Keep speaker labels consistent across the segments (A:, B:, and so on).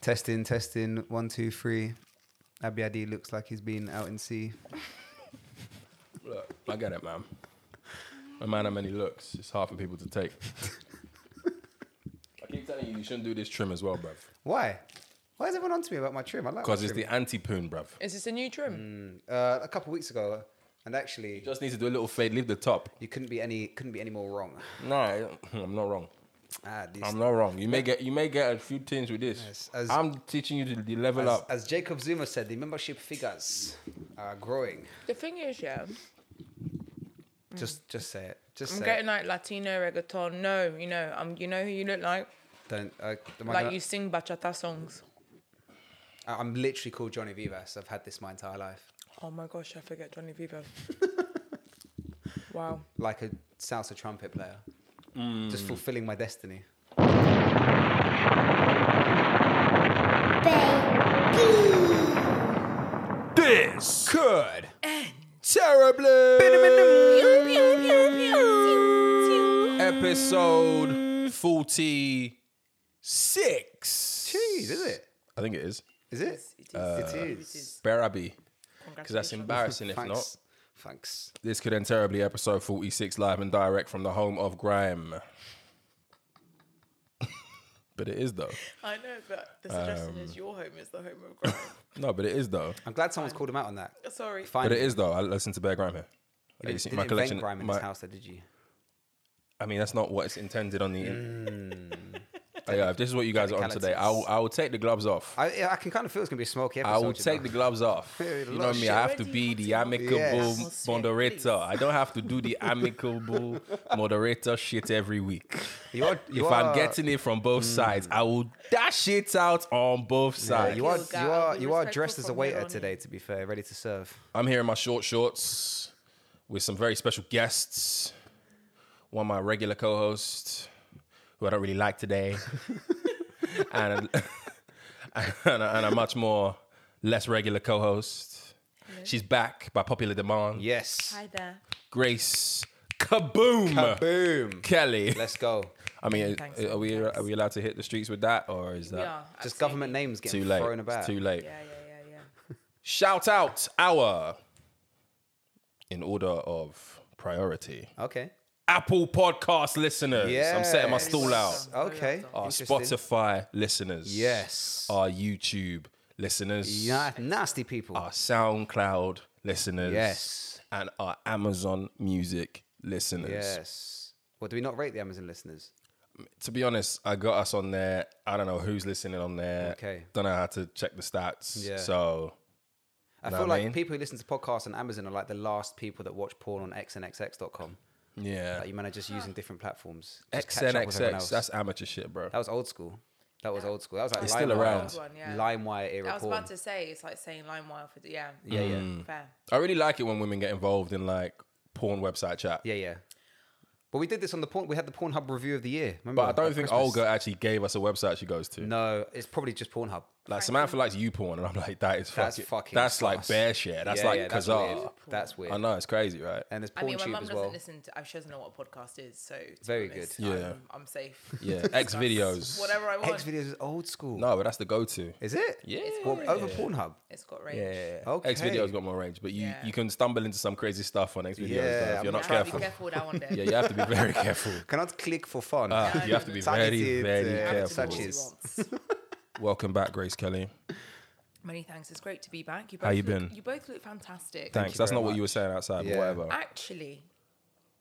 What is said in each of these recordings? A: Testing, testing. One, two, three. Abby Adi looks like he's been out in sea.
B: Look, I get it, man. A man of many looks. It's hard for people to take. I keep telling you, you shouldn't do this trim as well, bruv.
A: Why? Why is everyone on to me about my trim? I like my
B: Because it's
A: trim.
B: the anti-poon, bruv.
C: Is this a new trim?
A: uh, a couple weeks ago, and actually,
B: Just needs to do a little fade, leave the top.
A: you couldn't be any couldn't be any more wrong.
B: No, I- hmm, I'm not wrong.
A: Ah, these,
B: I'm not wrong. You may get you may get a few things with this.
A: Yes, as-
B: I'm teaching you to de- level
A: as,
B: up.
A: as Jacob Zuma said, the membership figures are growing.
C: The thing is, yeah,
A: Just just say it. Just
C: I'm
A: say
C: getting
A: it.
C: like Latino reggaeton. No, you know, um, you know who you look like?
A: Don't. Uh, am I
C: like
A: gonna-
C: you sing bachata songs.
A: I- I'm literally called Johnny Vivas. I've had this my entire life.
C: Oh my gosh, I forget Johnny Bieber. wow.
A: Like a salsa trumpet player, just
B: Hmm.
A: fulfilling my destiny.
B: this could end terribly. Episode forty-six.
A: Jeez, is it?
B: I think it is.
A: Is it? it is.
B: Bear Abbey. Because that's embarrassing if
A: Thanks.
B: not.
A: Thanks.
B: This could end terribly. Episode 46, live and direct from the home of Grime. but it is, though.
C: I know, but the suggestion is
A: Um,
C: your home is the home of grime.
B: No, but it is, though.
A: I'm glad someone's called him out on that.
C: Sorry.
B: But
A: Fine.
B: it is, though. I listened to Bear Grime here. Like,
A: You
B: you see
A: didn't invent grime in
B: my-
A: his house, though, did you?
B: I mean, that's not what it's intended on the.
A: Hmm.
B: Oh, yeah, if this is what you guys are on today, I will, I will take the gloves off.
A: I, yeah, I can kind of feel it's gonna be a smoky episode.
B: I will
A: you
B: take
A: know.
B: the gloves off.
A: Very
B: You
A: lot
B: know
A: of
B: me.
A: shit.
B: I have to be the amicable
A: Yes.
B: moderator. I don't have to do the amicable moderator shit every week.
A: You are,
B: if
A: you
B: I'm
A: are-
B: getting it from both sides, I will dash it out on both
A: Yeah,
B: sides.
A: you are,
C: Thank you,
A: you
C: Gal.
A: are,
C: Be
A: you are
C: respectful
A: dressed as a
C: from here
A: waiter
C: on
A: today. To be fair, ready to serve.
B: I'm here in my short shorts with some very special guests. One of my regular co-hosts, who I don't really like today, and, a, and, a, and a much more less regular co-host. She's back by popular demand.
A: Yes.
C: Hi there.
B: Grace Kaboom,
A: Boom.
B: Kelly.
A: Let's go.
B: I mean,
C: Thanks,
B: are we
C: thanks.
B: are we allowed to hit the streets with that, or is that
C: Yeah.
A: Just
C: absolutely.
A: government names getting
B: too late?
A: thrown
B: It's
A: about.
B: too late.
C: Yeah, yeah, yeah, yeah.
B: Shout out our in order of priority.
A: Okay.
B: Apple Podcast listeners. I'm setting my
A: Yes.
B: stool out.
A: Okay.
B: Our
A: Interesting.
B: Spotify listeners.
A: Yes.
B: Our YouTube listeners.
A: Na- nasty people.
B: Our SoundCloud listeners.
A: Yes.
B: And our Amazon Music listeners.
A: Yes. Well, do we not rate the Amazon listeners?
B: To be honest, I got us on there. I don't know who's listening on there.
A: Okay.
B: Don't know how to check the stats.
A: Yeah.
B: So
A: I
B: Know
A: feel
B: what I
A: like
B: mean?
A: people who listen to podcasts on Amazon are like the last people that watch porn on xnxx.com.
B: yeah.
A: Like you man are just using different platforms. Just catch up with everyone
B: XNXX.
A: else.
B: That's amateur shit, bro.
A: that was old school. That was old school. That was like
B: It's still
A: LimeWire.
B: around.
C: Old one, yeah.
A: LimeWire era
C: I was
A: porn.
C: about to say it's like saying LimeWire for yeah.
A: Yeah, yeah. Mm.
C: Fair.
B: I really like it when women get involved in like porn website chat.
A: Yeah, yeah. But we did this on the porn. We had the Pornhub review of the year. Remember?
B: But I don't
A: at
B: think
A: Christmas.
B: Olga actually gave us a website she goes to.
A: No, it's probably just Pornhub.
B: Like Samantha likes you porn, and I'm like, that is
A: That's
B: fucking.
A: fucking
B: that's like
A: sus.
B: bear share. That's
A: Yeah,
B: like
A: yeah, that's
B: Kazaa.
A: weird. That's weird.
B: I know it's crazy, right?
A: And there's
C: I mean, my
A: PornTube
C: mum
A: as
C: doesn't
A: well.
C: listen to. I- She doesn't know what a podcast is, so to be
A: Very
C: honest,
A: good.
B: Yeah.
C: I'm, I'm safe.
B: Yeah,
C: Discuss
B: Xvideos.
C: Whatever I want.
A: X videos is old school.
B: No, but that's the go-to.
A: Is it?
B: Yeah.
A: Well, over Pornhub.
C: it's got range.
B: Yeah.
A: Okay.
B: X video's got more range, but you
C: Yeah.
B: you can stumble into some crazy stuff on X videos
A: Yeah,
B: though, if you're
A: I'm
B: not
C: Yeah,
B: careful.
C: Be careful with that one there.
B: yeah, you have to be very careful.
A: Cannot click for fun.
B: Ah, you have to be very,
A: Targeted,
B: very
A: uh,
B: careful.
A: such is-
B: Welcome back, Grace Kelly.
C: Many thanks. It's great to be back. You both
B: How you
C: look-
B: been?
C: You both look fantastic.
B: Thanks.
A: you
B: That's
A: very
B: not what you were saying outside,
A: Yeah.
B: but whatever.
C: Actually,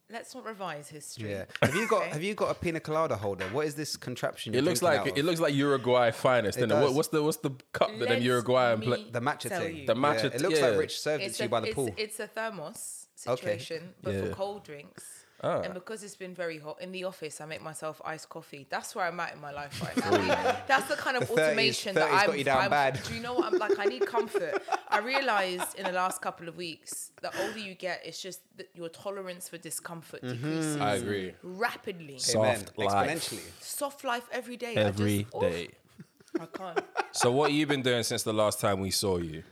C: let's not revise history.
A: yeah. Have you got Have you got a pina colada holder? What is this contraption? You're
B: It looks
A: drinking out
B: like
A: of?
B: it looks like Uruguay finest.
A: It
B: It what,
A: does.
B: what's the what's the cup that them
C: Let
B: Uruguayan
C: me
B: play?
A: the matcha
C: tell
A: thing.
C: you.
B: The matcha
A: Yeah, it
B: tea,
A: looks
B: yeah.
A: like Rich served it
C: It's
A: to
C: a,
A: you by the
C: it's,
A: pool.
C: it's a thermos
A: Okay.
C: situation, but
B: Yeah.
C: for cold drinks. And because it's been very hot in the office, I make myself iced coffee. That's where I'm at in my life right now. That's the kind of
A: 30s,
C: automation
A: 30s
C: that
A: got
C: I'm.
A: you down
C: I'm-
A: bad.
C: Do you know what I'm like? I need comfort. I realized in the last couple of weeks, the older you get, it's just that your tolerance for discomfort decreases
B: I agree.
C: rapidly.
A: Amen.
B: Soft life.
A: Exponentially.
C: Soft life every day. I
B: Every
C: just, oof,
B: day.
C: I can't.
B: So what you been doing since the last time we saw you?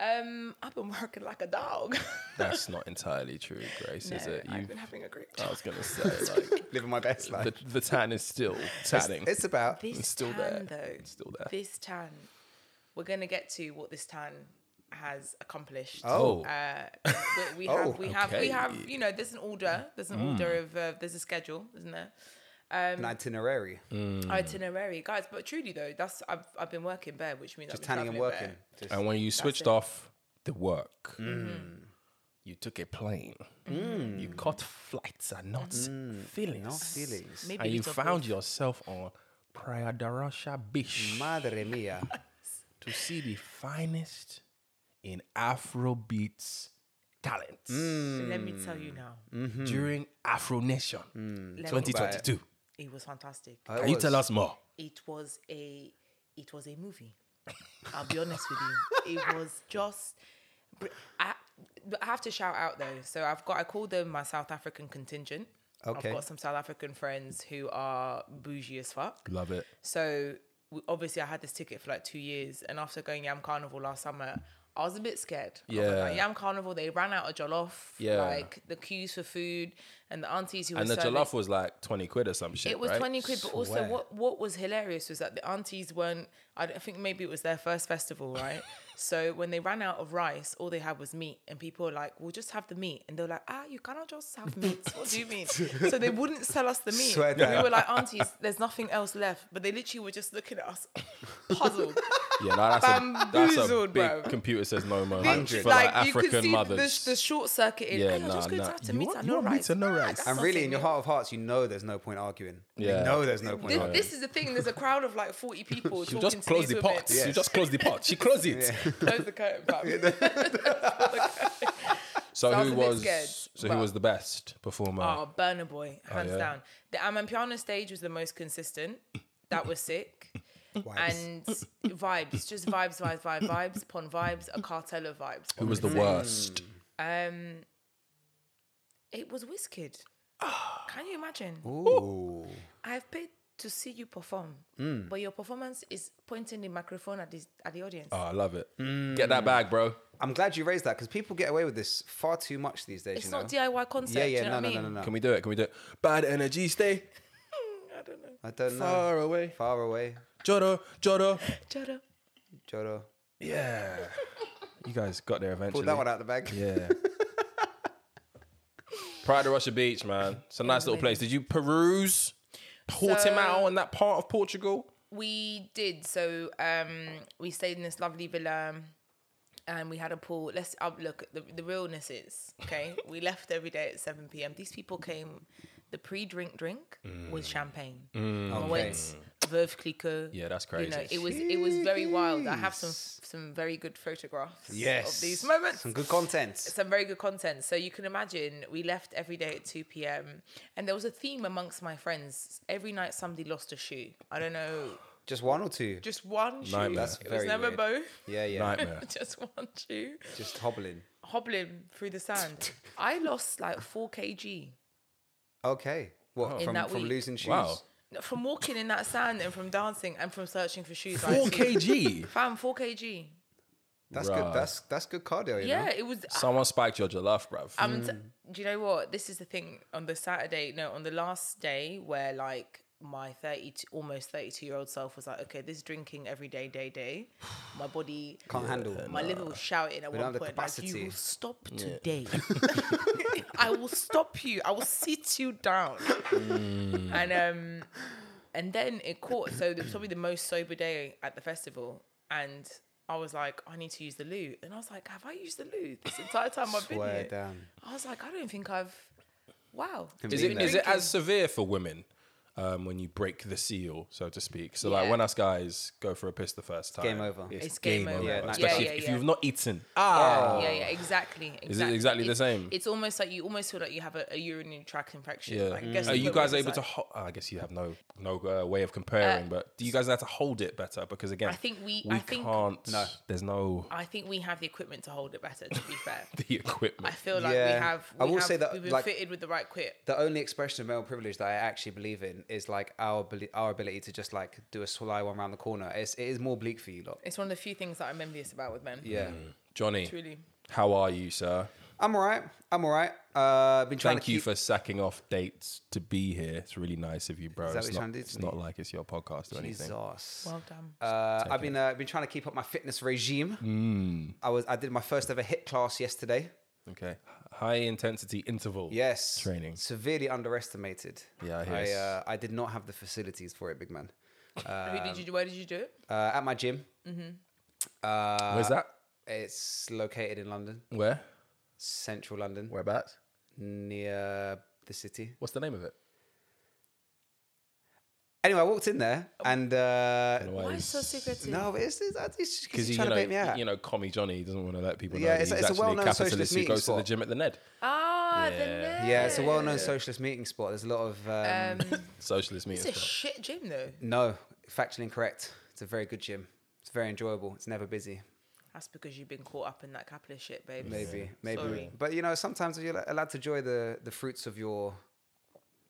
C: Um, I've been working like a dog.
B: That's not entirely true, Grace, is
C: No,
B: it?
C: I've
B: You, Oh,
C: been having a great
B: I
C: time.
B: was gonna say like
A: Living my best life.
B: the, the tan is still
A: It's-
B: tanning.
A: It's, about
C: This
B: It's still
C: tan,
B: there.
C: though.
B: It's still there.
C: This tan, we're gonna get to what this tan has accomplished.
B: Oh.
C: Uh, we, we
A: Oh,
C: have, we have, we
B: okay.
C: have. You know, there's an order. There's an order of. Uh, there's a schedule, isn't there? Um,
A: an itinerary.
B: Mm.
C: Itinerary, guys. But truly though, that's I've, I've been working bare, which means
A: Just
C: I've been
A: tanning and
C: travelling
A: working.
C: bare.
A: Just-
B: and when you switched
C: it.
B: off the work, you took a plane. You caught flights and not feelings.
A: no feelings.
C: Maybe
B: and you
C: little
B: found yourself on Praia da Rocha Beach
A: Madre mia.
B: to see the finest in Afrobeats talent
C: bit. Let me tell you now,
B: during Afro Nation
C: Let me-
B: 2022.
C: it was fantastic.
A: I
B: Can you
A: was-
B: tell us more?
C: it was a it was a movie. I'll be honest with you. It was just br- I, I have to shout out though. So I've got I call them my South African contingent.
A: Okay.
C: I've got some South African friends who are bougie as fuck.
B: Love it.
C: So w- obviously I had this ticket for like two years, and after going Yam Carnival last summer, I was a bit scared. I was
B: Yeah.
C: like, Yam Carnival, they ran out of jollof.
B: Yeah.
C: Like the queues for food and the aunties who
B: And
C: were
B: the
C: serving-
B: jollof was like 20 quid or some shit.
C: it was
B: right?
C: 20 quid, but also
B: Swear.
C: what, what was hilarious was that the aunties weren't, I, don't- I think maybe it was their first festival, right? so when they ran out of rice, all they had was meat. And people were like, we'll just have the meat. And they were like, ah, you cannot just have meat. What do you mean? so they wouldn't sell us the meat.
A: Swear
C: we
A: down.
C: were like, aunties, there's nothing else left. But they literally were just looking at us, puzzled.
B: Yeah, no, that's, a, that's a
C: Bamboozled,
B: big
C: bruv.
B: computer says no mo
A: Hundred.
B: for like,
C: you could
B: African
C: see
B: mothers.
C: The, the short circuit in,
B: Yeah,
C: yeah,
B: nah,
C: just going
B: nah.
C: to have to
B: You
C: meat
B: want-
C: and
B: you
C: no
B: want meat
C: rice.
B: and no
C: Nah,
B: rice.
C: that's
A: And really, in your
C: something
A: heart of hearts, you know there's no point arguing.
B: Yeah.
A: You know there's no point
C: This,
A: arguing.
C: this is the thing. There's a crowd of like 40 people
B: You
C: talking
B: just
C: to
B: close
C: these
B: the
C: women.
B: pot.
A: Yeah.
B: You just close the pot. She closed it.
C: Close the curtain, fam.
B: So,
C: So I was
B: who
C: a bit
B: was
C: scared,
B: so who
C: but-
B: was the best performer?
C: Oh, Burner Boy, hands
B: yeah?
C: down. The Am and Piano stage was the most consistent. That was sick. and vibes, just vibes, vibes, vibes, vibes, upon vibes, a cartel of vibes.
B: who was the worst?
C: Um, it was Wizkid. Can you imagine?
A: Ooh.
C: I've paid to see you perform,
A: Mm.
C: but your performance is pointing the microphone at the at the audience.
B: Oh, I love it.
C: Hmm.
B: Get that bag, bro.
A: I'm glad you raised that because people get away with this far too much these days.
C: it's
A: you know?
C: not DIY concert.
A: Yeah,
C: do
A: yeah,
C: you know
A: no,
C: what I
A: no,
C: mean?
A: no, no, no.
B: Can we do it? Can we do it? Bad energy, stay
C: Mm, I don't know.
A: I don't know.
B: far away.
A: Far away,
B: Jodo, Jodo.
C: Jada.
A: Jodo.
B: Yeah. You guys got there eventually.
A: Pull that one out the bag.
B: Yeah. Pride of Russia Beach, man. It's a nice little place. Did you peruse Portimao and that part of Portugal?
C: We did. So um, we stayed in this lovely villa and we had a pool. Let's up look the, the realness is, okay? we left every day at 7 p.m. These people came, the pre drink drink was champagne. I
A: Mm. Okay.
C: went Veuve Clicquot.
B: Yeah, that's
C: You know,
B: crazy.
C: it was it was very wild. I have some
A: Jeez.
C: some very good photographs
A: Yes.
C: of these moments
A: Some good content.
C: some very good content. So you can imagine we left every day at 2 p.m. and there was a theme amongst my friends. Every night somebody lost a shoe. I don't know,
A: Just one or two.
C: just one shoe.
B: Nightmare.
A: That's
C: it was
A: very
C: never
A: weird. Yeah, yeah.
B: Nightmare.
C: both. just one shoe.
A: Just hobbling.
C: Hobbling through the sand. I lost like 4 kg
A: Okay. What
C: In
A: from
C: that
A: from
C: week.
A: losing shoes?
B: Wow.
C: from walking in that sand and from dancing and from searching for shoes. I
B: 4
C: had to-
B: kg.
C: Fam, 4 kg.
A: That's
B: Right.
A: good. That's that's good cardio. You
C: Yeah,
A: Know? Mm.
C: it was
B: Someone spiked your jollof, bruv.
C: I'm t- do you know what? This is the thing on the Saturday, no, on the last day where like my 32, almost 32 year old self was like, okay, this drinking every day, day, day, my body,
A: Can't handle.
C: my liver was shouting at
A: We don't
C: one
A: have uh, the
C: point, like, you
A: capacity."
C: will stop today. I will stop you. I will sit you down.
A: Mm.
C: And, um, and then it caught. So it was probably the most sober day at the festival, and I was like, I need to use the loo, and I was like, Have I used the loo this entire time I've been
A: Swear
C: here?
A: down.
C: I was like, I don't think I've. Wow.
B: is
A: been
B: it
A: there.
B: is it as severe for women um, when you break the seal, so to speak? So like
C: Yeah.
B: when us guys go for a piss the first time,
A: Game over.
C: It's game over.
A: Yeah, nice.
B: Especially
A: Yeah,
B: if,
C: yeah,
B: if
C: yeah.
B: you've not eaten. Ah,
C: Yeah, yeah, exactly. exactly.
B: Is it exactly the
C: It's-
B: same?
C: It's almost like you almost feel like you have a, a urinary tract infection.
B: Yeah. Mm.
C: Like, I guess
B: Are
C: the
B: you
C: foot one
B: guys
C: is
B: able to?
C: like-
B: Ho- oh, I guess you have no no uh, way of comparing, but do you guys know how to hold it better? Because again,
C: I think we-
B: we
C: I think-
B: can't.
A: No.
B: there's no
C: I think we have the equipment to hold it better. To be fair,
B: the
C: I
B: equipment.
C: feel like we
A: Yeah.
C: have.
A: I
C: we
A: will
C: have-
A: say that,
C: we've been
A: like-
C: fitted with the right kit.
A: The only expression of male privilege that I actually believe in in is like our abili- our ability to just like do a sly one around the corner. It's it is more bleak for you lot.
C: It's one of the few things that I'm envious about with men.
A: Yeah,
B: Hmm. Johnny,
C: Truly.
B: how are you, sir?
A: I'm alright. I'm alright. Uh, been trying
B: Thank
A: to
B: you
A: keep-
B: for sacking off dates to be here. It's really nice of you, bro.
A: Is that
B: it's
A: what you're
B: not,
A: trying to do to
B: it's
A: me?
B: not like it's your podcast or anything.
A: Jesus.
C: Well done.
A: Uh, I've been uh, been trying to keep up my fitness regime.
B: Hmm.
A: I was I did my first ever hit class yesterday.
B: Okay. High intensity interval.
A: Yes,
B: Training.
A: severely underestimated.
B: Yeah, I hear
A: I
B: s-
A: uh, I did not have the facilities for it, big man.
C: Who did
A: Um,
C: you do? Where did you do it?
A: Uh, at my gym, uh,
B: Where's that?
A: it's located in London,
B: Where?
A: central London,
B: Whereabouts?
A: near the city.
B: What's the name of it?
A: Anyway, I walked in there and uh,
B: Why
C: Why
B: he's-
C: so secretive?
A: no, it's it's, it's because
B: Because you
A: he's trying
B: know,
A: to bait me
B: you-
A: out.
B: you know, commie Johnny he doesn't want to let people know
A: Yeah,
B: that
A: it's-
B: he's
A: it's a
B: actually
A: well-known socialist
B: capitalist who
A: meeting
B: goes to the
A: spot.
B: gym at the Ned.
C: Ah, the
B: Yeah.
C: net.
A: yeah, it's a well-known socialist meeting spot. There's a lot of um,
C: Um,
B: Socialist
C: it's
B: meeting.
C: a
B: spot.
C: shit gym though.
A: No, factually incorrect. It's a very good gym. It's very enjoyable. It's never busy.
C: That's because you've been caught up in that capitalist shit, babe.
A: Maybe, maybe.
C: Sorry.
A: But you know, sometimes you're al- allowed to enjoy the, the fruits of your,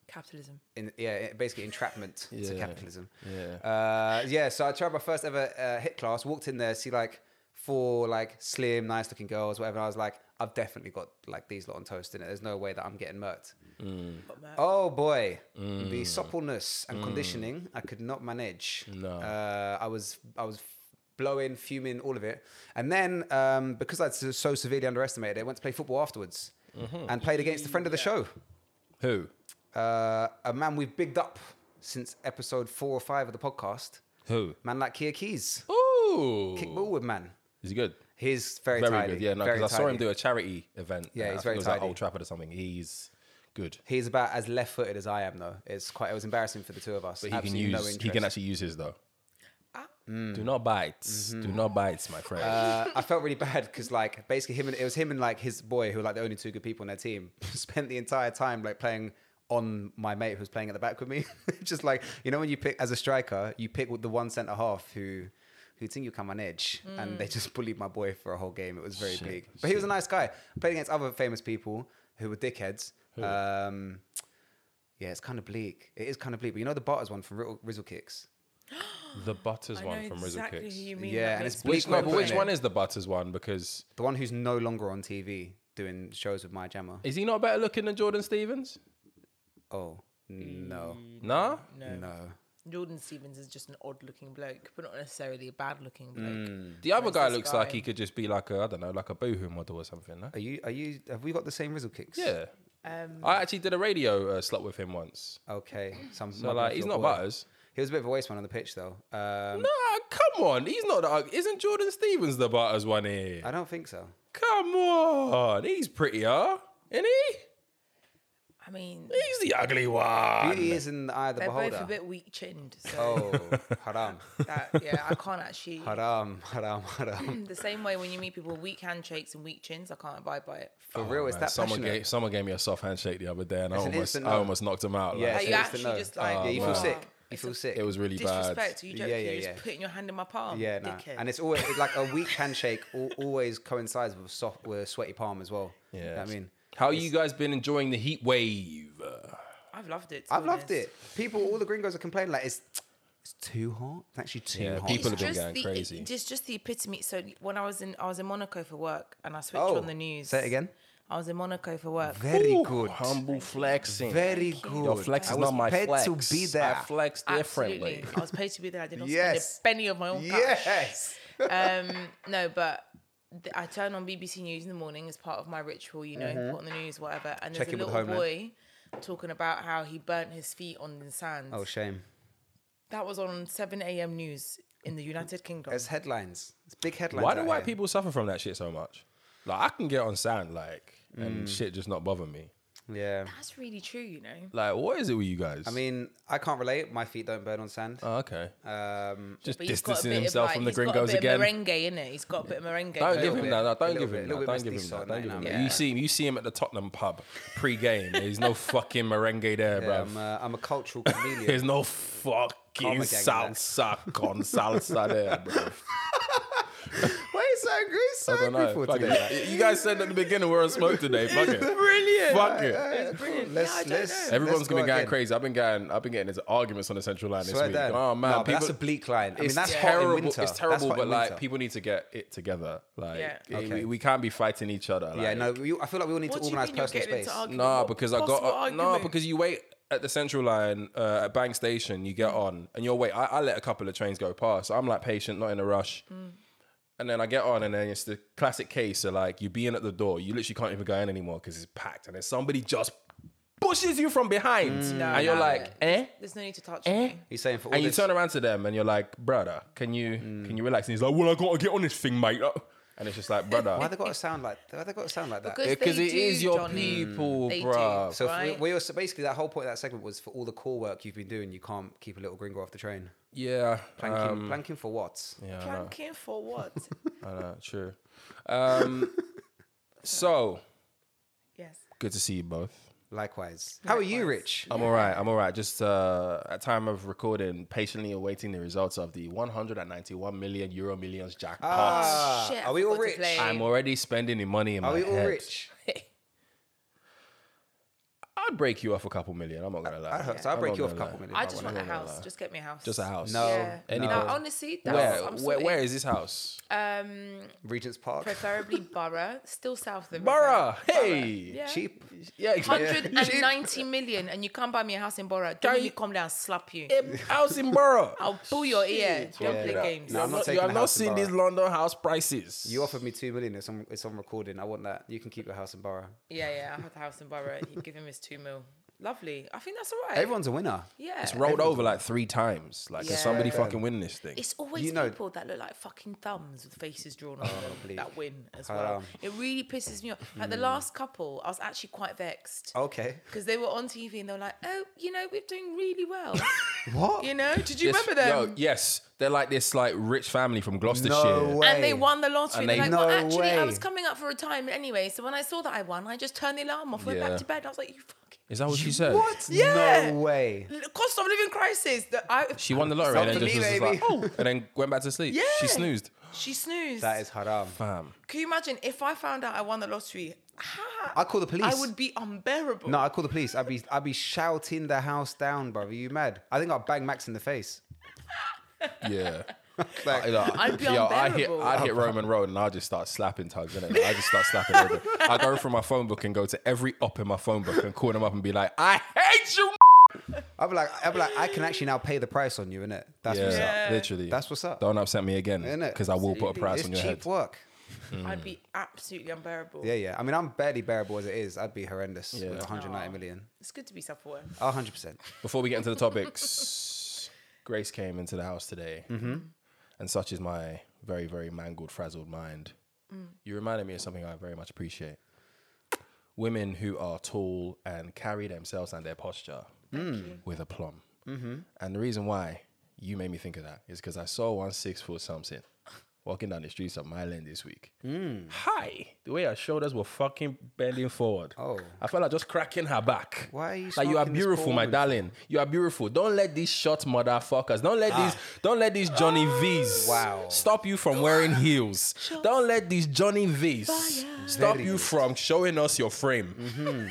C: Capitalism.
A: in, yeah, i- basically entrapment to
B: Yeah.
A: capitalism.
B: Yeah.
A: Uh, yeah. So I tried my first ever uh, hit class. Walked in there, see like four like slim, nice looking girls, whatever. And I was like, I've definitely got like these lot on toast in it. There's no way that I'm getting murked.
C: But Merck,
A: Oh boy,
B: Mm.
A: the suppleness and conditioning I could not manage.
B: No.
A: uh, I was I was blowing, fuming, all of it. And then um, because I'd so so severely underestimated, it, I went to play football afterwards
B: Mm-hmm.
A: and played against a friend of the show,
B: Who?
A: uh, a man we've bigged up since episode four or five of the podcast.
B: Who?
A: Man like Kia Keys,
B: Ooh.
A: kick ball with man.
B: Is he good?
A: He's very
B: Very
A: tidy,
B: good. Yeah, no,
A: very
B: because I saw him
A: tidy.
B: do a charity event.
A: Yeah,
B: and
A: he's
B: I think
A: very
B: it was like
A: tidy.
B: Old Trafford or something. He's good.
A: He's about as left-footed as I am, though. It's quite. It was embarrassing for the two of us.
B: But he
A: Absolutely
B: can
A: no
B: use. he
A: interest.
B: can actually use his though.
C: Ah.
B: Do not bite.
A: Mm-hmm.
B: Do not bite, my friend.
A: uh, I felt really bad because like basically him and it was him and like his boy who were like the only two good people on their team spent the entire time like playing on my mate who's playing at the back with me. Just like you know when you pick as a striker, you pick with the one centre half who who think you come on edge, and they just bullied my boy for a whole game. It was very
B: Shit,
A: bleak, but he was a nice guy. Played against other famous people who were dickheads. Um, yeah, it's kind of bleak. It is kind of bleak. But you know the Butters one from Rizzle, Rizzle Kicks.
B: the Butters
C: I
B: one
C: know
B: from Rizzle
C: exactly
B: Kicks.
C: who you mean.
A: Yeah,
C: that
A: and
C: makes
A: it's
C: me-
B: Which,
A: Bleak way
B: no,
A: of
B: but which
A: putting
B: one
A: it.
B: is the Butters one? Because
A: The one who's no longer on TV doing shows with my jammer.
B: is he not better looking than Jordan Stevens?
A: Oh no,
B: Nah.
C: No.
A: no.
C: Jordan Stevens is just an odd-looking bloke, but not necessarily a bad-looking bloke.
A: Mm.
B: The other
C: Where's
B: guy
C: this
B: looks
C: guy?
B: like he could just be like a I don't know, like a boohoo model or something. No?
A: Are you? Are you? Have we got the same Rizzle kicks?
B: Yeah.
C: Um,
B: I actually did a radio uh, slot with him once.
A: Okay. So, I'm
B: So like, he's not Butters.
A: He was a bit of a waste man on the pitch, though. Um,
B: No, come on. He's not. The, isn't Jordan Stevens the Butters one here?
A: I don't think so.
B: Come on. He's prettier, isn't he?
C: I mean,
B: He's the ugly one.
A: Beauty is in the eye of the
C: they're
A: beholder.
C: both a bit weak-chinned. So
A: Oh, haram,
C: that, yeah, I can't actually.
A: haram, haram, haram.
C: The same way when you meet people with weak handshakes and weak chins, I can't abide by it.
A: For real, is
B: Oh, Man,
A: that
B: someone
A: passionate?
B: gave, someone gave me a soft handshake the other day, and I
A: It's an
B: almost,
A: instant
B: I
A: no.
B: almost knocked him out.
A: Yeah,
B: Like,
C: Like, you
A: it's an instant
C: actually
A: no.
C: just like,
A: yeah, you feel
B: Oh, wow.
A: sick. You
C: It's
A: feel
C: a
A: sick.
B: it was really bad.
C: Disrespect. You joke.
A: Yeah, yeah,
C: you're
A: yeah.
C: just putting your hand in my palm.
A: yeah, no.
C: dickhead.
A: And it's always it's like a weak handshake al- always coincides with a soft, with a sweaty palm as well. You know
B: Yeah.
A: what I mean,
B: How you guys been enjoying the heat wave? Uh,
C: I've loved it. to
A: I've
C: be
A: loved
C: honest.
A: it. People, all the gringos are complaining like it's it's too hot. It's actually too
B: Yeah,
A: hot.
B: people have
C: It's
B: been
C: just
B: going
C: the,
B: crazy.
C: It's just, just the epitome. So when I was in, I was in Monaco for work, and I switched
A: Oh,
C: on the news.
A: say it again.
C: I was in Monaco for work.
A: Very
B: Ooh,
A: good.
B: Humble flexing.
A: Very good.
B: Your flex
A: I
B: is
A: was
B: not my
A: paid
B: flex.
A: to be there.
B: I flex
C: Absolutely.
B: differently.
C: I was paid to be there. I did not
A: Yes.
C: spend a penny of my own cash.
A: Yes.
C: um, no, but th- I turn on BBC News in the morning as part of my ritual, you know, put on the news, whatever. And there's
A: Check in
C: a
A: with
C: little
A: Homeland.
C: boy talking about how he burnt his feet on the sands.
A: Oh shame.
C: that was on 7 a.m. news in the United Kingdom.
A: It's headlines. It's big headlines.
B: Why do
A: out
B: white
A: here.
B: people suffer from that shit so much? Like, I can get on sound, like,
A: Mm.
B: and shit just not bother me.
A: Yeah.
C: That's really true, you know.
B: Like, what is it with you guys?
A: I mean, I can't relate. My feet don't burn on sand.
B: oh, okay.
A: Um,
B: Just
C: But he's got a
B: distancing
C: bit of,
B: himself
C: like-
B: from the
C: he's got a
B: gringos
C: bit of
B: again.
C: Merengue in it. He's got a bit of merengue.
B: Don't
C: going
B: give
C: on.
B: him that. No,
A: A
B: don't
A: little
B: give
A: bit,
B: him
A: a
B: that.
A: little
B: Don't
A: bit
B: give him
A: mestizo
B: that.
A: at
B: Don't
A: night
B: give him
A: now.
B: that. You see him. You see him at the Tottenham pub pre-game. There's no fucking merengue there,
A: yeah,
B: bro.
A: I'm, a, I'm a cultural chameleon.
B: There's no fucking
A: Karma gang, man.
B: salsa con salsa there, bro.
A: Wait, so angry. He's so
B: I don't
A: angry
B: know.
A: for
B: Fuck
A: today.
B: it. You guys said at the beginning we're on smoke today. Fuck it.
C: Brilliant.
B: Fuck it.
A: It's
C: brilliant.
A: Let's,
C: Yeah, I don't
A: let's,
C: know.
B: Everyone's
A: let's
B: been
A: go
B: going
A: again.
B: crazy. I've been going. I've been getting into arguments on the central line this
A: Swear
B: week.
A: down.
B: Oh man,
A: No, but
B: people,
A: that's a bleak line. I mean,
B: it's
A: that's
B: terrible.
A: hot in winter.
B: It's
A: That's
B: terrible,
A: hot in
B: but like
A: winter.
B: people need to get it together. Like,
C: Yeah.
B: we-
A: Okay.
B: we, we can't be fighting each other.
A: yeah,
B: like-
A: no, we, I feel like we all need to
C: What do you
A: organize
C: mean you're
A: personal
C: getting
A: space.
C: into argument?
B: Nah,
C: What
B: because I
C: possible
B: got no.
C: argument?
B: Because you wait at the central line uh, at Bank Station, you get on, and you'll wait. I, I let a couple of trains go past. I'm like patient, not in a rush.
C: Mm.
B: And then I get on, and then it's the classic case of like you being at the door. You literally can't even go in anymore because it's packed, and then somebody just pushes you from behind,
C: Mm.
B: and you're
C: no,
B: like,
C: no.
B: eh.
C: There's no need to touch
B: Eh?
C: me.
A: He's saying for all
B: And you
A: this, Mm.
B: turn around to them and you're like, brother, can you can you relax? And he's like, well, I gotta get on this thing, mate. And it's just like,
A: why
B: brother,
A: they got to sound like why they got to sound like that?
C: Because-
B: because
C: They
B: it is
C: do,
B: your
C: Johnny.
B: people,
C: They do.
B: bruh.
A: so
C: right?
A: if we, we also basically that whole point of that segment was for all the core work you've been doing, you can't keep a little gringo off the train.
B: Yeah,
A: Planking,
B: um,
A: planking for what?
B: yeah, I know.
C: Planking for what?
B: I know, true. Um, so
C: yes.
B: good to see you both.
A: Likewise. How are you, Rich?
B: I'm all right. I'm all right. Just uh, at time of recording, patiently awaiting the results of the 191 million euro millions jackpot.
A: Ah,
C: shit, I
A: are we all
C: forgot to
A: rich?
C: play.
B: I'm already spending the money in
A: Are
B: my
A: we all
B: head.
A: rich?
B: I'd break you off a couple million. I'm not gonna lie.
A: I hope so. I'll
B: I'm
A: break
B: not
A: you off a
B: gonna
A: couple
B: lie.
A: million.
C: I
A: don't
C: just
A: worry.
C: want a
B: I'm not gonna
C: house.
B: lie.
C: Just get me a house.
B: Just a house.
A: No,
C: Yeah.
B: Any-
C: No,
B: no.
C: honestly, that's,
B: Where,
C: I'm
B: where,
C: sorted.
B: where is this house?
C: Um,
A: Regent's Park.
C: preferably Borough, still south of the river.
B: Borough. Hey.
C: Yeah.
A: Cheap.
B: Yeah. exactly.
C: 190 million, and you can't buy me a house in Borough. Don't
B: Can
C: you
B: you-
C: come down, slap you.
B: House in Borough.
C: I'll pull your ear. Don't
A: Yeah,
C: play
A: yeah.
C: games.
A: No, I'm
B: You
A: not
B: have
A: taking a
B: not
A: house in
B: seen these London house prices.
A: You offered me two million. It's on, it's on recording. I want that. You can keep your house and borrow.
C: Yeah, yeah. I had the house in Borough. You give him his two mil. Lovely. I think that's all right.
A: Everyone's a winner.
C: yeah.
B: It's rolled over like three times. Like,
C: Yeah.
B: can somebody
C: Yeah.
B: fucking win this thing?
C: It's always
A: You know-
C: people that look like fucking thumbs with faces drawn on them
A: bleak.
C: that win as well.
A: Haram.
C: It really pisses me off. Like the last couple, I was actually quite vexed
A: Okay.
C: because they were on TV and they were like, "Oh, you know, we're doing really well."
A: What?
C: you know? Did you
B: This-
C: remember them?
B: yo, yes, they're like this like rich family from Gloucestershire.
A: No way.
C: And they won the lottery.
B: And
C: They're
B: they-
C: like, well,
A: No
C: actually, I
A: way.
C: was coming up for retirement anyway. So when I saw that I won, I just turned the alarm off, went
B: Yeah.
C: back to bed. I was like, you fucking.
B: Is that what she said?
A: What?
C: Yeah.
A: No way.
C: L- Cost of living crisis. The, I,
B: She won the lottery
A: Not
B: and then
A: for
B: just,
A: me,
B: was
A: baby.
B: like, oh, and then went back to sleep.
C: Yeah.
B: She snoozed.
C: she snoozed.
A: That is haram.
B: Bam.
C: Can you imagine if I found out I won the lottery? Ha-
A: I'd call the
C: I
A: police.
C: would be unbearable.
A: No, I call the police. I'd be, I'd be shouting the house down, brother. You mad? I think I'll bang Max in the face.
B: Yeah.
A: Like,
C: I'd be
B: I hit,
C: unbearable.
B: I'd hit Roman Road and I'll just start slapping tugs, innit? Like, I just start slapping everything. I go through my phone book and go to every op in my phone book and call them up and be like, I hate you.
A: I'd be like, I'd be like, I can actually now pay the price on you, innit? That's what's up.
C: Yeah.
B: literally.
A: That's what's up.
B: Don't upset me again,
A: Innit?
B: because I will put a price
A: It's
B: on your
A: cheap
B: head.
A: work.
C: I'd be absolutely unbearable.
A: Mm. Yeah, yeah. I mean, I'm barely bearable as it is. I'd be horrendous
B: Yeah.
A: with 190
C: Aw.
A: million.
C: It's good to be self aware.
A: A 100%.
B: Before we get into the topics, Grace came into the house today,
A: Mm-hmm.
B: and such is my very, very mangled, frazzled mind.
A: Mm.
B: You reminded me of something I very much appreciate: women who are tall and carry themselves and their posture Mm. with aplomb. Mm-hmm. And the reason why you made me think of that is because I saw one six foot something walking down the streets of my land this week.
A: Mm.
B: Hi, the way her shoulders were fucking bending forward.
A: Oh.
B: I felt like just cracking her back.
A: Why are you
B: Like you are
A: smoking this
B: beautiful,
A: poor
B: my
A: woman
B: darling. You are beautiful. Don't let these short motherfuckers. Don't let these. Don't let these Johnny V's.
A: Ah. Wow.
B: Stop you from wearing heels. Don't let these Johnny V's stop
A: Very
B: you
A: good. Mm-hmm.
B: from showing us your frame.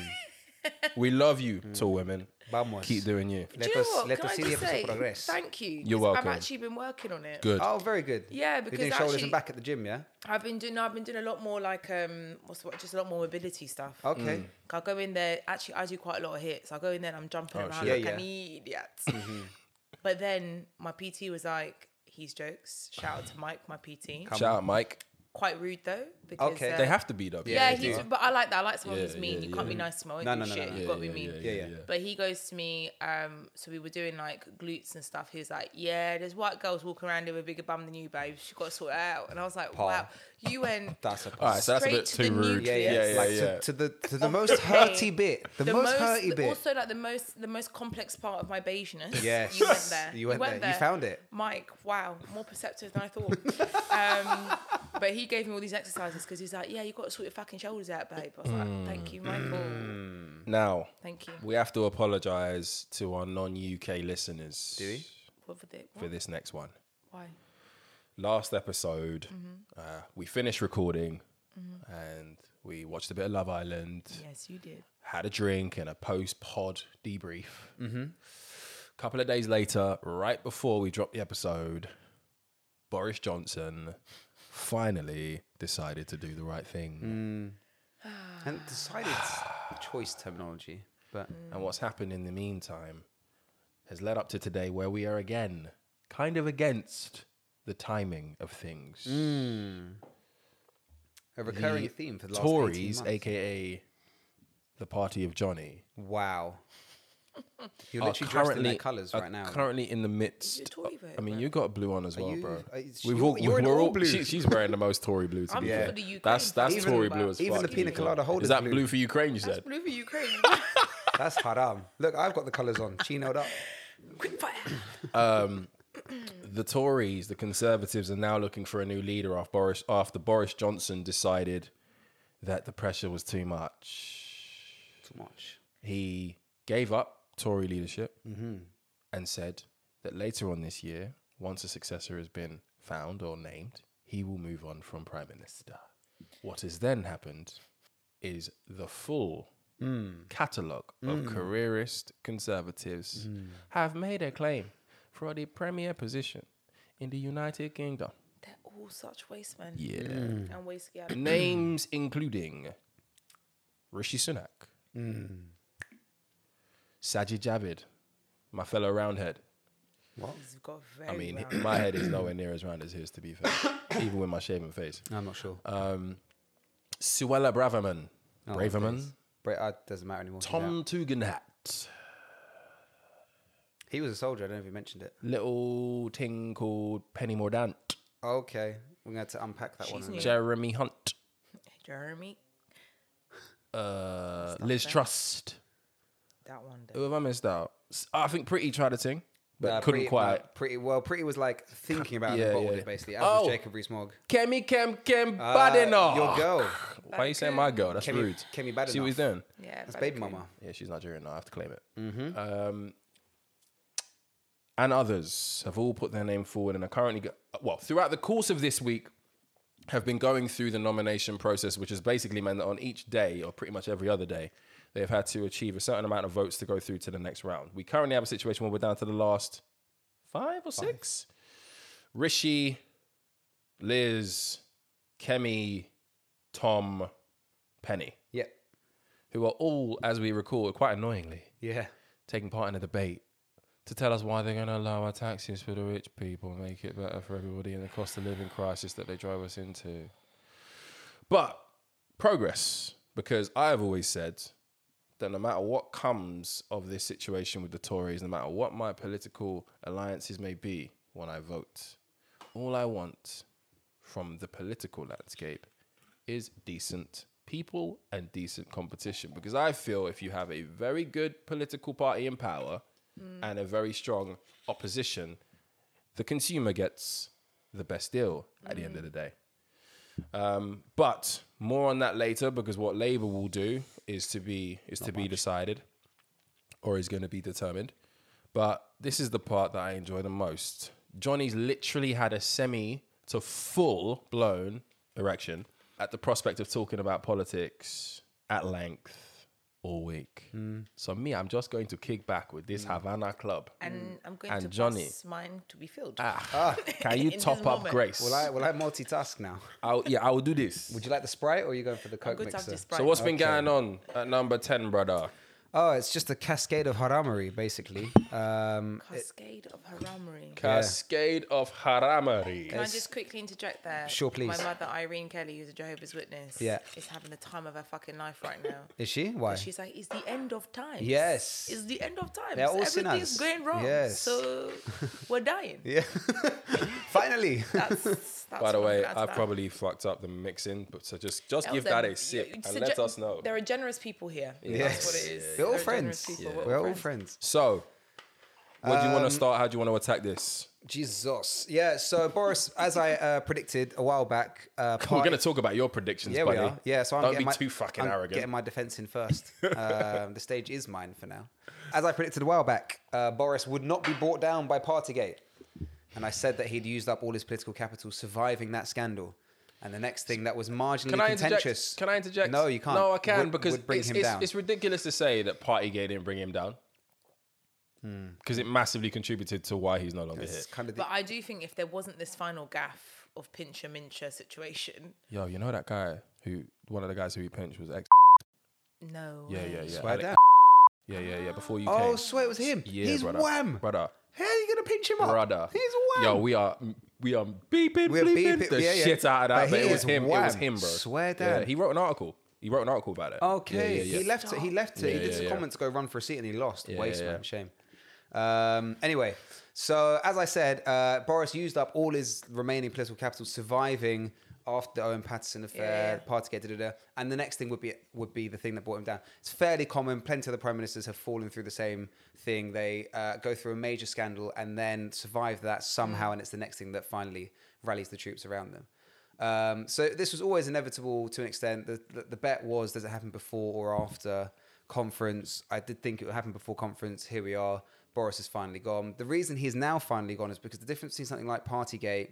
B: we love you,
A: Mm.
B: tall women.
A: Vamos.
B: Keep doing you.
C: Do
A: Let
C: you know
A: us,
C: what?
A: let
C: Can
A: us
C: I
A: see the
C: just
A: episode
C: say
A: progress.
C: thank you?
B: You're
C: 'cause
B: welcome.
C: I've actually been working on it.
B: Good.
A: Oh, very good.
C: Yeah,
A: You're
C: because
A: doing shoulders
C: actually-
A: and back at the gym, yeah?
C: I've been doing. I've been doing a lot more like um, what's what? Just a lot more mobility stuff.
A: Okay.
B: Mm.
C: I'll go in there. Actually, I do quite a lot of hits. I'll go in there and I'm jumping
B: Oh,
C: around
B: shit.
C: like
A: Yeah, Mm-hmm.
C: an idiot. but then my PT was like, "He's jokes." Shout out to Mike, my PT.
B: Shout out, Mike.
C: Quite rude though. Because,
A: Okay.
C: uh,
B: They have to be though.
C: Yeah,
A: they
C: he's.
A: do.
C: But I like that. I like someone
B: Yeah,
C: who's mean.
B: yeah,
C: you can't be
B: yeah.
C: nice to someone.
A: No,
C: you
A: no, no,
C: shit.
A: no.
C: You've
A: Yeah,
C: got to be mean.
A: Yeah, yeah.
C: But he goes to me, um, so we were doing like glutes and stuff. He was like, Yeah, there's white girls walking around here with a bigger bum than you, babe. She got to sort it out. And I was like,
A: Paul.
C: Wow, you went
A: That's a
B: All right, so that's a
C: Straight
B: bit
C: to
B: too
C: the
B: rude.
A: Yeah, yeah,
C: Yeah, yeah,
A: like
B: yeah.
A: To, to the to the
C: Of
A: most
C: the
A: hurty
C: pain.
A: bit, the,
C: the
A: most,
C: most,
A: hurty
C: the-
A: bit.
C: also like the most the most complex part of my beigeness.
A: Yes.
C: you went there.
A: You went there. You found it.
C: Mike, wow, more perceptive than I thought. um, but he gave me all these exercises because he's like, yeah, you got to sort your fucking shoulders out, babe. I was like, thank you, Michael.
B: Now
C: Thank you.
B: we have to apologize to our non-UK listeners
A: Do we?
C: What for the-
B: for
C: what?
B: this next one.
C: Why?
B: last episode, uh, we finished recording and we watched a bit of Love Island,
C: Yes, you did.
B: had a drink and a post pod debrief. couple of days later, right before we dropped the episode, Boris Johnson finally decided to do the right thing.
A: And decided choice terminology, but
B: And what's happened in the meantime has led up to today where we are again kind of against the timing of things.
A: a
B: The
A: recurring theme for the last 18
B: Tories,
A: months.
B: aka the party of Johnny,
A: Wow. You're
B: are
A: literally dressed in their
B: currently-
A: colours
B: are
A: right now.
B: Currently in the midst.
C: Tory
B: of-
C: vote,
B: I mean,
C: bro?
B: you got blue on as well,
A: you-
B: bro.
A: are you-
B: We've
A: you're-
B: all,
A: you're in
B: we're
A: all
B: all
A: blue.
B: She, she's wearing the most Tory blue. To
C: I'm
B: be
C: for
B: fair.
C: the Ukraine
B: That's that's
C: Even-
B: Tory blue as
A: even
B: fuck.
A: the pina colada holder
B: Is that
A: blue.
B: blue for Ukraine? You said.
C: Blue for Ukraine.
A: That's haram. Look, I've got the colours on. Chinoed up.
C: Quick fire.
B: the Tories, the Conservatives, are now looking for a new leader after Boris, after Boris Johnson decided that the pressure was too much.
A: Too much.
B: He gave up Tory leadership and said that later on this year, once a successor has been found or named, he will move on from Prime Minister. What has then happened is the full catalogue of careerist Conservatives have made a claim for the Premier position in the United Kingdom.
C: They're all such waste men
B: Yeah. Mm.
C: and waste gaps.
B: Names including Rishi Sunak, Sajid Javid, my fellow roundhead.
C: You've got very
B: I mean,
C: round.
B: my head is nowhere near as round as his, to be fair, even with my shaven face. Um,
A: No, I'm not sure.
B: Uh, Suella Braverman,
A: Oh,
B: Braverman,
A: please. Bra- uh, doesn't matter anymore. She's out.
B: Tom Tugendhat,
A: He was a soldier. I don't know if you mentioned it.
B: little thing called Penny Mordaunt,
A: Okay. We're going to have to unpack that
C: She's
A: one.
C: new.
B: Jeremy Hunt,
C: Jeremy,
B: uh, Liz Truss.
C: that one. Though.
B: Who have I missed out? S- I think Pretty tried a thing, but
A: Uh,
B: couldn't
A: pretty,
B: quite.
A: uh, pretty well. Pretty was like thinking about it
B: Yeah,
A: and bottled
B: yeah.
A: it basically. As was
B: Oh.
A: Jacob Rees-Mogg.
B: Kemi Kem Kem
A: Uh,
B: Badenoch.
A: Your girl.
B: Why are you saying my girl? That's
A: Kemi-
B: rude.
A: Kemi Badenoch.
B: See what he's doing?
C: Yeah,
A: That's
C: but
A: baby
C: okay.
A: mama.
B: Yeah, she's Nigerian. now, I have to claim it. Um, and others have all put their name forward and are currently, go- well, throughout the course of this week, have been going through the nomination process, which has basically meant that on each day, or pretty much every other day, they've had to achieve a certain amount of votes to go through to the next round. We currently have a situation where we're down to the last five or six. Rishi, Liz, Kemi, Tom, Penny
A: Yeah.
B: who are all, as we record, quite annoyingly
A: Yeah.
B: taking part in a debate to tell us why they're going to lower taxes for the rich people, make it better for everybody, and the cost of living crisis that they drive us into. But progress, because I've always said that no matter what comes of this situation with the Tories, no matter what my political alliances may be when I vote, all I want from the political landscape is decent people and decent competition. Because I feel if you have a very good political party in power and a very strong opposition, the consumer gets the best deal at the end of the day. Um, but more on that later because what Labour will do is to be is to be decided or is going to be determined. But this is the part that I enjoy the most. Johnny's literally had a semi to full blown erection at the prospect of talking about politics at length all week. So me, I'm just going to kick back with this Havana Club.
A: Mm.
C: And I'm going
B: And
C: to
B: Johnny.
C: pass mine to be filled.
B: Ah, can you
C: In this
B: top up
C: moment.
B: Grace?
A: Will I, will I multitask now?
B: I'll, yeah, I will do this.
A: Would you like the Sprite or are you going for the
C: I'm
A: Coke
C: going to have
A: mixer?
C: this
B: so what's been going on at number ten, brother?
A: Oh, it's just a cascade of haramery, basically. Um,
C: Cascade of Haramery.
B: Cascade of Haramery.
C: Can I just quickly interject there?
A: Sure,
C: My
A: please.
C: mother, Irene Kelly, who's a Jehovah's Witness,
A: Yeah.
C: is having the time of her fucking life right now.
A: is she? Why?
C: She's like, it's the end of time.
A: Yes.
C: It's the end of time.
A: They're all
C: Everything's
A: sinners.
C: going wrong.
A: Yes.
C: So we're dying.
A: Yeah. Finally.
C: That's, that's
B: By the
C: what I'm
B: way,
C: glad
B: I
C: that.
B: probably fucked up the mixing, but so just just
C: That
B: give
C: was
B: that
C: them.
B: a sip
C: You-
B: and
C: so
B: let
C: gen-
B: us know.
C: There are generous people here.
A: Yes.
C: That's what it is.
A: We're all
C: There are generous
A: friends.
C: people. We're
A: We're
C: all
A: all
C: friends.
A: friends.
B: So, what do you
A: Um,
B: want to start? How do you want to attack this?
A: Jesus. Yeah. So Boris, as I uh, predicted a while back, uh,
B: We're
A: party-
B: going to talk about your predictions,
A: Yeah,
B: buddy.
A: we are. Yeah, so I'm
B: don't
A: getting
B: be
A: my,
B: too fucking
A: I'm
B: arrogant.
A: Getting my defense in first. um, the stage is mine for now. As I predicted a while back, uh, Boris would not be brought down by Partygate. and I said that he'd used up all his political capital surviving that scandal. And the next thing that was marginally
B: Can I
A: contentious.
B: interject? Can I interject?
A: No, you can't.
B: No, I can
A: Would-
B: because
A: would bring
B: it's,
A: him
B: it's-
A: down.
B: it's ridiculous to say that Partygate didn't bring him down because it massively contributed to why he's no longer here.
A: It's kind of the,
C: But I do think if there wasn't this final gaff of Pincher Mincher situation,
B: Yo, you know that guy who one of the guys who he pinched was ex.
C: no.
B: Yeah,
C: way.
B: yeah, yeah.
A: Swear
B: Alex-
A: down.
B: Yeah, yeah, yeah. Before you
A: Oh,
B: came.
A: swear it was him.
B: Yeah,
A: He's
B: brother.
A: wham.
B: Brother.
A: How are you going to pinch him up?
B: Brother.
A: He's wham.
B: Yo, we are we are beeping,
A: We're
B: bleeping
A: beeping-
B: the
A: yeah, yeah.
B: shit out of that.
A: But
B: But,
A: he
B: it was
A: is
B: him. It was
A: wham.
B: him, bro.
A: Swear
B: Yeah,
A: down.
B: he wrote an article. He wrote an article about it.
A: Okay,
B: Yeah, yeah, yeah.
A: he left it. He left it. he
B: Yeah,
A: did
B: yeah,
A: his
B: yeah.
A: comments go run for a seat and he lost.
B: Yeah,
A: Waste
B: yeah,
A: man,
B: yeah.
A: shame. Um, anyway, so as I said, uh, Boris used up all his remaining political capital surviving after the Owen Paterson affair,
C: Yeah.
A: Partygate, da, da, da, and the next thing would be would be the thing that brought him down. It's fairly common. Plenty of the prime ministers have fallen through the same thing. They uh, go through a major scandal and then survive that somehow, and it's the next thing that finally rallies the troops around them. Um, so this was always inevitable to an extent. The, the, the bet was, does it happen before or after conference? I did think it would happen before conference. Here we are. Boris is finally gone. The reason he's now finally gone is because the difference between something like Partygate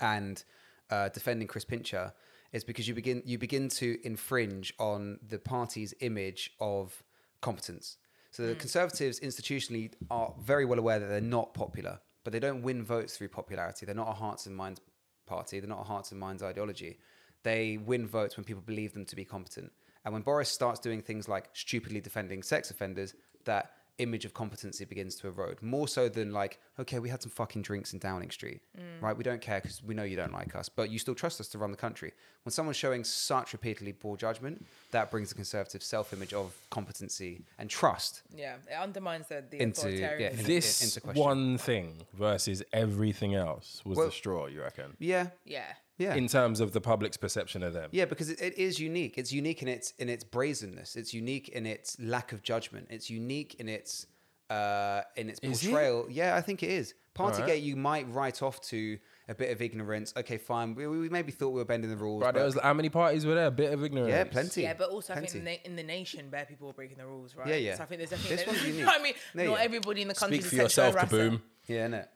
A: and uh, defending Chris Pincher is because you begin you begin to infringe on the party's image of competence. So the Conservatives institutionally are very well aware that they're not popular, but they don't win votes through popularity. They're not a hearts and minds party. They're not a hearts and minds ideology. They win votes when people believe them to be competent. And when Boris starts doing things like stupidly defending sex offenders, that image of competency begins to erode more so than like, okay, we had some fucking drinks in Downing Street, right? We don't care because we know you don't like us, but you still trust us to run the country. When someone's showing such repeatedly poor judgment, that brings the conservative self image of competency and trust.
C: Yeah, it undermines the, the
A: Into-
C: authoritarianism.
A: yeah,
C: Yeah,
A: in-
B: This
A: into question.
B: one thing versus everything else was
A: Well-
B: the straw, you reckon?
A: Yeah. Yeah.
B: In terms of the public's perception of them.
A: Yeah, because it, it is unique. It's unique in its in its brazenness. It's unique in its lack of judgment. It's unique in its uh, in its
B: Is it?
A: portrayal. Yeah, I think it is. Partygate,
B: Alright.
A: you might write off to a bit of ignorance. Okay, fine. We, we maybe thought we were bending the rules.
B: Right,
A: but-
B: there was how many parties were there? A bit of ignorance.
A: yeah, plenty.
C: Yeah, but also I
A: plenty.
C: think in the, in the nation, bare people are breaking the rules, right?
A: Yeah, yeah.
C: So I think there's
A: This
C: definitely.
A: one's
C: you
A: unique.
C: know what I mean,
A: No,
C: not
A: yeah.
C: everybody in the country
B: Speak
C: is
B: for
C: a sexual
B: yourself,
C: harasser.
B: Kaboom.
A: Yeah, innit?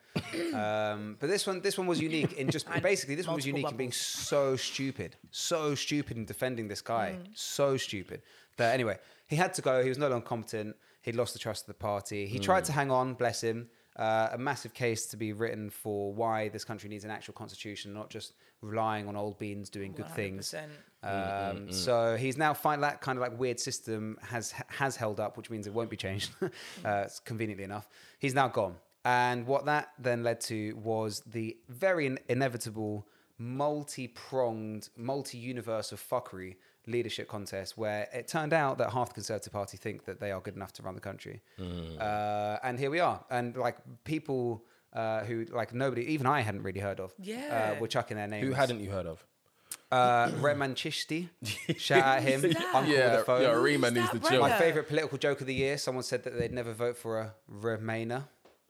A: um, but this one, this one was unique in just
C: And
A: basically this one was
C: multiple
A: unique in being so stupid, so stupid in defending this guy,
C: Mm.
A: so stupid. That anyway, he had to go. He was no longer competent. He'd lost the trust of the party. He tried to hang on. Bless him. Uh, a massive case to be written for why this country needs an actual constitution, not just relying on old beans doing good things.
C: 100%.
A: Um, So he's now find that kind of like weird system has has held up, which means it won't be changed. uh, it's conveniently enough, he's now gone. And what that then led to was the very in- inevitable, multi-pronged, multi-universe of fuckery leadership contest, where it turned out that half the Conservative Party think that they are good enough to run the country. Uh, and here we are. And like people. Uh, who like nobody, even I hadn't really heard of.
C: Yeah.
A: uh, were chucking their names.
B: Who hadn't you heard of?
A: Uh, Reman Chishti, shout out him. Uncle with a phone.
B: Rima
C: Who's that
A: My
C: brother?
A: favorite political joke of the year. Someone said that they'd never vote for a Remainer.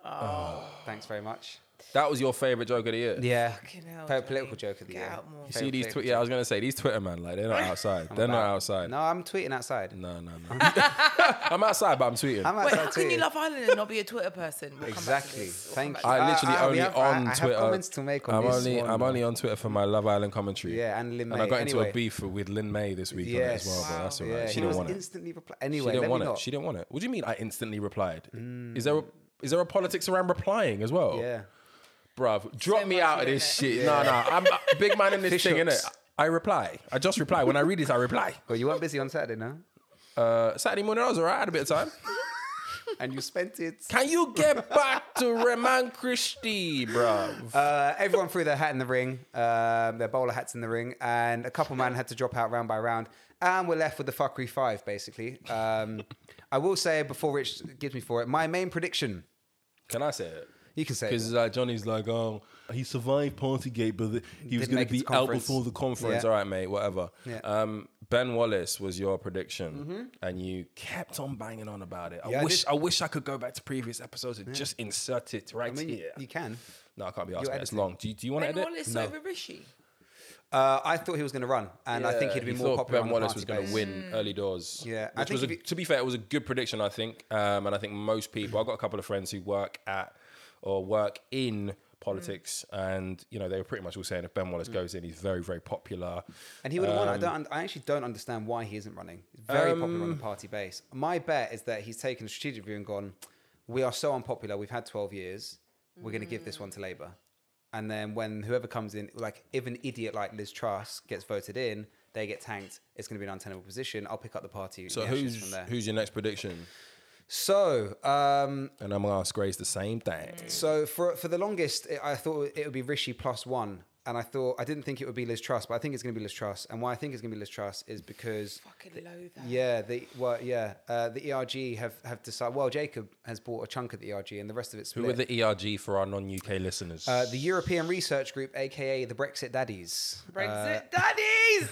A: Oh. Thanks very much.
B: That was your favorite joke of the year.
A: Yeah.
C: Fucking
A: Favorite
C: hell, Johnny.
A: political joke of the
C: Get
A: year.
C: out more.
B: You
C: You
B: see
A: Favorite
B: these?
A: political
B: Twi- yeah, I was gonna say these Twitter man, like they're not outside. they're not
A: about-
B: outside.
A: No, I'm tweeting outside.
B: No, no, no. I'm outside, but I'm tweeting.
A: I'm
B: i
A: outside
C: Wait, how can
A: tweeting.
C: you love Ireland and not be a Twitter person? We'll come back to
A: Exactly.
C: this. We'll
A: Thank
C: come
A: you.
C: back to
A: I-
B: literally
A: I- we
B: only
A: have- I- I
B: on
A: have
B: Twitter.
A: comments to make on
B: I'm
A: this
B: only
A: one.
B: I'm only on Twitter for my Love Island commentary.
A: Yeah, and Lin
B: And I
A: May.
B: got into
A: Anyway.
B: a beef with Lin May this week on it
A: Yes.
B: as well, but that's all
A: Yeah,
B: right.
A: he
B: she didn't
A: was
B: want it.
A: instantly reply.
B: She
A: Anyway,
B: didn't
A: let
B: want
A: me
B: it.
A: not. Mm.
B: She didn't want it. What do you mean? I instantly replied. Is there a is there a politics around replying as well?
A: yeah.
B: Bruv, drop
C: So
B: me
C: much
B: out of
C: in
B: this
C: it.
B: shit. No, no, I'm a big man in this
A: Fish
B: thing,
A: hooks.
B: innit? I reply. I just reply. When I read this, I reply.
A: Well, you weren't busy on Saturday, no?
B: Uh, Saturday morning, I was all right. I had a bit of time.
A: And you spent it.
B: Can you get back to Reman Christie, bruv?
A: Uh, everyone threw their hat in the ring, um, their bowler hats in the ring, and a couple man had to drop out round by round. And we're left with the fuckery five, basically. Um, I will say before Rich gives me for it, my main prediction.
B: Can I say it?
A: You can say it.
B: Because like Johnny's like, oh, he survived Partygate, but the, he was
A: Didn't
B: going
A: make
B: to
A: it to
B: be out
A: conference.
B: before the conference.
A: Yeah.
B: All right, mate, whatever.
A: Yeah. Mm-hmm.
B: Um, ben Wallace was your prediction, and you kept on banging on about it. I
A: Yeah, I
B: wish,
A: did.
B: I, wish I could go back to previous episodes and just insert it right
A: I mean, you-
B: here.
A: you can.
B: no, I can't be asked.
A: You're
B: mate. It's
A: editing.
B: long. Do you, do you want to
C: Ben
B: edit?
C: Wallace
B: no.
C: over Rishi.
A: Uh, I thought he was going to run, and I think
B: Yeah,
A: he'd be
B: he
A: more
B: thought
A: popular.
B: Ben
A: on the
B: Wallace
A: party
B: was going
A: base.
B: to win
C: Mm.
B: early doors.
A: Yeah, I
B: which was
A: think
B: a,
A: if you-
B: to be fair, it was a good prediction. I think, um, and I think most people. I've got a couple of friends who work at or work in politics,
A: Mm.
B: and you know they were pretty much all saying if Ben Wallace goes in, he's very very popular.
A: And he would have won.
B: Um,
A: I, don't, un- I actually don't understand why he isn't running. He's very popular on the party base. My bet is that he's taken a strategic view and gone, we are so unpopular. We've had 12 years. We're going to give this one to Labour. And then when whoever comes in, like if an idiot like Liz Truss gets voted in, they get tanked. It's going to be an untenable position. I'll pick up the party.
B: So
A: in the ashes
B: who's who's your next prediction?
A: so um,
B: And I'm gonna ask Grace the same thing.
C: Mm.
A: So for for the longest, it, I thought it would be Rishi plus one, and I thought I didn't think it would be Liz Truss, but I think it's going to be Liz Truss. And why I think it's going to be Liz Truss is because
C: Fucking loathe that.
A: yeah, the well yeah uh, the ERG have have decided. Well, Jacob has bought a chunk of the ERG, and the rest of it's
B: Who
A: split.
B: are the ERG for our non-UK listeners?
A: uh, the European Research Group, aka the Brexit Daddies. Uh,
C: Brexit daddies!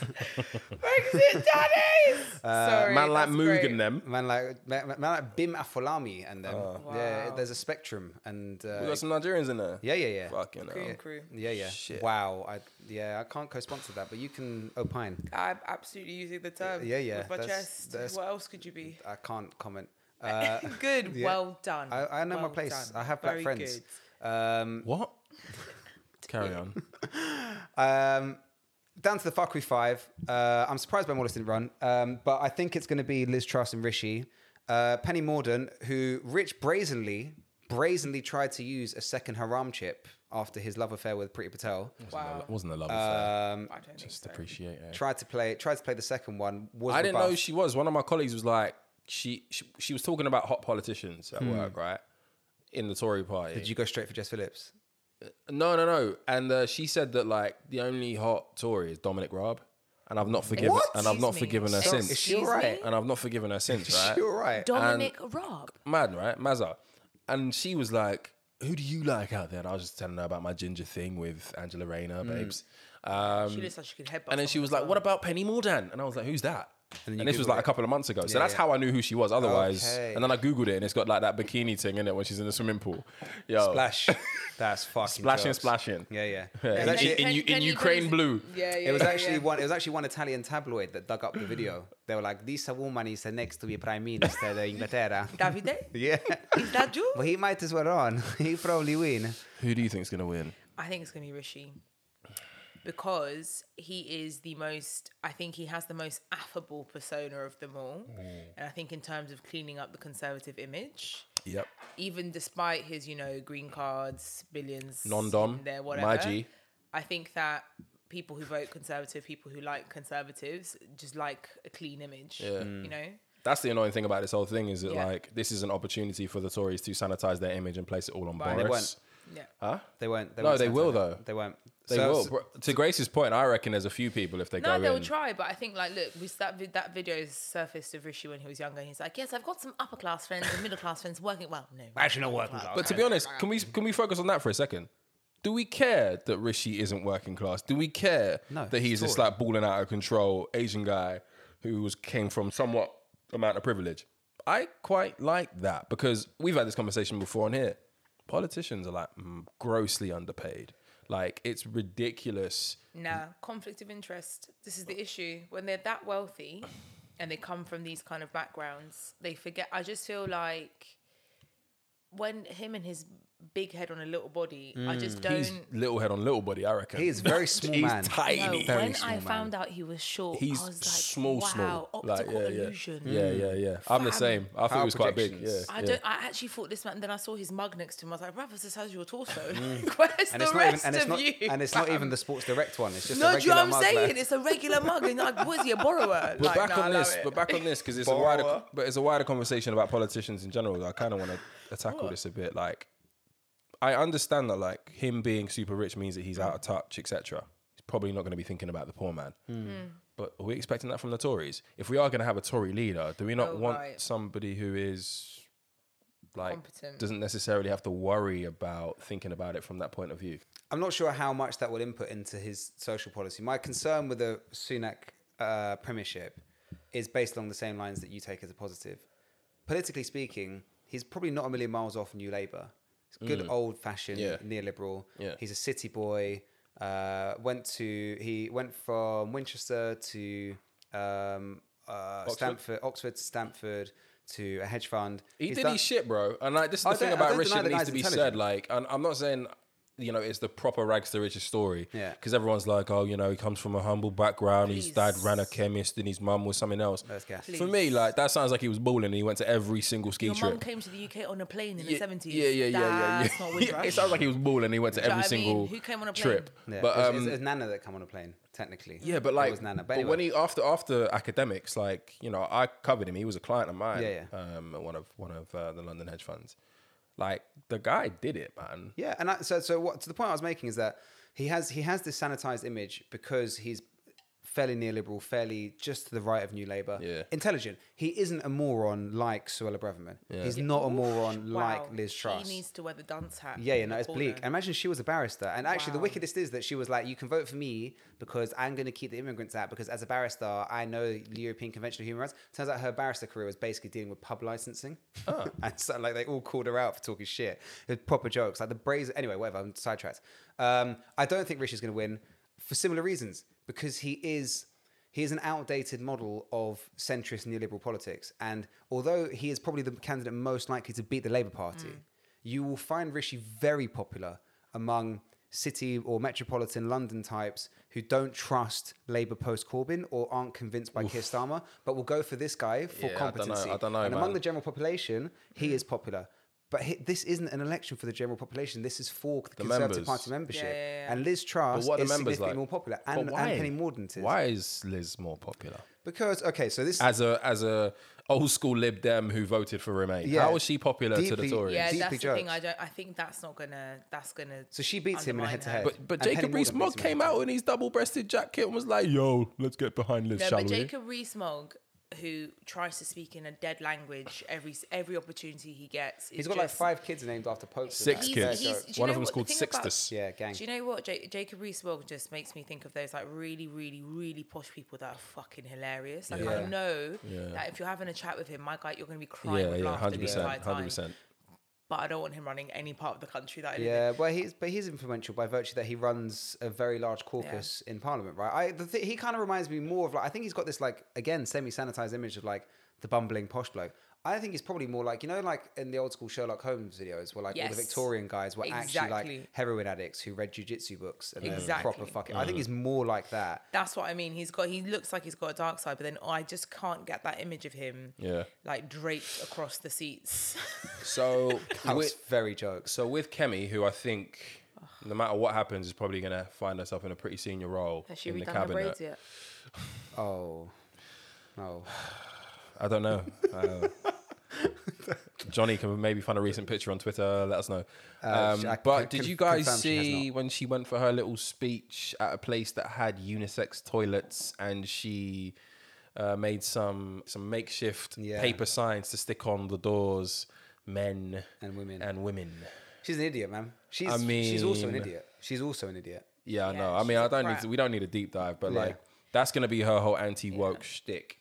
C: Brexit daddies! Sorry.
B: Man like
C: that's
B: Moog
C: great.
B: and them.
A: Uh, man like man, man like Bim Afolami and them.
B: Oh.
A: Yeah,
C: Wow.
A: there's a spectrum, and
B: We
A: uh,
B: got some Nigerians in there.
A: yeah, yeah, yeah.
B: Fucking hell.
C: Green crew.
A: Yeah, yeah.
B: Shit.
A: Wow. I, yeah, I can't co-sponsor that, but you can opine.
C: I'm absolutely using the term.
A: Yeah, yeah,
C: With my
A: that's-
C: chest.
A: that's-
C: What else could you be?
A: I can't comment. Uh,
C: good.
A: yeah.
C: Well done.
A: I, I know my
C: Well
A: place.
C: done.
A: I have black
C: Very
A: friends.
C: good.
A: Um,
B: What? Carry on.
A: um, down to the fuckery five. Uh, I'm surprised Ben Wallace didn't run, um, but I think it's going to be Liz Truss and Rishi. Uh, Penny Morden, who Rich brazenly, brazenly tried to use a second haram chip after his love affair with Pretty Patel.
C: Wow.
B: Wasn't a love affair.
A: Um,
C: I don't
B: Just
C: think so.
B: appreciate it.
A: tried to play, tried to play the second one. Was
B: I didn't know
A: rebuffed.
B: she was. One of my colleagues was like, she she, she was talking about hot politicians at work, right? In the Tory party.
A: Hmm. Did you go straight for Jess Phillips?
B: no, no, no. And uh, she said that like the only hot Tory is Dominic Raab, and I've not forgiven.
A: What?
B: And I've not
C: Excuse me.
B: forgiven her
C: Excuse
A: Is
B: since.
A: she all right?
C: me?
B: And I've not forgiven her since, right?
A: You're right.
D: Dominic Rob.
B: mad, right? Mazza. And she was like, Who do you like out there? And I was just telling her about my ginger thing with Angela
A: Hmm.
B: Rayner, babes. Um,
C: She looks like she could headbutt.
B: and then she was like, What about Penny Mordan? And I was like, Who's that?
A: And then
B: And,
A: you
B: this was
A: Googled
B: like a
A: it.
B: couple of months ago. So
A: Yeah,
B: that's
A: yeah.
B: how I knew who she was otherwise.
A: Okay.
B: And then I Googled it and it's got like that bikini thing in it when she's in the swimming pool. Yo.
A: Splash. That's fucking
B: Splashing,
A: jokes.
B: splashing.
A: Yeah, yeah.
B: Yeah,
A: It
B: in,
A: was actually-
B: in- in,
C: Can-
B: U- in
C: can you
B: Ukraine
C: please-
B: blue.
C: Yeah, yeah.
A: It was
C: yeah,
A: actually
C: yeah.
A: one. It was actually one Italian tabloid that dug up the video. They were like, "This woman is the next to be prime minister of Inglaterra."
C: Davide?
A: yeah,
C: Is that you?
A: but he might as well run. He probably win.
B: Who do you think's gonna win?
C: I think it's gonna be Rishi because he is the most. I think he has the most affable persona of them all,
A: Mm.
C: and I think in terms of cleaning up the conservative image,
B: Yep.
C: even despite his you know green cards, billions,
B: Non-dom,
C: in there
B: my
C: whatever.
B: G.
C: I think that people who vote conservative, people who like conservatives, just like a clean image. You know.
B: That's the annoying thing about this whole thing is that
C: Yeah.
B: like this is an opportunity for the Tories to sanitize their image and place it all on
C: Right.
A: They
B: Boris.
C: Yeah.
B: Huh?
A: They won't. They
B: No,
A: won't
B: they
A: stand
B: will,
A: for that.
B: though.
A: They won't.
B: They
A: So-
B: will. Bro, To Grace's point, I reckon there's a few people if they
C: No,
B: go
C: they'll
B: in.
C: try, but I think like look, we that vid- that video surfaced of Rishi when he was younger, and he's like, yes, I've got some upper class friends and middle class friends working. Well, no,
A: Actually, not working. class.
B: but to be honest, can we can we focus on that for a second? Do we care that Rishi isn't working class? Do we care
A: No,
B: that
A: he's
B: he's this
A: Tory.
B: like balling out of control Asian guy who was came from somewhat amount of privilege? I quite like that because we've had this conversation before on here. Politicians are like mm, grossly underpaid. Like it's ridiculous.
C: Nah, conflict of interest. This is the issue. When they're that wealthy and they come from these kind of backgrounds, they forget. I just feel like when him and his big head on a little body,
A: Mm.
C: I just don't.
B: He's little head on little body. I reckon
A: He is very small
B: he's
A: man.
C: No,
B: Tiny.
A: Very
C: when
A: small
C: I
A: man.
C: found out he was short,
B: He's
C: I was like,
B: small,
C: wow,
B: small. Like,
C: optical
B: yeah, yeah.
C: illusion.
B: Yeah, yeah, yeah. I'm the
C: Fam.
B: same. I thought he
A: Power
B: was quite big. Yeah,
A: projections.
C: I
B: yeah.
C: don't. I actually thought this man. Then I saw his mug next to him. I was like, "Brother, this has your torso. Where's
A: Mm. And
C: the
A: it's not even.
C: rest
A: And it's
C: of
A: not.
C: you?"
A: And it's not
C: fam?
A: even the Sports Direct one. It's just a
C: No, do you
A: regular
C: know what I'm
A: mug,
C: saying?
A: man.
C: It's a regular mug, and you're like, was he a borrower?
B: But
C: like,
B: back
C: nah, I
B: on
C: love
B: this,
C: it.
B: but back on this because it's a
A: Borrower.
B: wider, but it's a wider conversation about politicians in general. I kind of want to tackle this a bit. Like, I understand that like him being super rich means that he's out of touch, etc. He's probably not going to be thinking about the poor man.
C: Hmm.
B: But are we expecting that from the Tories? If we are going to have a Tory leader, do we not
C: Oh,
B: want
C: right.
B: somebody who is like
C: Competent.
B: doesn't necessarily have to worry about thinking about it from that point of view?
A: I'm not sure how much that will input into his social policy. My concern with the Sunak uh, premiership is based along the same lines that you take as a positive. Politically speaking, he's probably not a million miles off New Labour. He's good old fashioned
B: Mm. Yeah.
A: neoliberal.
B: Yeah.
A: He's a city boy. Uh, went to he went from Winchester to um, uh, Stamford, Oxford to Stamford to a hedge fund.
B: He
A: He's
B: did
A: done-
B: his shit, bro. And like this is the
A: I
B: thing
A: don't- I
B: about
A: don't
B: Rishi
A: deny
B: that
A: the
B: needs
A: guy's
B: to be said.
A: intelligent.
B: Like, and I'm not saying you know, it's the proper rags to riches story.
A: Yeah.
B: Because everyone's like, oh, you know, he comes from a humble background. His dad
C: Please.
B: ran a chemist and his mum was something else.
A: That's gas.
B: For me, like, that sounds like he was balling and he went to every single ski
C: Your
B: trip.
C: mum came to the UK on a plane in
B: yeah,
C: the 70s.
B: Yeah, yeah, yeah, yeah.
C: That's
B: yeah.
C: not Windrush.
B: it sounds like he was balling and he went to
C: Do you know
B: every
C: what I mean?
B: single
C: Who came on a plane?
B: trip.
A: Yeah.
B: But
A: it's-
B: um,
A: it's, it's Nana that come on a plane, technically.
B: yeah, but like,
A: it was Nana. But,
B: but
A: anyway,
B: when he after after academics, like you know, I covered him. He was a client of mine.
A: Yeah, yeah.
B: Um, at one of one of uh, the London hedge funds. Like the guy did it, man.
A: Yeah, and I, so so what to the point I was making is that he has he has this sanitized image because he's fairly neoliberal, fairly just to the right of New Labour.
B: Yeah.
A: Intelligent. He isn't a moron like Suella Breverman. He's not a moron like Liz Truss.
C: He needs to wear the dance hat.
A: yeah, yeah,
C: in
A: no,
C: the
A: it's
C: corner.
A: bleak. Imagine she was a barrister. And actually, the
C: Wow.
A: wickedest is that she was like, You can vote for me because I'm going to keep the Immigrants Act because as a barrister, I know the European Convention of Human Rights. Turns out her barrister career was basically dealing with pub licensing. and so, like, they all called her out for talking shit. It was proper jokes. Like, the brazen. Anyway, whatever, I'm sidetracked. Um, I don't think Rishi's going to win for similar reasons because he is. He is an outdated model of centrist neoliberal politics. And although he is probably the candidate most likely to beat the Labour Party,
C: Mm.
A: you will find Rishi very popular among city or metropolitan London types who don't trust Labour post Corbyn or aren't convinced by Keir Starmer, but will go for this guy for
B: Yeah, I dunno,
A: competency.
B: I dunno,
A: and
B: man.
A: among the general population,
C: Mm.
A: he is popular. But he, this isn't an election for the general population. This is for the, Conservative
B: members.
A: Party membership.
C: Yeah, yeah, yeah.
A: And Liz Truss
B: But what are
A: is
B: the members
A: significantly
B: like?
A: more popular.
B: But
A: And, and Penny Mordaunt is.
B: Why is Liz more popular
A: Because okay, so this
B: as a as a old school Lib Dem who voted for Remain?
A: Yeah.
B: How is she popular to the
A: Deeply-
B: Tories?
C: Yeah,
A: Deeply
C: that's the thing.
A: judged.
C: I don't. I think that's not gonna. That's gonna.
A: so she beats him in a
C: undermine
A: head to
C: her.
A: head.
B: But but Jacob Rees-Mogg came out in his double-breasted jacket and was like, "Yo, let's get behind Liz,
C: No,
B: shall
C: but
B: we?"
C: Jacob Rees-Mogg, who tries to speak in a dead language every every opportunity he gets, is
A: He's got like
C: just-
A: five kids named after popes. and
B: Six
A: that.
B: kids.
A: Yeah,
C: He's-
A: so-
C: do you
B: One
C: know
B: of them's
C: what the
B: called
C: thing about-
B: Sixtus.
A: Yeah, gang.
C: Do you know what? Ja- Jacob Rees-Mogg just makes me think of those like really, really, really posh people that are fucking hilarious. Like
A: Yeah.
C: I know
B: Yeah.
C: that if you're having a chat with him, my guy, you're going to be crying
B: Yeah,
C: with
B: yeah,
C: laughter
B: hundred
C: the
B: percent,
C: entire
B: hundred
C: time.
B: percent.
C: But I don't want him running any part of the country that I live in.
A: Yeah, but he's but he's influential by virtue that he runs a very large caucus in Parliament, right? I the th- he kind of reminds me more of like I think he's got this like again semi-sanitized image of like the bumbling posh bloke. I think he's probably more like you know like in the old school Sherlock Holmes videos where like all
C: Yes.
A: the Victorian guys were actually like
C: Exactly.
A: heroin addicts who read jujitsu books and
C: Exactly.
A: then proper fucking.
B: Mm.
A: I think he's more like that.
C: That's what I mean. He's got. He looks like he's got a dark side, but then I just can't get that image of him.
B: Yeah.
C: Like draped across the seats.
B: So
A: That was
B: with,
A: very jokes.
B: so with Kemi, who I think, no matter what happens, is probably going to find herself in a pretty senior role in the cabinet.
C: yet?
A: Oh, oh.
B: I don't know. Uh, Johnny can maybe find a recent picture on Twitter. Let us know.
A: Uh,
B: Um,
A: I c-
B: but
A: c-
B: did you
A: con-
B: guys
A: confirm she has
B: see
A: not.
B: when she went for her little speech at a place that had unisex toilets and she uh, made some some makeshift
A: Yeah.
B: paper signs to stick on the doors, men
A: And women.
B: and women.
A: She's an idiot, man. She's
B: I
A: she's also an
B: mean-
A: idiot. She's also an idiot.
B: Yeah, I
C: Yeah,
B: know. I mean,
C: she's
B: I
C: a
B: don't need
C: brat.
B: to, we don't need a deep dive, but
A: Yeah.
B: like that's gonna be her whole anti woke shtick.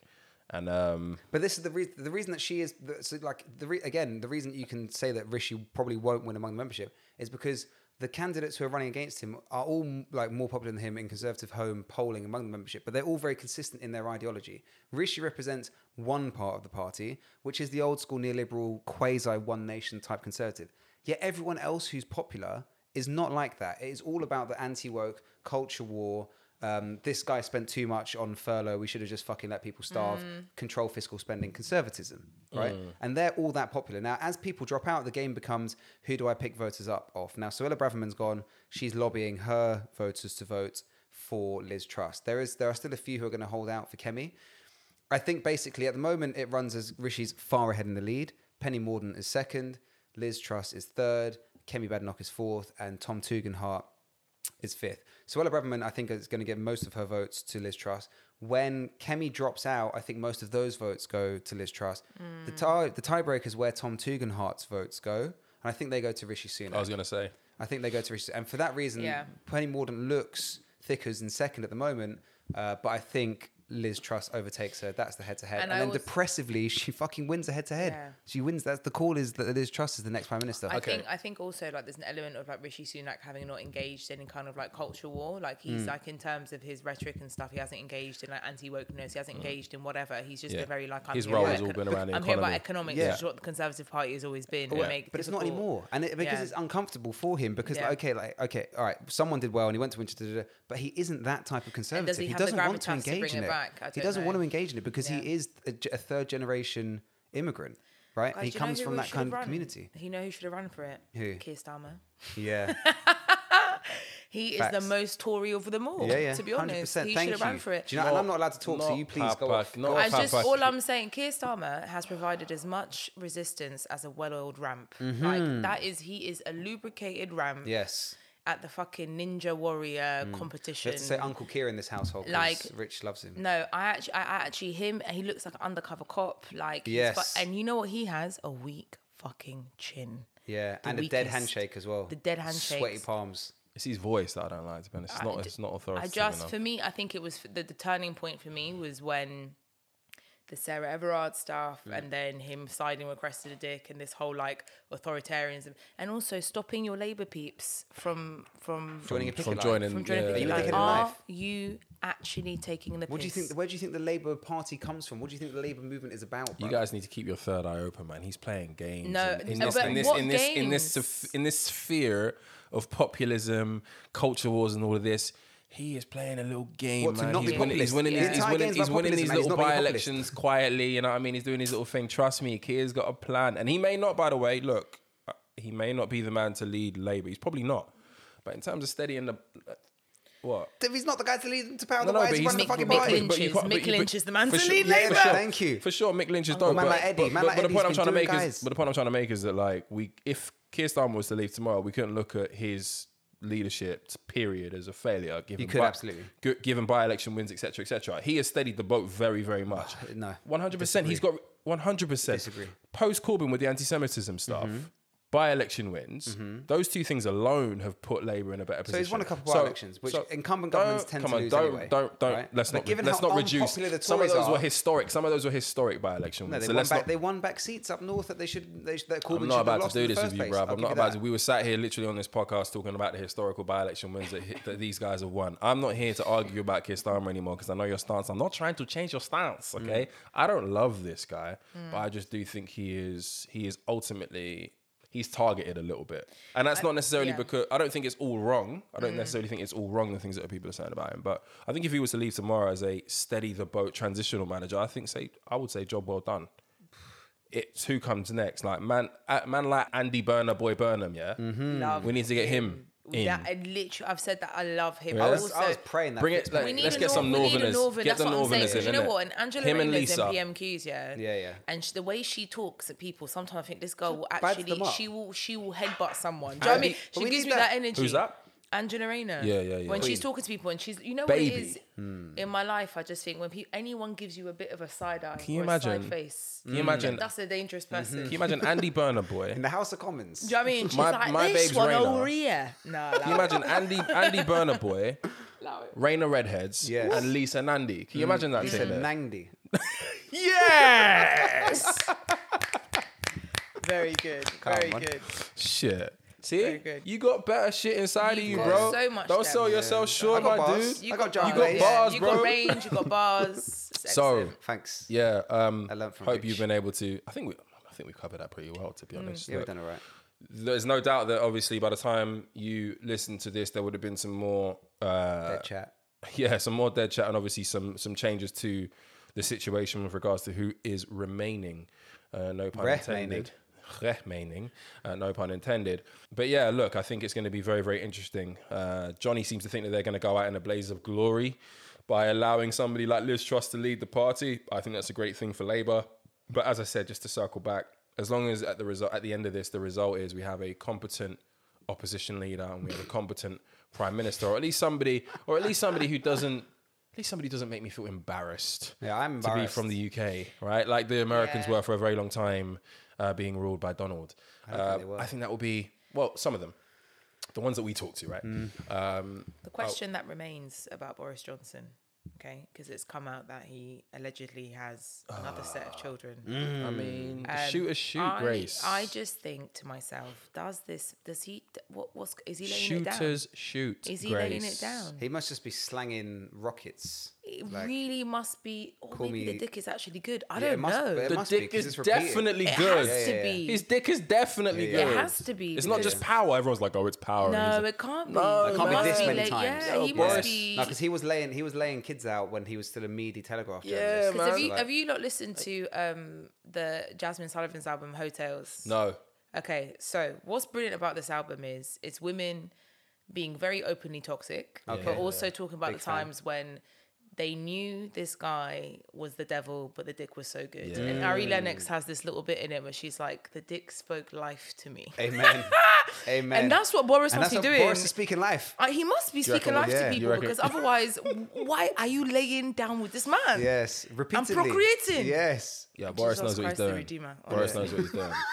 B: And um,
A: But this is the reason. The reason that she is the, so like the re- again the reason you can say that Rishi probably won't win among the membership is because the candidates who are running against him are all m- like more popular than him in Conservative home polling among the membership, but they're all very consistent in their ideology. Rishi represents one part of the party, which is the old school neoliberal quasi one nation type Conservative. Yet everyone else who's popular is not like that. It is all about the anti woke culture war. Um, this guy spent too much on furlough. We should have just fucking let people starve. Control fiscal spending. Conservatism, right? And they're all that popular now. As people drop out, the game becomes who do I pick voters up off? Now, Suella Braverman's gone. She's lobbying her voters to vote for Liz Truss. There is there are still a few who are going to hold out for Kemi. I think basically at the moment it runs as Rishi's far ahead in the lead. Penny Mordaunt is second. Liz Truss is third. Kemi Badenoch is fourth. And Tom Tugendhat is fifth. Suella Braverman, I think, is going to give most of her votes to Liz Truss. When Kemi drops out, I think most of those votes go to Liz Truss. The, tie, the tiebreaker is where Tom Tugendhat's votes go. And I think they go to Rishi Sunak.
B: I was gonna say,
A: I think they go to Rishi. And for that reason,
C: Yeah.
A: Penny Mordaunt looks thickers in second at the moment. Uh, but I think Liz Truss overtakes her. That's the head to head.
C: And
A: And
C: I
A: then
C: was-
A: depressively, she fucking wins a head to
C: Yeah.
A: head. She wins. That's the call is that Liz Truss is the next prime minister.
C: I
B: Okay.
C: think I think also like there's an element of like Rishi Sunak having not engaged in any kind of like cultural war. Like
B: Mm.
C: he's like in terms of his rhetoric and stuff, he hasn't engaged in like anti wokeness. He hasn't engaged in whatever. He's just
B: Mm. Yeah.
C: been very like I'm
B: His
C: here
B: role
C: about
B: has all
C: econo-
B: been around the
C: I'm here about
B: economy.
C: economics,
A: Yeah.
C: which is what the Conservative Party has always been.
B: Yeah.
C: And make
A: but it's not
C: difficult-
A: anymore, and it, because
C: Yeah.
A: it's uncomfortable for him. Because
C: Yeah.
A: like, okay, like okay, all right, someone did well and he went to Winchester, da, da, da, but he isn't that type of conservative.
C: he have the
A: doesn't want to
C: gravitas to bring
A: engage in
C: it
A: it.
C: back? I
A: He
C: don't
A: doesn't want
C: know.
A: to engage in it because
C: Yeah.
A: he is a, ge- a third generation immigrant, right?
C: Guys,
A: he
C: do you know
A: comes
C: who
A: from
C: we
A: that
C: should
A: kind of
C: have run?
A: community.
C: You know who should have run for it?
A: Who?
C: Keir Starmer.
A: Yeah,
C: He is the
A: Facts.
C: most Tory of them all.
A: yeah, yeah.
C: To be honest,
A: 100%.
C: he
A: Thank
C: should
A: you.
C: have run for it.
A: Do you know? and I'm not allowed to talk, so
B: Not
A: you please go
B: Papa-
A: off.
B: not
A: go
C: I
A: off.
B: Papa-
C: just
B: Papa-
C: all I'm saying, Keir Starmer has provided as much resistance as a well-oiled ramp.
A: Mm-hmm.
C: Like that is he is a lubricated ramp
A: Yes.
C: at the fucking ninja warrior competition.
A: You have to Mm. say Uncle Keir in this household. 'cause
C: Like-
A: Rich loves him.
C: no, I actually, I I actually him. He looks like an undercover cop. Like he's
A: Yes.
C: fu- and you know what he has? A weak fucking chin.
A: Yeah,
C: The
A: and a dead
C: weakest.
A: handshake as well.
C: The dead
A: Sweaty
C: handshakes.
A: palms.
B: It's his voice that I don't like. To be honest, it's
C: I
B: not.
C: d-
B: It's not authoritative
C: I just,
B: enough.
C: for me, I think it was the, the turning point for me was when the Sarah Everard stuff and then him siding with Cressida Dick and this whole like authoritarianism and also stopping your Labour peeps from from
A: Joining a
B: from
A: picket line.
B: joining.
C: from joining
B: yeah,
A: Are
C: the picket
A: you
C: line.
A: taking a
C: Are
A: knife?
C: you actually taking the
A: What do you
C: piss?
A: think? Where do you think the Labour Party comes from? What do you think the Labour movement is about?
B: You
A: bruv?
B: guys need to keep your third eye open, man. He's playing games.
C: No,
B: in, in
C: no,
B: this,
C: but
B: in this,
C: what
B: in this, in this,
C: games?
B: sph- in this sphere of populism, culture wars, and all of this, he is playing a little game,
A: What, to
B: man.
A: not
B: He's
A: be
B: winning, he's
A: populist?
B: winning,
A: The
B: his- he's
A: entire
B: winning,
A: game's
B: he's
A: about
B: winning
A: populism
B: these
A: and he's
B: little
A: not being
B: by-elections quietly. You know what I mean? He's doing his little thing. Trust me, Keir's got a plan, and he may not. By the way, look, uh, he may not be the man to lead Labour. He's probably not, but in terms of steadying the uh, what.
A: If he's not the guy to lead them to power,
B: No,
A: then
B: no,
A: why
B: but
A: is he
B: he's
A: running the
B: not-
A: fucking
B: but-
C: Mick
B: but-
A: party?
C: Lynch
B: but you
C: is
B: can't- but
C: Mick
B: you-
C: Lynch is the man
B: for
C: to
B: sure-
C: lead
B: yeah,
A: Yeah,
C: Labour.
A: for sure. Thank you.
B: For sure, Mick Lynch is dope.
A: man
B: but,
A: like Eddie,
B: but-
A: man
B: but-
A: like
B: but the
A: Eddie's
B: point I'm
A: been
B: trying to
A: doing
B: make is,
A: guys.
B: but the point I'm trying to make is that like we, if Keir Starmer was to leave tomorrow, we couldn't look at his leadership period as a failure. Given
A: You could,
B: by,
A: absolutely.
B: g- given by-election wins, etc., etc. He has steadied the boat very, very much.
A: Uh, No,
B: one hundred percent. He's got one hundred percent.
A: Disagree. Mm-hmm.
B: Post Corbyn with the anti-Semitism stuff. By-election wins; those two things alone have put Labour in a better
A: So
B: position.
A: he's won a couple of elections, which incumbent
B: don't-
A: governments tend
B: come
A: to
B: on,
A: lose
B: Don't,
A: anyway,
B: don't, don't.
A: right?
B: Let's
A: But
B: not.
A: given
B: let's
A: how
B: not reduce.
A: unpopular the
B: Some of
A: Tories
B: those
A: are-
B: were historic. Some of those were historic by-election
A: no,
B: wins.
A: they,
B: so
A: won
B: let's
A: back,
B: not.
A: they won back seats up north that they should. They, should- that Corbyn
B: I'm
A: should
B: not
A: have
B: about
A: lost
B: to do
A: in the
B: this with
A: first
B: you,
A: place.
B: bruv.
A: I'll
B: I'm
A: give
B: not
A: you
B: about
A: that.
B: to. We were sat here literally on this podcast talking about the historical by election wins that, that these guys have won. I'm not here to argue about Keir Starmer anymore because I know your stance. I'm not trying to change your stance,
A: Mm.
B: okay? I don't love this guy, but I just do think he is he is ultimately he's targeted a little bit. And that's not necessarily
C: yeah.
B: because I don't think it's all wrong. I
A: Mm.
B: don't necessarily think it's all wrong the things that people are saying about him. But I think if he was to leave tomorrow as a steady the boat transitional manager, I think say I would say job well done it's who comes next. Like man, uh, man like Andy Burner, boy Burnham, yeah.
C: Love
B: We need to get him in.
C: That, I literally, I've said that I love him.
B: Yeah.
A: I
C: I
A: was,
C: also,
A: I was praying that
B: Bring
A: fits
B: it. Like,
C: We need
B: let's
C: a
B: get some
C: North- we need a
B: northerners.
C: Northern.
B: Get
C: That's
B: the
C: what I'm saying,
B: northerners
C: 'cause
B: in.
C: You know
B: innit?
C: what? And Angela
B: him and
C: Rayner's
B: Lisa.
C: in PMQs, yeah.
A: Yeah, yeah.
C: And she, the way she talks at people, sometimes I think this girl will
A: bites
C: actually
A: them up.
C: she will she will headbutt someone. Do you know what I
B: Andy-
C: mean?
A: but
C: She
A: we
C: gives
A: need
C: me that,
A: that.
C: energy.
B: Who's that?
C: Angela Rayner.
B: Yeah, yeah, yeah.
C: When
B: Queen.
C: she's talking to people and she's you know what
B: Baby.
C: it is in my life, I just think when pe- anyone gives you a bit of a side eye
B: you
C: or a
B: imagine?
C: side face,
B: Can you imagine? Can
C: Mm. that's a dangerous person.
B: you imagine Andy Burner, boy?
A: in the House of Commons.
C: Do you know what I mean? She's
B: My-
C: like
B: my
C: this
B: babe's
C: one
B: Rayner.
C: over here. No,
B: Can you imagine Andy Andy Burner, boy?
C: allow it.
B: Raina Redheads
A: Yes.
B: and Lisa Nandy. Can you imagine that?
A: He said
B: together?
A: Nangdi.
B: yes.
C: Very good.
A: Come
C: Very
A: on.
C: good.
B: shit. See,
C: good.
B: you got better shit inside of you,
C: You've got
B: bro.
C: so much
B: Don't
C: depth.
B: sell yourself short,
A: I got
B: my
A: bars.
B: dude.
A: I got John
B: you got
A: Blaze.
B: bars,
C: you
B: bro.
C: got range. You got bars. It's
B: So,
C: excellent.
A: Thanks. Yeah,
B: Yeah, um, I
A: learnt from
B: hope
A: Rich.
B: you've been able to. I think we, I think we covered that pretty well,
C: Mm.
B: to be honest.
A: we've
B: Look,
A: done all right.
B: there's no doubt that obviously by the time you listen to this, there would have been some more, uh,
A: Dead chat.
B: yeah, some more dead chat, and obviously some some changes to the situation with regards to who is remaining. Uh, no pun intended. Remaining, uh, no pun intended. But yeah, look, I think it's going to be very, very interesting. Uh, Johnny seems to think that they're going to go out in a blaze of glory by allowing somebody like Liz Truss to lead the party. I think that's a great thing for Labour. But as I said, just to circle back, as long as at the result at the end of this, the result is we have a competent opposition leader and we have a competent prime minister, or at least somebody, or at least somebody who doesn't. At least somebody who doesn't make me feel embarrassed.
A: Yeah, I'm
B: to be
A: embarrassed.
B: from the UK, right? Like the Americans
C: Yeah.
B: were for a very long time, uh, being ruled by Donald. I,
A: don't think they were.
B: I think that will be well, some of them,
A: Mm-hmm.
B: the ones that we talk to, right? Um,
C: The question that remains about Boris Johnson okay, because it's come out that he allegedly has another set
B: Ah.
C: of children.
B: I mean,
C: Um,
B: shoot a Mm, shoot,
C: I,
B: Grace.
C: I just think to myself, does this? Does he? What? What's? Is he laying it down?
B: shooters shoot.
C: Is he
B: Grace.
C: laying it down?
A: He must just be slanging rockets.
C: It
A: Like,
C: really must be. Or
A: call
C: maybe the
A: me-
C: dick is actually good.
A: Yeah,
C: I
A: it
C: don't
A: must-
C: know.
A: but it
B: The
A: must be,
B: dick
A: 'cause
B: is
A: it's repeated.
B: definitely
C: It
B: good.
C: has to
A: yeah, yeah.
C: be.
B: His dick is definitely
A: Yeah,
B: good.
A: yeah.
C: It has to be,
B: It's not just power. Everyone's like, oh, it's power.
C: no,
B: And
C: it can't be.
B: No,
C: He
B: it can't be
C: must
B: this many
C: lay-
A: times.
C: Yeah,
B: Oh,
C: he
B: boy.
C: must
A: No,
C: be.
A: 'cause because he was laying he was laying kids out when he was still a meaty telegraph.
B: he's-
A: journalist.
B: yeah,
C: Because have
B: man.
C: you have you not listened to um the Jasmine Sullivan's album Hotels?
B: no,
C: Okay, so what's brilliant about this album is it's women being very openly toxic, but also talking about the times when they knew this guy was the devil, but the dick was so good. And Ari Lennox has this little bit in it where she's like, "The dick spoke life to me,"
A: Amen. Amen.
C: and that's what Boris
A: and
C: must
A: that's
C: be
A: what
C: doing.
A: Boris is speaking life.
C: Uh, he must be speaking
B: reckon-
C: life
A: yeah,
C: to
A: you
C: people
B: reckon-
C: because otherwise, why are you laying down with this man?
A: Yes, repeatedly.
C: procreating.
A: Yes.
B: yeah, Boris
C: Jesus
B: knows what
C: Christ, the
B: he's doing.
C: Redeemer.
B: Boris knows what he's
C: honestly.
B: doing.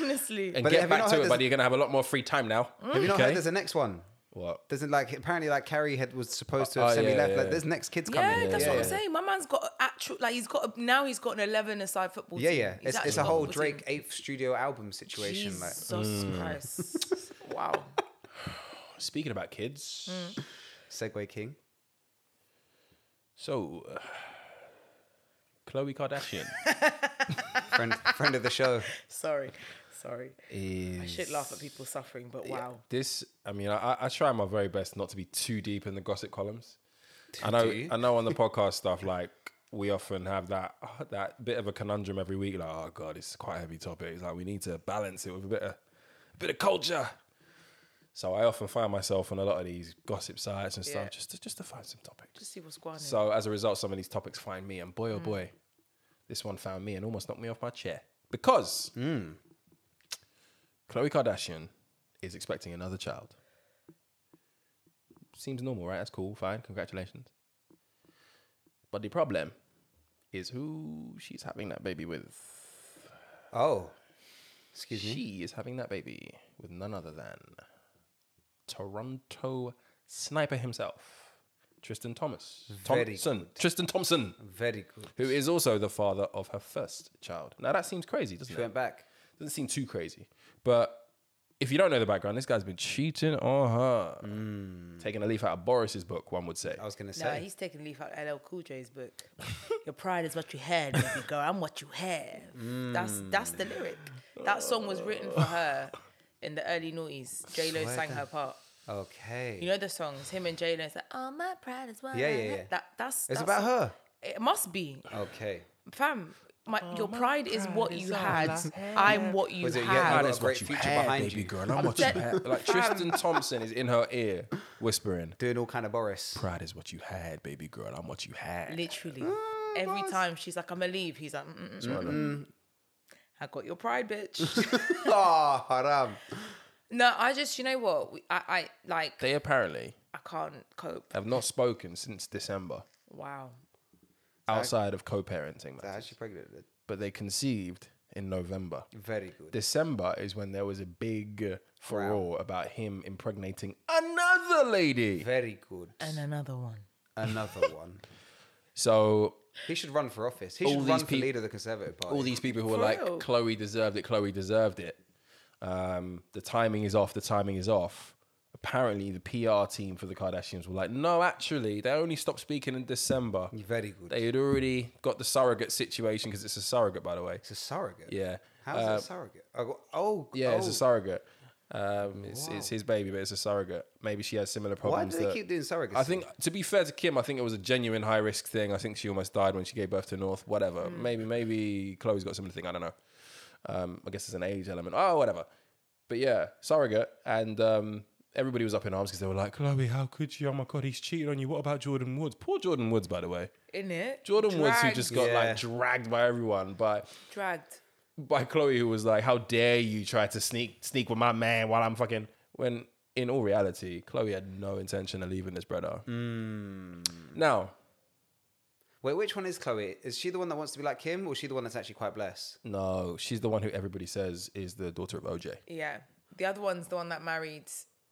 C: Honestly,
B: And
A: But
B: get
A: have you
B: back
A: not
B: to
A: heard
B: it, buddy.
A: there's-
B: You're gonna have a lot more free time now.
A: Have you not
B: Okay.
A: heard there's a next one?
B: What?
A: There's like apparently like Carrie had was supposed to have
B: Oh,
A: semi
B: yeah,
A: left.
B: yeah,
A: like
B: yeah.
A: there's next kids coming.
C: Yeah, that's what
B: yeah.
C: I'm saying. My man's got a actual like he's got a, now he's got an eleven aside football.
A: Yeah,
C: team.
A: yeah. It's,
C: He's
A: it's
C: actually
A: a
C: got
A: whole
C: football team.
A: Drake eighth studio album situation. Like mm.
C: Jesus Christ! wow.
B: Speaking about kids,
C: Mm.
A: Segway King.
B: so Chloe Kardashian
A: Friend friend of the show.
C: Sorry, sorry.
B: is
C: I should laugh at people suffering, but wow.
B: this. I mean, I, I- I try my very best not to be too deep in the gossip columns. I know,
A: do you?
B: I know, on the podcast stuff, like we often have that that bit of a conundrum every week. Like, oh god, it's quite a heavy topic. It's like we need to balance it with a bit of a bit of culture. So I often find myself on a lot of these gossip sites and
C: Yeah.
B: stuff just to, just to find some topics.
C: Just see what's going on.
B: So as a result, some of these topics find me, and
A: Mm.
B: boy oh boy, this one found me and almost knocked me off my chair because
A: Mm.
B: Khloe Kardashian is expecting another child. Seems normal, right? That's cool, fine, congratulations. But the problem is who she's having that baby with.
A: Oh. Excuse me.
B: She is having that baby with none other than Toronto sniper himself, Tristan Thomas.
A: Very
B: Thompson. Tristan Thompson
A: Very good.
B: who is also the father of her first child. Now that seems crazy, doesn't
A: She
B: it?
A: went back.
B: Doesn't seem too crazy. But if you don't know the background, this guy's been cheating on her, taking a leaf out of Boris's book. One would say.
A: Mm. I was gonna
C: Nah,
A: say.
C: he's taking a leaf out of LL Cool J's book. Your pride is what you had, baby girl. I'm what you have. That's that's the lyric. That song was written for her in the early noughties. J Lo
A: Swear
C: sang
A: to-
C: her part.
A: okay.
C: You know the songs, him and J Lo. It's like, oh my pride is what
A: Yeah,
C: I
A: yeah,
C: have."
A: yeah.
C: That that's
A: it's
C: that's-
A: about her.
C: It must be,
A: Okay.
C: fam. My, your pride, is what
B: pride
C: you
B: is all
C: had.
B: I
C: I'm what you
A: Was it yet?
C: have.
A: Mine is- got a great future behind you.
B: girl. I'm what
C: dead-
B: Like Tristan Thompson is in her ear, whispering,
A: Doing all kind of Boris.
B: "Pride is what you had, baby girl. I'm what you had."
C: Literally, every time she's like, "I'ma leave," he's like, Mm-mm,
B: That's what I love.
C: "I got your pride, bitch."
A: oh, haram.
C: no, I just, you know what? We- I, I like,
B: They apparently
C: I can't cope.
B: have not spoken since December,
C: Wow.
B: outside of co-parenting,
A: They're
B: matters.
A: actually pregnant.
B: but they conceived in November.
A: Very good.
B: December is when there was a big furore about him impregnating another lady.
A: Very good.
C: And another one.
A: Another one.
B: So
A: He should run for office. He
B: All
A: should
B: these
A: run for
B: peop-
A: leader of the Conservative Party.
B: all these people who were
C: For
B: like,
C: real?
B: Chloe deserved it, Chloe deserved it. Um, the timing is off, the timing is off. Apparently, the PR team for the Kardashians were like, no, actually, they only stopped speaking in December.
A: Very good.
B: They had already got the surrogate situation because it's a surrogate, by the way.
A: it's a surrogate.
B: Yeah.
A: How is
B: Uh,
A: it a surrogate? Oh, oh
B: Yeah,
A: oh.
B: it's a surrogate. Um, it's,
A: Wow.
B: it's his baby, but it's a surrogate. Maybe she has similar
A: Why
B: problems.
A: do they
B: that-
A: keep doing surrogacy?
B: I think, to be fair to Kim, I think it was a genuine high risk thing. I think she almost died when she gave birth to North. Whatever. Maybe maybe Chloe's got similar thing. I don't know. Um, I guess there's an age element. Oh, whatever. But yeah, surrogate and. Um, Everybody was up in arms because they were like, Chloe, how could you? Oh my God, he's cheating on you. What about Jordan Woods? Poor Jordan Woods, by the way.
C: In it.
B: Jordan Woods, who
C: Dragged-
B: just got
A: Yeah.
B: like dragged by everyone, by
C: dragged.
B: by Chloe, who was like, "How dare you try to sneak sneak with my man while I'm fucking?" When in all reality, Chloe had no intention of leaving this brother.
C: Hmm.
B: Now,
A: Wait, which one is Chloe? Is she the one that wants to be like Kim, or is she the one that's actually quite blessed?
B: no, she's the one who everybody says is the daughter of OJ.
C: Yeah. The other one's the one that married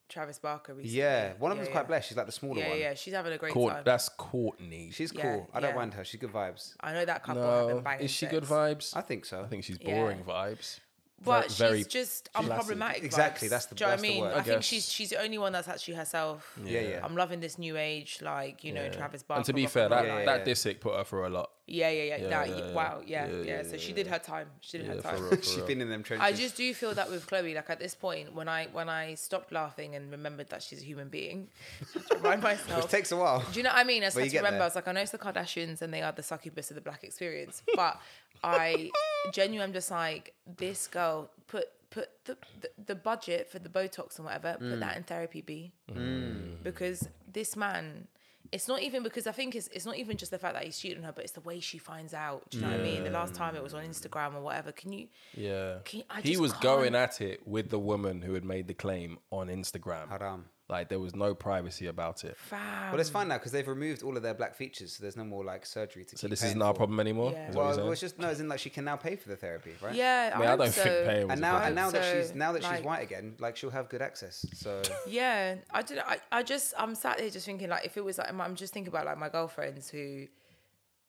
C: Travis Barker recently.
A: Yeah, one of
C: Yeah,
A: them's
C: yeah.
A: quite blessed. She's like the smaller
C: Yeah,
A: one.
C: yeah, she's having a great
B: Court,
C: time.
B: that's Courtney.
A: She's
C: Yeah,
A: cool. I don't
C: yeah.
A: mind her. She's good vibes.
C: I know that couple have been
B: no,
C: banging.
B: is she
C: sex.
B: good vibes?
A: I think so.
B: I think she's
C: Yeah.
B: boring vibes.
C: But
B: Ver- very
C: she's just
B: classy.
C: unproblematic.
A: Exactly,
C: vibes.
A: that's the-
C: Do you know
A: that's
C: what
A: the
C: I mean?
A: word.
C: I,
B: I
C: think
B: guess.
C: she's she's the only one that's actually herself.
A: Yeah, yeah.
C: I'm loving this new age, like you know,
B: Yeah.
C: Travis Barker.
B: And to be
C: rock
B: fair,
C: roll.
B: that
A: Yeah, yeah,
B: that
A: yeah.
B: diss pic put her through a lot.
C: yeah, yeah, yeah,
B: Yeah,
C: that-
B: yeah,
C: wow, yeah,
B: yeah,
C: yeah.
B: yeah,
C: So
B: yeah,
C: she did her time. She did
B: Yeah,
C: her
B: for
C: time.
B: real.
A: She's been in them trenches.
C: I just do feel that with Chloe, like at this point, when I when I stopped laughing and remembered that she's a human being, I had to remind
A: It
C: myself.
A: takes a while.
C: Do you know what I mean? I just
A: But
C: had
A: you
C: to
A: get
C: remember.
A: there.
C: I was like, I know it's the Kardashians and they are the succubus of the black experience, but I genuinely am just like this girl put put the, the the budget for the Botox and whatever
A: Mm.
C: put that in therapy, B,
B: Mm.
C: because this man. It's not even because I think it's, it's not even just the fact that he's cheating on her, but it's the way she finds out. Do you know what I mean? The last time it was on Instagram or whatever. Can you?
B: Yeah.
C: Can- I
B: he
C: just
B: was
C: can't.
B: going at it with the woman who had made the claim on Instagram.
A: Haram.
B: Like there was no privacy about it.
C: Fam.
A: Well, it's fine now because they've removed all of their black features, so there's no more like surgery to.
B: So this isn't our problem anymore.
C: Yeah.
B: Is that what you're
A: Well,
B: saying?
A: it was just no. As in, like she can now pay for the therapy, right?
C: Yeah,
B: I,
C: I,
B: mean, I
C: hope
B: don't
C: so.
B: think pay
A: And
B: was a
A: now,
B: problem.
A: and now that
C: So,
A: she's now that she's
C: like-
A: white again, like she'll have good access. So
C: Yeah, I did. I, I just I'm sat there just thinking like if it was like I'm just thinking about like my girlfriends who,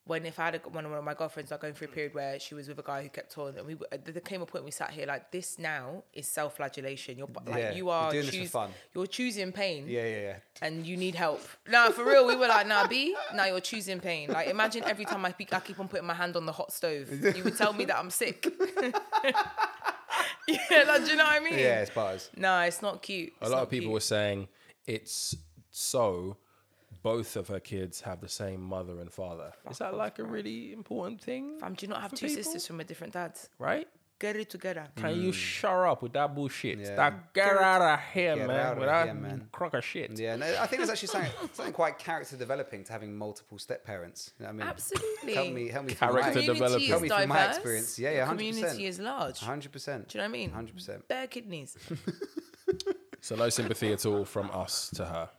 C: when if I had a, one of one of my girlfriends like going
A: Mm.
C: through a period where she was with a guy who kept on and we were- there came a point we sat here like this now is self-flagellation. You're like
A: Yeah,
C: you
A: you're
C: are
A: doing this for fun.
C: You're choosing pain.
A: yeah, yeah, yeah.
C: And you need help. Nah, for real, we were like, nah, B, nah, you're choosing pain. Like, imagine every time I, pe- I keep on putting my hand on the hot stove, you would tell me that I'm sick. yeah, like, do you know what I mean?
A: Yeah, it's bars.
C: No, it's not cute.
B: a lot of people were saying it's so both of her kids have the same mother and father. is that like a really important thing?
C: Fam, Um, do you not have
B: for
C: two
B: people?
C: sisters from a different dad?
B: Right?
C: Get it together.
B: Can you shut up with that bullshit?
A: Mm. Yeah.
B: That- get out of here,
A: Get
B: man.
A: out of
B: with that
A: here, man.
B: crock of shit.
A: Yeah, no, I think it's actually something, something quite character developing to having multiple step parents. You know what I mean,
C: Absolutely.
A: Help me, help me.
B: Character
A: Character,
B: de- development.
C: Community
B: Tell
C: is
A: me
C: diverse.
A: from my experience. Yeah, yeah,
C: Your
A: 100%.
C: Community is large. Do
A: hundred percent.
C: you know what I mean?
A: Hundred percent.
C: Bare kidneys.
B: So no sympathy at all from us to her.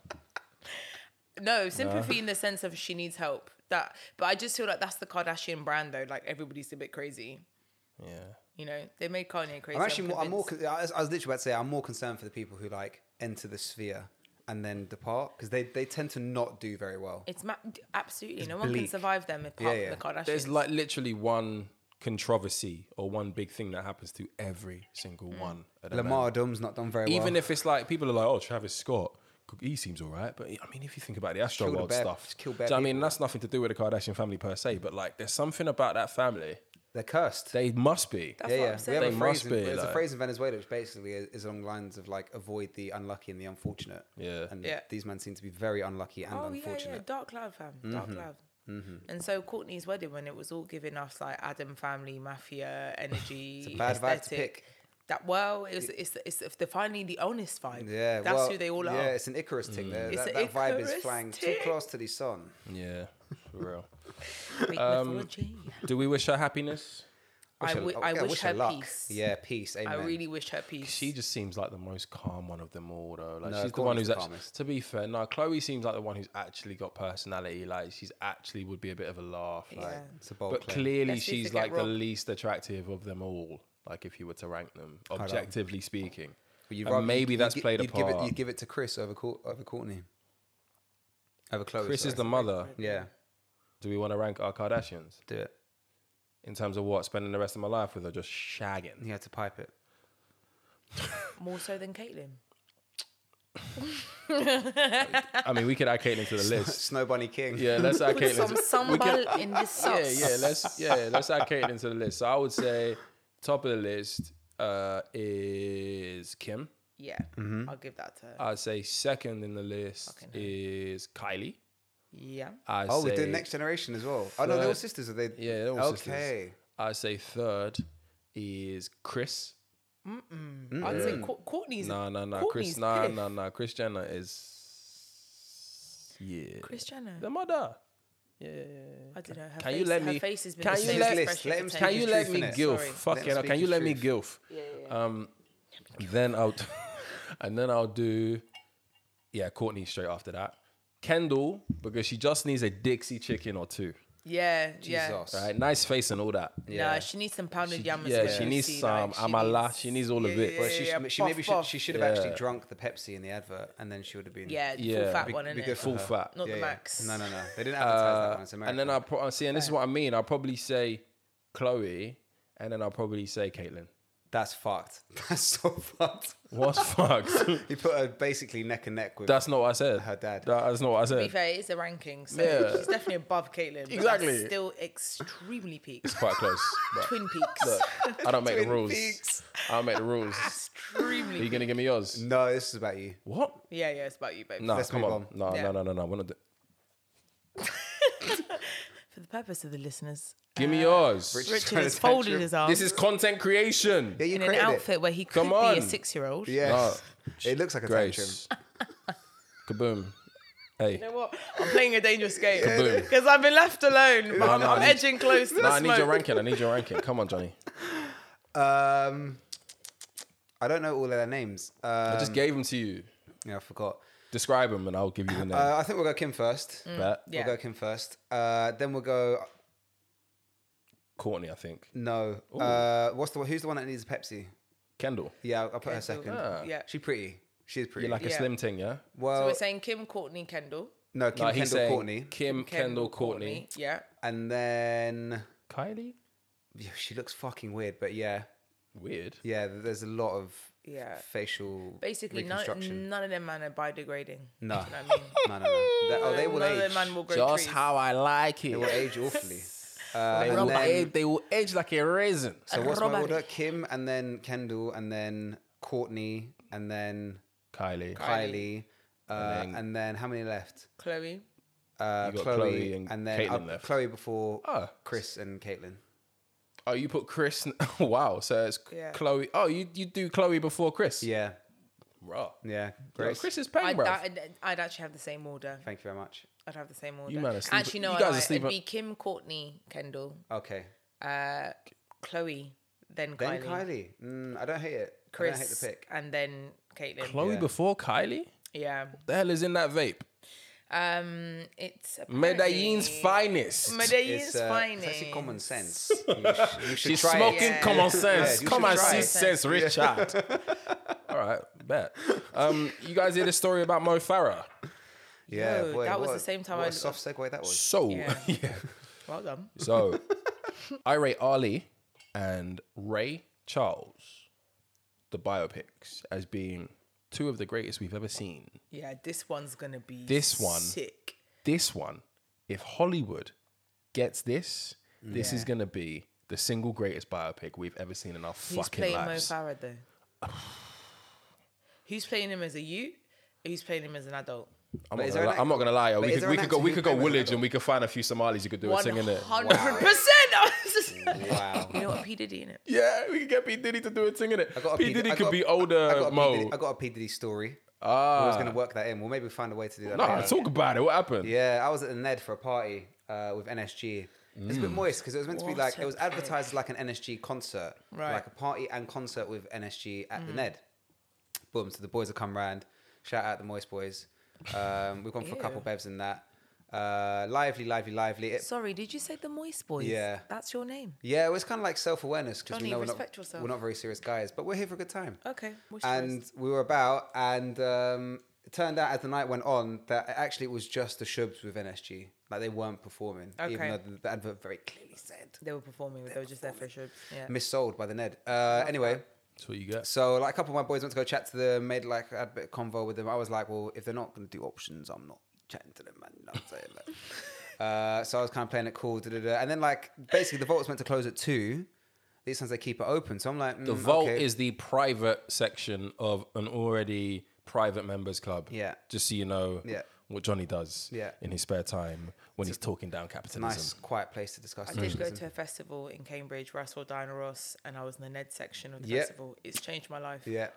C: No sympathy in the sense of she needs help. That, but I just feel like that's the Kardashian brand though. Like everybody's a bit crazy.
B: Yeah.
C: You know, they made Kanye crazy.
A: I'm actually more. I'm more.
C: convinced.
A: con- I was, I was literally about to say I'm more concerned for the people who like enter the sphere and then depart because they they tend to not do very well.
C: It's ma- absolutely no one can
A: bleak.
C: survive them apart
A: Yeah, yeah.
C: from the Kardashians.
B: There's like literally one controversy or one big thing that happens to every single
A: Mm.
B: one. at the moment.
A: Lamar Dom's not done very well.
B: Even if it's like people are like, oh, Travis Scott, he seems all right. But I mean, if you think about the Astro
A: Killed a
B: World
A: bear-
B: stuff,
A: just killed
B: do
A: bear
B: you know what I mean, that's nothing to do with the Kardashian family per se. But like, there's something about that family.
A: they're cursed.
B: They must be.
C: That's
A: yeah,
C: what
A: yeah.
C: I'm
A: We
C: saying.
A: have
B: They
A: a phrase.
B: must
A: In,
B: be,
A: there's a
B: like-
A: phrase in Venezuela which basically is, is along lines of like avoid the unlucky and the unfortunate.
B: Yeah.
A: And
C: Yeah.
A: these men seem to be very unlucky and
C: Oh yeah, yeah,
A: unfortunate. Mm-hmm.
C: dark cloud fam, dark cloud. And so Courtney's wedding, when it was all giving us like Adam family mafia energy,
A: It's a bad vibe to
C: aesthetic,
A: pick.
C: That well, it's it's it's if they're finally the honest vibe.
A: Yeah.
C: that's
A: well,
C: who they all are.
A: Yeah, it's an Icarus thing.
B: Mm.
A: There,
C: It's
A: that,
C: an
A: that vibe is
C: Icarus
A: flying too
C: tick.
A: close to the sun.
B: Yeah, for real.
C: Greek
A: um,
C: mythology.
B: do we wish her happiness?
A: Wish
C: I, w-
A: her-
C: I
A: yeah,
C: wish, her,
A: luck.
C: peace.
A: Yeah, peace. Amen.
C: I really wish her peace.
B: She just seems like the most calm one of them all, though. Like
A: No,
B: she's the
A: Courtney's
B: one who's
A: the
B: actually.
A: calmest.
B: To be fair, no, Chloe seems like the one who's actually got personality. Like she's actually would be a bit of a laugh. Like,
C: Yeah.
A: It's a bold
B: but
A: claim.
B: clearly
C: Let's see if
B: she's
C: they get
B: like the
C: Rob.
B: least attractive of them all. Like if you were to rank them, objectively speaking.
A: But you'd
B: And
A: rather-
B: maybe
A: you'd-
B: that's
A: you'd, gi-
B: played a
A: you'd give it,
B: part.
A: you'd give it to Chris over Cour- over Courtney. Over Chloe.
B: Chris
A: sorry.
B: is the mother.
A: yeah.
B: Do we want to rank our Kardashians
A: Do it.
B: in terms of what spending the rest of my life with her, just shagging?
A: He had to pipe it.
C: more so than Caitlyn.
B: I mean, we could add Caitlyn to the list.
A: Snow Bunny King.
B: Yeah, let's
A: Uh,
B: add Caitlyn.
C: Some
B: To,
C: sambal in this
B: yeah,
C: sauce.
B: yeah, let's yeah, let's add Caitlyn to the list. So I would say top of the list uh, is Kim.
C: Yeah,
A: Mm-hmm.
C: I'll give that to her.
B: I'd say second in the list
C: Fucking hell.
B: is Kylie.
C: yeah.
B: I
A: Oh,
B: say,
A: we're doing Next Generation as well. Oh no, they're all
B: Third-
A: sisters. Are they?
B: Yeah, they're all
A: okay.
B: sisters. I say third is Chris.
C: I'd say Co- Courtney's.
B: No, no, no.
C: Courtney's
B: Chris, no,
C: piff.
B: no, no. Chris Jenner is. Yeah.
C: Kris Jenner.
B: The mother. Yeah.
C: I don't know. Her
B: Can
C: face,
B: you let
C: her
B: me-
C: Face has been
B: can
C: the
B: you
C: same
B: let-
C: expression
A: let him
C: for
A: speak
B: Can
C: 10
B: you
A: his
B: let
A: truth
B: me
A: in it.
B: gilf?
C: Sorry.
B: Fuck
A: Let
B: yeah.
A: him
B: no,
A: speak
B: Can you
A: his
B: let me
A: truth.
B: gilf? Um, then I'll, and then I'll do, yeah, Courtney straight after that. Kendall because she just needs a Dixie chicken or two.
C: Yeah, yeah.
A: Jesus.
B: Right, nice face and all that.
C: Nah,
A: Yeah.
C: she needs some pounded yam. and
B: yeah,
C: some
B: she needs
C: pussy,
B: some amala, she needs all of it.
A: Well, she,
C: yeah,
A: she
C: puff,
A: maybe
C: puff.
A: should, she should have
B: Yeah.
A: actually drunk the Pepsi in the advert, and then she would have been
C: Yeah, the
B: Yeah.
C: full fat
A: Be-
C: one,
A: be
C: innit?
A: good for
B: Full
A: her.
B: fat.
C: Not the max.
A: No, no, no. They didn't advertise that one. It's America.
B: Uh, and then I'll pro- see, and this is what I mean. I'll probably say Chloe, and then I'll probably say Caitlin.
A: that's fucked. That's so fucked.
B: What's fucked?
A: He put her basically neck and neck with.
B: That's not what I said.
A: Her dad.
B: That- that's not what I
C: To be
B: said.
C: fair, it's a ranking, so
B: Yeah.
C: she's definitely above Caitlin. but
B: Exactly.
C: that's still extremely peaks.
B: It's quite close. But
C: Twin peaks.
B: look, I don't make the
A: Twin
B: rules.
A: peaks.
B: I don't make the rules. Are
C: Extremely.
B: you gonna give me yours?
A: no, this is about you.
B: What?
C: Yeah, yeah, it's about you, babe.
B: No,
A: Let's
B: come
A: move
B: on.
A: on.
B: No,
C: Yeah. Uh,
B: no, no, no, no. We're not. Do-
C: For the purpose of the listeners,
B: give me yours.
A: Rich- Just
C: Richard
A: trying
C: has
A: to
C: folded
A: tantrum.
C: his arms
B: This is content creation.
A: Yeah, you
C: in an
A: created
C: outfit where he could
B: Come
C: be
B: on.
C: a six-year-old.
A: it. Yes.
B: No.
A: It looks like a tantrum.
B: Grace. Kaboom. Hey.
C: You know what? I'm playing a dangerous game
B: Kaboom.
C: because I've been left alone. but I'm,
B: no,
C: I'm
B: I need-
C: edging close to
B: No,
C: the
B: I need your
C: smoke.
B: ranking. I need your ranking. Come on, Johnny.
A: Um, I don't know all of their names. Uh,
B: I just gave them to you.
A: yeah, I forgot.
B: Describe them, and I'll give you the name.
A: Uh, I think we'll go Kim first.
B: But
C: Mm, Yeah.
A: We'll go Kim first. Uh, then we'll go.
B: Courtney, I think.
A: No. Uh, what's the one- who's the one that needs a Pepsi?
B: Kendall.
A: Yeah, I'll, I'll put her second.
B: Ah.
C: Oh, Yeah.
A: She's pretty. She's pretty.
B: You're like a
C: Yeah.
B: slim thing, yeah?
C: So
A: well,
C: we're saying Kim, Courtney, Kendall.
A: no, Kim
B: No, he's
A: Kendall
B: saying
A: Courtney,
B: Kim, Kendall, Courtney.
C: Yeah.
A: and then
B: Kylie?
A: yeah, she looks fucking weird. But yeah,
B: Weird.
A: yeah, th- there's a lot of
C: Yeah.
A: facial
C: Basically,
A: reconstruction.
C: none, none of them man are biodegrading.
A: No.
C: You know what I mean?
A: no, no, no. They- oh, they will
C: none of
A: age.
C: them man will grow trees.
B: I like it.
A: They will age awfully. Uh,
B: They
A: and
B: will
A: then-
B: age- they will age like a raisin.
C: Uh,
A: So what's my
C: Robert.
A: order? Kim and then Kendall and then Courtney and then
B: Kylie.
A: Kylie. Uh,
B: And
A: and,
B: then-
A: then, how many left?
C: Chloe.
A: Uh,
B: You got
A: Chloe,
B: Chloe and
A: and, then
B: Caitlin
A: uh,
B: left.
A: Chloe before
B: Ah.
A: Chris and Caitlin.
B: Oh, you put Chris. wow. So it's
C: Yeah.
B: Chloe. Oh, you, you do Chloe before Chris.
A: Yeah,
B: Bruh.
A: yeah.
B: Yo,
A: Grace,
B: Chris is
C: I'd,
B: paying, bro.
C: I'd, I'd actually have the same order.
A: thank you very much.
C: I'd have the same order.
B: You man are sleeping-
C: actually, no,
B: you
C: I'd
B: guys are
C: like-
B: sleeping-
C: it'd be Kim, Courtney, Kendall,
A: Okay.
C: uh, Chloe, then
A: Then
C: Kylie,
A: Kylie. Mm, I don't hate it. I
C: Chris,
A: don't hate the pick.
C: and then Caitlin.
B: Chloe
A: Yeah.
B: before Kylie?
C: Yeah.
B: The hell is in that vape?
C: Um, it's
B: Medellin's
C: apparently-
B: finest.
C: Medellin's
A: It's, uh,
C: finest.
A: it's actually common sense. You sh- you should
B: She's
A: try it.
B: smoking
C: Yeah.
B: common
A: Yeah,
B: sense.
A: you should
B: Come and
A: try
B: see
A: it.
B: sense, Richard. All right, bet. Um, you guys hear the story about Mo Farah?
A: Yeah,
C: Yo,
A: boy,
C: that was
A: what
C: the
A: a-
C: same time
A: What
C: I
A: a soft segue that was.
B: So, yeah.
C: Yeah. Well done.
B: So, I rate Ali and Ray Charles, the biopics, as being two of the greatest we've ever seen.
C: Yeah, this one's gonna be
B: This one.
C: sick.
B: This one, if Hollywood gets this, this is going to be the single greatest biopic we've ever seen in our
C: Who's
B: fucking
C: playing
B: lives.
C: Mo Farah though? Who's playing him as a youth? Who's playing him as an adult?
B: I'm
A: But
B: not,
A: is
B: gonna
A: there
B: lie,
A: an
B: I'm not gonna lie. yo.
A: but is
B: We could,
A: there
B: we
A: an
B: could go.
A: actor
B: We
A: who
B: could go
A: plays an
B: Woolwich, and we could find a few Somalis who could do a
C: One
B: thing in it.
C: hundred percent.
A: Wow.
C: You know what P Diddy in it?
B: Yeah, we could get P Diddy to do a thing in it.
A: I got a
B: P Diddy
A: I
B: could
A: got-
B: be
A: I
B: older
A: got a P.
B: Mo.
A: Diddy- I got a P Diddy story. I was
B: Ah,
A: going to work that in. Well, maybe we'll find a way to do that.
B: nah,
A: later.
B: talk about it. What happened?
A: Yeah, I was at the Ned for a party uh, with NSG. It's
B: Mm.
A: a bit moist because it was meant to be
C: What
A: like
C: a
A: it was advertised as like an NSG concert,
C: Right. Mm.
A: like a party and concert with NSG at the Ned. Boom! So the boys have come round. Shout out the Moist Boys. Um, we've gone for a couple
C: Ew.
A: bevs in that. Uh, lively, lively, lively. It,
C: Sorry, did you say the Moist Boys?
A: Yeah.
C: That's your name.
A: yeah, it was kind of like self awareness because we
C: Johnny,
A: know we're
C: respect
A: not,
C: yourself.
A: we're not very serious guys, but we're here for a good time
C: Okay. what's yours?
A: and we were about, and um, it turned out as the night went on that actually it was just the Shubs with NSG. Like they weren't performing, even
C: Okay.
A: though the, the advert very clearly said
C: they were performing. They were just there for a show. Yeah.
A: missold by the Ned. Uh, anyway,
B: That's what you get.
A: so like a couple of my boys went to go chat to them, made like had a bit of convo with them. I was like, well, if they're not going to do options, I'm not chatting to them, man. You know what I'm saying? Like, Uh, so I was kind of playing it cool, da, da, da. and then like basically the vault was meant to close at two. These times they keep it open, so I'm like,
B: The
A: mm,
B: vault
A: okay.
B: is the private section of an already private members club.
A: Yeah.
B: Just so you know.
A: Yeah.
B: What Johnny does.
A: Yeah.
B: In his spare time when he's talking down capitalism.
A: nice, quiet place to discuss.
C: I did go
A: socialism.
C: to a festival in Cambridge where I saw Diana Ross and I was in the Ned section of the
A: Yeah.
C: festival. It's changed my life.
A: Yeah,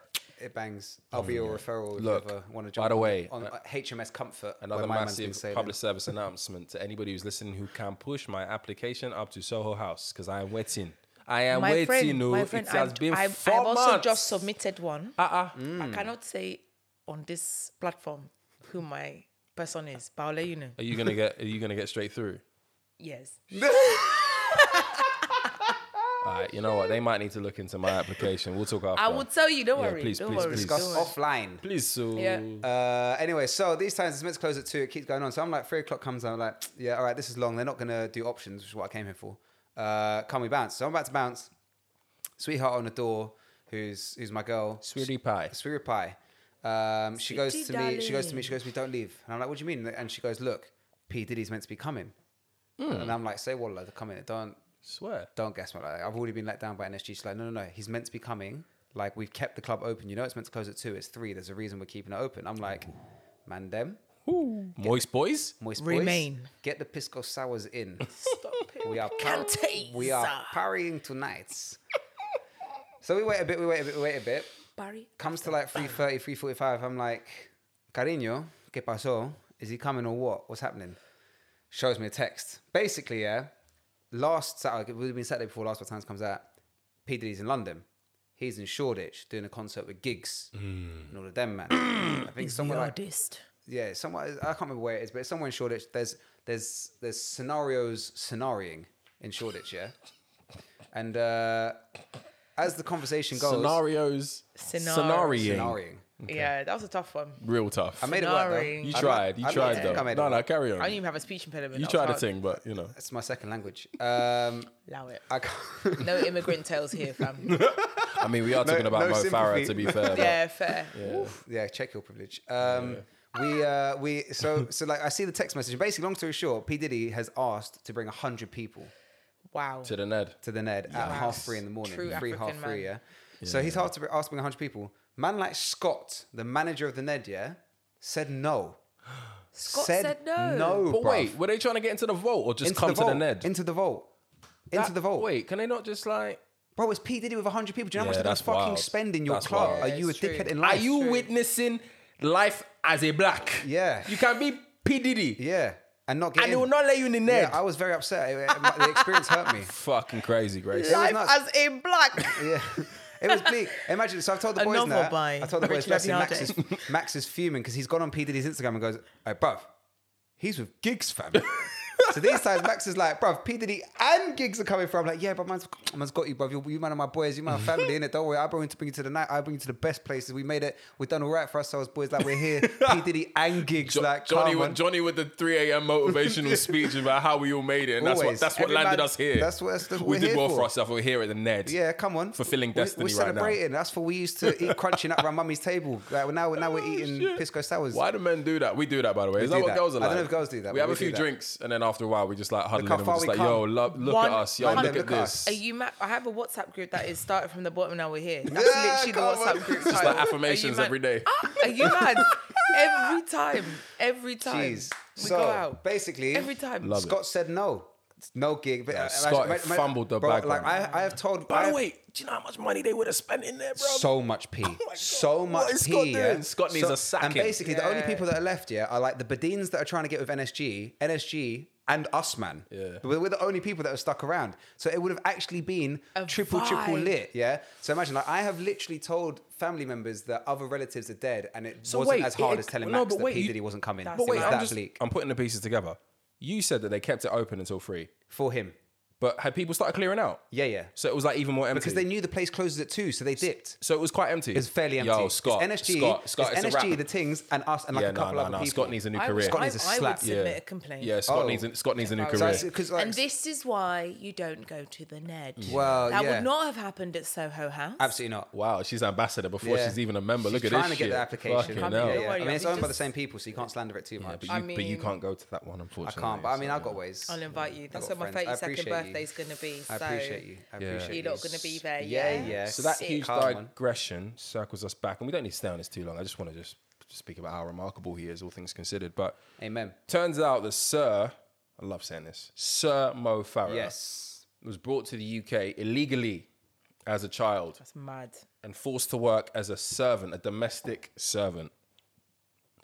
A: it bangs. I'll be your referral if
B: Mm, Look,
A: you ever want to
B: by
A: jump
B: the
A: on
B: way,
A: on
B: uh,
A: uh, HMS Comfort. where
B: Another
A: my man's been
B: massive
A: sailing.
B: public service announcement to anybody who's listening who can push my application up to Soho House because I am waiting. I am waiting. oh, it has
C: I'm-
B: been
C: I'm-
B: 4
C: I've also
B: months.
C: just submitted one.
B: Uh-uh.
C: I cannot say on this platform who my person is, but I'll let you know.
B: Are you gonna get? Are you gonna get straight through?
C: Yes.
B: All right, Uh, you know what? They might need to look into my application. We'll talk after.
C: I will tell you. Don't
B: Yeah,
C: worry.
B: please,
C: don't
B: please,
C: worry.
B: please.
C: don't
A: Discuss
C: worry.
A: offline.
B: Please, Sue.
C: Yeah.
A: Uh, anyway, so these times it's meant to close at two. It keeps going on. So I'm like, three o'clock comes. I'm like, yeah, all right, this is long. They're not gonna do options, which is what I came here for. Uh, can we bounce? So I'm about to bounce. Sweetheart on the door, who's who's my girl.
B: Sweetie pie.
A: Sweetie pie. Um, she goes
C: Sweetie
A: to me. She goes to me. She goes to me. Don't leave. And I'm like, what do you mean? And she goes, look, P Diddy's meant to be coming.
B: Hmm.
A: And I'm like, say what? Like, they're coming. Don't
B: Swear.
A: don't guess what. Like, I've already been let down by NSG. She's like, no, no, no. He's meant to be coming. Like we've kept the club open. You know, it's meant to close at two. It's three. There's a reason we're keeping it open. I'm like, man, them
B: Moist boys.
A: moist
C: Remain.
A: boys, get the pisco sours in.
C: Stop it.
A: We are par-
C: Cantes.
A: we are partying tonight. so we wait a bit. We wait a bit. We wait a bit.
C: Barry.
A: Comes to like 3.30, 3.45. I'm like, cariño, ¿qué pasó? Is he coming or what? What's happening? Shows me a text. Basically, yeah, last Saturday, it would have been Saturday before last by the time this comes out, P. Diddy's in London. He's in Shoreditch doing a concert with Gigs and all of them, man. I think somewhere like
C: Yardist.
A: yeah, somewhere I can't remember where it is, but it's somewhere in Shoreditch. There's there's there's scenarios scenarioing in Shoreditch, yeah. And uh, as the conversation goes,
B: Scenarios.
C: Scenar-
B: Scenarioing.
A: scenarioing.
C: Yeah, that was a tough one.
B: Real tough.
A: I made it work. Though.
C: Scenarioing.
B: you
A: I'm not-
B: tried.
A: I'm
B: You
A: not
B: tried
A: saying I
B: though.
A: made it
B: No, no,
A: work.
B: carry
C: I didn't
B: on.
C: even have a speech impediment.
B: You
C: That
B: tried a
C: was hard.
B: thing, but you know.
A: That's my second language. Um,
C: Allow it.
A: I can't.
C: No immigrant tales here, fam.
B: I mean, we are talking about
A: no
B: Mo
A: sympathy.
B: Farah to be fair.
C: yeah, fair.
A: yeah, check your privilege. Um, We uh, we so so like I see the text message. Basically, long story short, P Diddy has asked to bring hundred people
C: Wow.
B: but To the Ned.
A: to the Ned at half three in the morning.
C: True
A: three
C: African
A: half three, yeah.
C: man.
A: So he's asked to bring, asked to bring hundred people. Man like Scott, the manager of the Ned, yeah, said no.
C: Scott said no.
A: No,
B: But
A: bruv.
B: wait, were they trying to get into the vault or just
A: Into
B: come to the
A: vault.
B: Ned?
A: Into the vault. Into
B: That-
A: the vault.
B: Wait, can they not just like?
A: Bro, it's P Diddy with 100 people. Do you know how
B: Yeah,
A: much they're going
B: that's
A: to fucking
B: wild.
A: spend in your
B: That's
A: club?
B: wild.
A: Are
B: Yeah,
A: you a
C: it's true.
A: dickhead in
B: Are
A: life?
B: you
C: true.
B: witnessing life as a black?
A: Yeah.
B: You can be P Diddy,
A: Yeah. And not get
B: and
A: in.
B: they will not let you in the Ned.
A: yeah, I was very upset. It- it- my- the experience hurt me.
B: Fucking crazy, Grace.
A: was
C: Life
A: nuts.
C: as a black.
A: Yeah. It was bleak. Imagine. So I've told the boys
C: novel
A: now.
C: by
A: I told the boys
C: Richard
A: Jesse, Max is,
C: Abiade.
A: Max is fuming because he's gone on P Diddy's Instagram and goes, "Hey, bruv, he's with Gigs, fam." so these times Max is like, "Bruv, P Diddy and Gigs are coming from." I'm like, "Yeah, but man's, man's got you, bruv. You're, you man of my boys. You man of family in it. Don't worry. I bring you to bring you to the night. I bring you to the best places. We made it. We've done all right for ourselves, boys. Like we're here. P Diddy and Gigs.
B: Jo-
A: like
B: Johnny,
A: come
B: with,
A: on.
B: Johnny with the 3 a.m. motivational speech about how we all made it, and that's
A: Always.
B: what that's what
A: Every
B: landed
A: man-
B: us here.
A: that's what- that's what
B: we
A: we're
B: did
A: here
B: well for
A: for.
B: ourselves. We're here at the Ned.
A: Yeah, come on.
B: Fulfilling
A: We're-
B: destiny
A: We're
B: right now.
A: celebrating. That's what we used to eat crunching up around mummy's table. Like now, we're- now
C: Oh,
A: we're eating pisco sours.
B: Why do men do that? We do that, by the way. Is
A: do
B: that what
A: that.
B: girls are
A: I don't
B: like?
A: know if girls do that,
B: We
A: but
B: have
A: we do
B: a few
A: that.
B: drinks, and then after a while, we just like huddle
A: how
B: in and
A: far
B: we're just
A: we
B: like, yo,
A: come.
B: lo- look
C: One
B: at us, yo,
C: hundred
B: look at
A: percent.
B: this.
C: Are you mad? I have a WhatsApp group that is started from the bottom. Now we're here. That's
A: Yeah,
C: literally the
A: come on.
C: WhatsApp group.
B: Just
C: title.
B: like affirmations
C: Are you mad?
B: every day.
A: Ah!
C: Are you mad? every time, every time
A: Jeez.
C: we
A: so
C: go out,
A: basically,
C: every time.
B: Love it.
A: Scott said no. No gig. But, uh,
B: Scott
A: imagine- ma- ma-
B: fumbled the
A: bro,
B: bag,
A: Like
B: man.
A: I, I have told.
B: By
A: I
B: the way, do you know how much money they would have spent in there, bro?
A: so much pee,
B: Oh God.
A: so
B: What
A: much
B: is
A: pee.
B: Scott
A: yeah?
B: doing? Scott needs
A: so,
B: a sacking.
A: And basically, the only
C: Yeah.
A: people that are left here are like the Badines that are trying to get with NSG, NSG, and us, man.
B: Yeah.
A: We're, we're the only people that are stuck around. So it would have actually been
C: A
A: triple, triple
C: vibe.
A: lit. Yeah. So imagine, like, I have literally told family members that other relatives are dead, and it
B: So
A: wasn't
B: wait,
A: as hard
B: it-
A: as telling
B: no,
A: Max
B: but
A: that
B: wait,
A: P
B: you-
A: Diddy wasn't coming.
C: But
A: it
B: but wait,
A: was
B: I'm
A: that
B: just
A: bleak
B: I'm putting the pieces together. You said that they kept it open until three,
A: for him.
B: but had people started clearing out?
A: Yeah, yeah.
B: So it was like even more empty.
A: Because they knew the place closes at two, so they dipped.
B: so it was quite empty.
A: It's fairly empty.
B: Yo, Scott,
A: it's NSG,
B: Scott, Scott,
A: it's
B: it's a
A: NSG,
B: wrap.
A: the Tings, and us, and like
B: yeah,
A: a couple
B: no, no,
A: other
B: no.
A: people.
B: Scott needs a new
C: I,
B: career.
A: Scott
C: I,
A: needs a
C: I
A: slap.
C: would submit
B: Yeah.
C: a complaint.
B: Yeah, Scott
A: Oh.
B: needs a, Scott needs a new
A: So
B: career.
A: I- 'cause, like,
C: And this is why you don't go to the Ned.
A: Well,
C: that
A: yeah.
C: would not have happened at Soho House.
A: Absolutely not.
B: wow, she's ambassador before
A: Yeah.
B: she's even a member.
A: She's
B: Look at this
A: trying to get
B: shit.
A: the application.
B: Fucking
C: Come here,
B: hell.
A: Yeah,
C: Don't
A: yeah.
C: worry,
A: I mean, it's
C: I'll be
A: owned by the
C: just-
A: same people, so you can't slander it too
B: Yeah,
A: much.
B: but you,
A: I
B: but you
C: mean-
B: can't go to that one, unfortunately.
A: can't, but I mean,
B: so-
A: I've got ways.
C: I'll invite you. That's
A: got
C: what my
A: friends. I
C: 32nd
A: appreciate you.
C: birthday's going to be.
A: I
C: so
A: appreciate you. I
B: Yeah.
A: appreciate
C: You're
A: you.
C: not going to be there.
A: Yeah,
C: Yeah,
A: yeah.
B: So that
C: Sick.
B: huge
A: Calm on.
B: digression circles us back, and we don't need to stay on this too long. I just want to just speak about how remarkable he is, all things considered. But
A: Amen.
B: turns out that Sir, I love saying this, Sir Mo Farah,
A: Yes.
B: was brought to the UK illegally as a child
C: That's mad.
B: and forced to work as a servant, a domestic servant.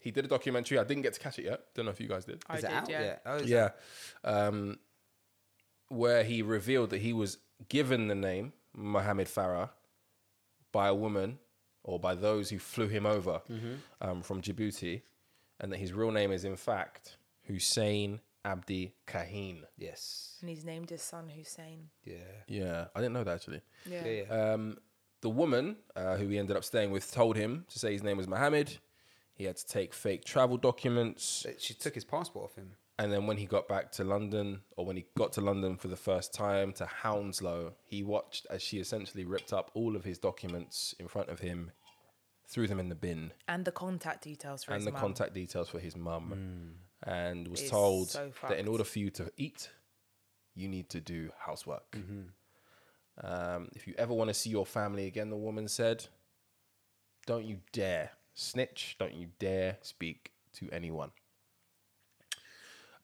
B: He did a documentary. I didn't get to catch it yet. Don't know if you guys did.
C: I
A: Is it
C: did,
A: out?
C: yeah.
A: Yeah. Oh, is it-
B: Yeah. Um, where he revealed that he was given the name Mohammed Farah by a woman or by those who flew him Mm-hmm. over um, from Djibouti, and that his real name is, in fact, Hussein Abdi Kahin.
A: Yes.
C: And he's named his son Hussein.
A: Yeah.
B: Yeah, I didn't know that actually.
C: Yeah.
A: Yeah. yeah.
B: Um, the woman uh, who he ended up staying with told him to say his name was Mohammed. He had to take fake travel documents.
A: But she took his passport off him.
B: And then when he got back to London, or when he got to London for the first time to Hounslow, he watched as she essentially ripped up all of his documents in front of him, threw them in the bin,
C: And the contact details for
B: and
C: his
B: the
C: mum.
B: contact details for his mum, and was
C: It's
B: told
C: so
B: that in
C: fucked.
B: order for you to eat, you need to do housework. Um, if you ever want to see your family again, the woman said, don't you dare snitch, don't you dare speak to anyone.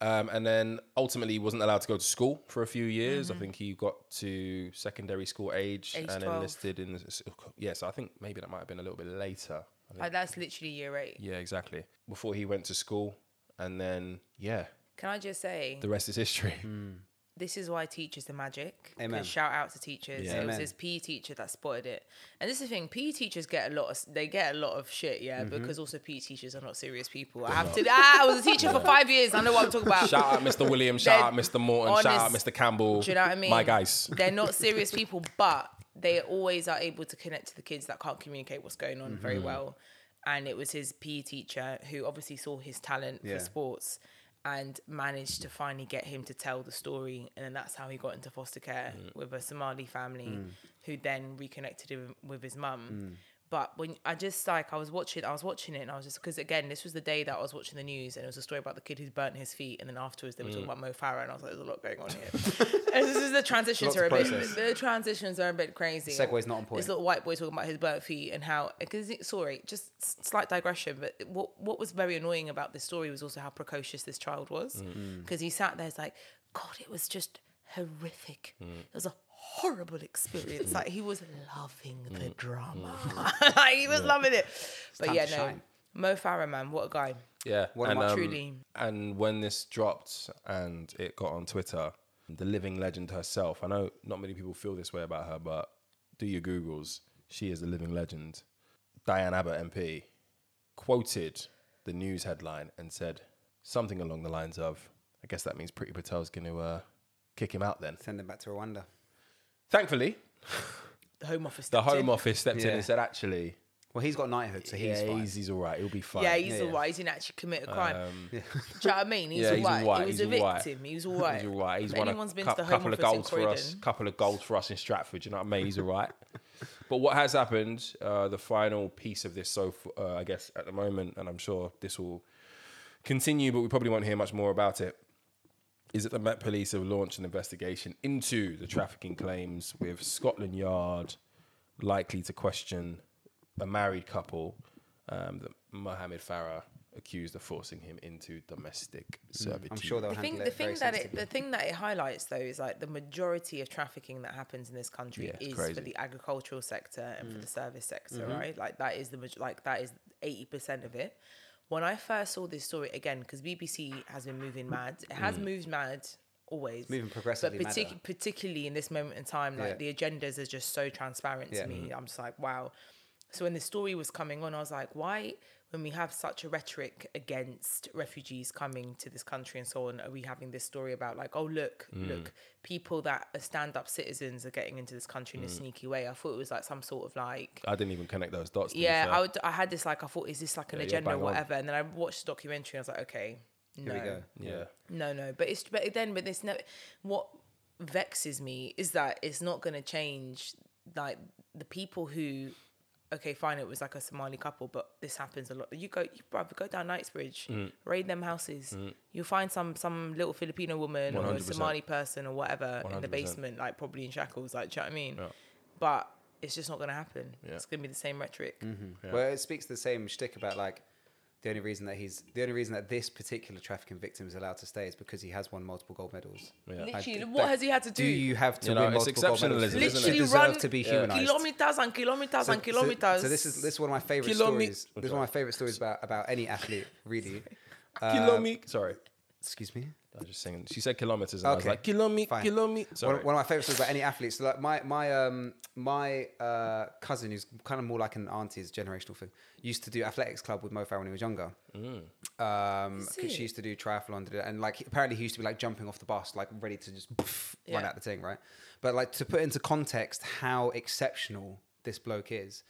B: Um, and then ultimately, he wasn't allowed to go to school for a few years. I think he got to secondary school age,
C: Mm-hmm. Age
B: and
C: 12.
B: enlisted in. Yes, yeah, so I think maybe that might have been a little bit later. I think.
C: Like Uh, that's literally year eight.
B: Yeah, exactly. Before he went to school, and then yeah,
C: Can I just say
B: the rest is history.
C: Hmm. this is why teachers are magic. 'Cause
A: Amen.
C: Shout out to teachers.
B: Yeah.
C: It was
A: Amen.
C: this PE teacher that spotted it. And this is the thing, PE teachers get a lot of they get a lot of shit, yeah, because also PE teachers are not serious people. I have to ah, I was a teacher for five years. I know what I'm talking about.
B: Shout out Mr. Williams, shout out
C: They're
B: Mr. Morton, shout out
C: honest.
B: Mr. Campbell.
C: Do you know what I mean?
B: My guys.
C: They're not serious people, but they always are able to connect to the kids that can't communicate what's going on very well. And it was his PE teacher who obviously saw his talent
A: Yeah.
C: for sports and managed to finally get him to tell the story. And then that's how he got into foster care with a Somali family who then reconnected him with his mum. But when I just like I was watching, I was watching it, and I was just because again, this was the day that I was watching the news, and it was a story about the kid who burnt his feet, and then afterwards they were talking about Mo Farah, and I was like, "There's a lot going on here." and this is the transitions
A: Lots
C: are a
A: to
C: bit,
A: process.
C: the transitions are a bit crazy.
A: Segway's not on point.
C: This little white boy talking about his burnt feet and how because sorry, just s- slight digression, but what what was very annoying about this story was also how precocious this child was
A: Mm-hmm.
C: because he sat there, it's like, God, it was just horrific.
A: Mm.
C: It was a horrible experience. like he was loving the
A: Mm.
C: drama. like he was loving it. but
A: time
C: yeah,
A: to
C: no.
A: shine.
C: Mo Farah, man, what a guy.
B: Yeah.
A: One of
B: and, um,
A: my
C: truly-
B: and when this dropped and it got on Twitter, the living legend herself, I know not many people feel this way about her, but do your Googles. She is a living legend. Diane Abbott MP quoted the news headline and said something along the lines of, I guess that means Pretty Patel's going to uh, kick him out then.
A: Send him back to Rwanda.
B: Thankfully,
C: The Home Office.
B: the
C: stepped
B: Home
C: in.
B: Office stepped in
A: Yeah.
B: and said, actually,
A: Well, he's got knighthood, so he's
B: yeah,
A: fine.
B: he's, he's all right. He'll be fine.
C: Yeah, he's
A: Yeah,
C: all
A: yeah.
C: right. He didn't actually commit a crime. Do you know what I mean? He's,
B: Um, Yeah,
C: all,
B: he's
C: right.
B: all right.
C: He was
B: He's
C: a
B: all right.
C: victim. He was all right.
B: He's all right. He's
C: If
B: won
C: anyone's
B: a
C: been
B: cou-
C: to the home
B: couple of
C: office in
B: goals for us.
C: Croydon-
B: Couple of goals for us in Stratford. You know what I mean? He's all right. but what has happened? Uh, the final piece of this, so f- uh, I guess at the moment, and I'm sure this will continue, but we probably won't hear much more about it. Is that the Met Police have launched an investigation into the trafficking claims with Scotland Yard likely to question a married couple um, that Mohammed Farah accused of forcing him into domestic
A: Mm,
B: servitude.
A: I'm sure they'll
C: The thing,
A: handle
C: the
A: it. very
C: thing that it,
A: sensitively.
C: the thing that it highlights though is like the majority of trafficking that happens in this country
B: Yeah, it's
C: is
B: crazy. Mm-hmm.
C: for the agricultural sector and for the service sector, right? Like that is the maj- like that is eighty percent of it. When I first saw this story again, because BBC has been moving mad, it has
B: Mm.
C: moved mad always,
A: Moving progressively
C: but
A: madder.
C: particularly in this moment in time, like
A: Yeah.
C: the agendas are just so transparent
A: Yeah.
C: to me.
B: Mm-hmm.
C: I'm just like, wow. So when the story was coming on, I was like, why, when we have such a rhetoric against refugees coming to this country and so on, are we having this story about like, oh look,
B: Mm.
C: look, people that are stand-up citizens are getting into this country
B: Mm.
C: in a sneaky way? I thought it was like some sort of like
B: I didn't even connect those dots. to be
C: yeah,
B: fair.
C: I, would, I had this like I thought, is this like an
B: Yeah, you're
C: agenda or
B: bang on.
C: whatever? And then I watched the documentary. and I was like, okay, no,
A: Here we go.
B: yeah.
C: no, no. But it's but then but this no. What vexes me is that it's not going to change. Like the people who, okay, fine, it was like a Somali couple, but this happens a lot. You go, you brother, go down Knightsbridge, raid them houses. You'll find some some little Filipino woman or a
B: 100%.
C: Somali person or whatever in the
B: 100%.
C: basement, like probably in shackles. Like, do you know what I mean? But it's just not going to happen. It's going to be the same rhetoric.
A: Well, it speaks the same shtick about like the only reason that he's the only reason that this particular trafficking victim is allowed to stay is because he has won multiple gold medals.
C: Literally,
A: Like,
C: what
A: like,
C: has he had to do?
A: Do you have to
B: You know,
A: win
B: it's
A: multiple gold medals?
B: exceptionalism, isn't it?
A: You
C: Literally
A: deserve
C: run
A: to be
B: Yeah.
A: humanized.
C: kilometers and kilometers and kilometers.
A: So, this is this is one of my favorite
C: Kilome-
A: stories. This is one of my favorite stories about about any athlete, really.
B: Kilometer. Uh, Sorry.
A: Uh, Excuse me.
B: I was just saying. She said kilometers, and I was
A: Okay.
B: like, kilometer,
A: Fine.
B: kilometer.
A: One,
B: Sorry.
A: one of my favorite stories about any athlete. So like my my um my uh cousin who's kind of more like an auntie's generational thing used to do athletics club with Mo Farah when he was younger. Um, 'cause
C: it?
A: she used to do triathlon did it, and like apparently he used to be like jumping off the bus like ready to just poof, run
C: Yeah.
A: out the thing right. But like to put into context how exceptional this bloke is.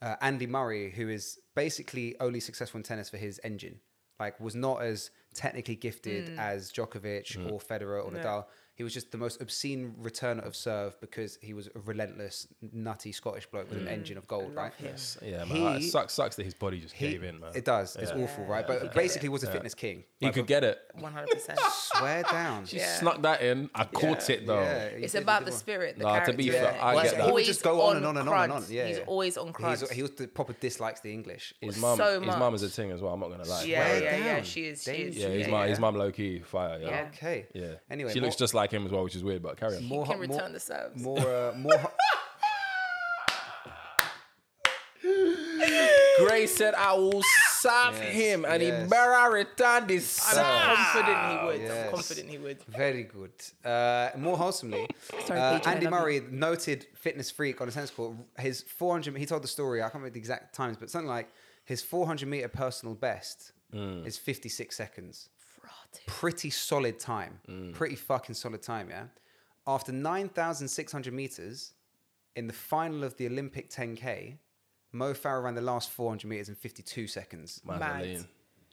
A: Uh, Andy Murray, who is basically only successful in tennis for his engine, like was not as technically gifted
C: Hmm.
A: as Djokovic
B: Mm-hmm.
A: or Federer or
C: No.
A: Nadal. He was just the most obscene returner of serve because he was a relentless, nutty Scottish bloke with an engine of gold, right?
B: Yes. Hmm. Yeah, man. It
A: He-
B: sucks, sucks that his body just
A: He-
B: gave in, man.
A: It does. It's
B: Yeah.
A: awful, right?
C: Yeah.
A: But
C: Yeah.
A: basically, was a fitness king.
B: He
A: Like,
B: could get it.
C: One hundred percent.
A: swear down.
B: She
C: Yeah.
B: snuck that in. I caught it though.
A: Yeah, he
C: It's
A: did- he
C: about
A: did
C: the
A: well.
C: spirit, the
B: Nah, to
C: character.
B: be fair, I
C: He's
B: get that. He
A: would just go on and on and on and
C: crud.
A: on, yeah,
C: He's
A: yeah.
C: always on crud.
A: He's, he was the proper dislikes the English.
B: His mum,
C: so
B: his mum is a
C: much.
B: thing as well. I'm not gonna lie.
C: yeah,
A: Swear
C: yeah, yeah.
A: down.
C: She is. She is.
A: Danger.
B: yeah. His
A: Yeah,
B: mum,
A: yeah.
B: his mum, low key fire. Yeah.
C: Yeah.
A: Okay.
B: yeah.
A: Anyway,
B: she
A: more,
B: looks just like him as well, which is weird. But carry on.
A: more,
C: He can
A: more,
C: return the serves.
A: more, uh, more.
B: Grace said, "I will serve
A: Yes,
B: him, and
A: yes.
B: he better return the serve."
C: I'm confident he would.
A: Yes.
C: I'm confident he would.
A: Very good. Uh, more wholesomely,
C: Sorry,
A: uh,
C: Paige, I
A: Andy
C: love you.
A: Murray, noted fitness freak on a tennis court, his 400. He told the story. I can't remember the exact times, but something like his 400 meter personal best
B: Hmm.
A: is 56 seconds. Pretty solid time.
B: Mm.
A: Pretty fucking solid time. Yeah. After 9,600 meters, in the final of the Olympic 10k, Mo Farah ran the last 400 meters in 52 seconds.
B: Man,
C: Mad.
B: Aline.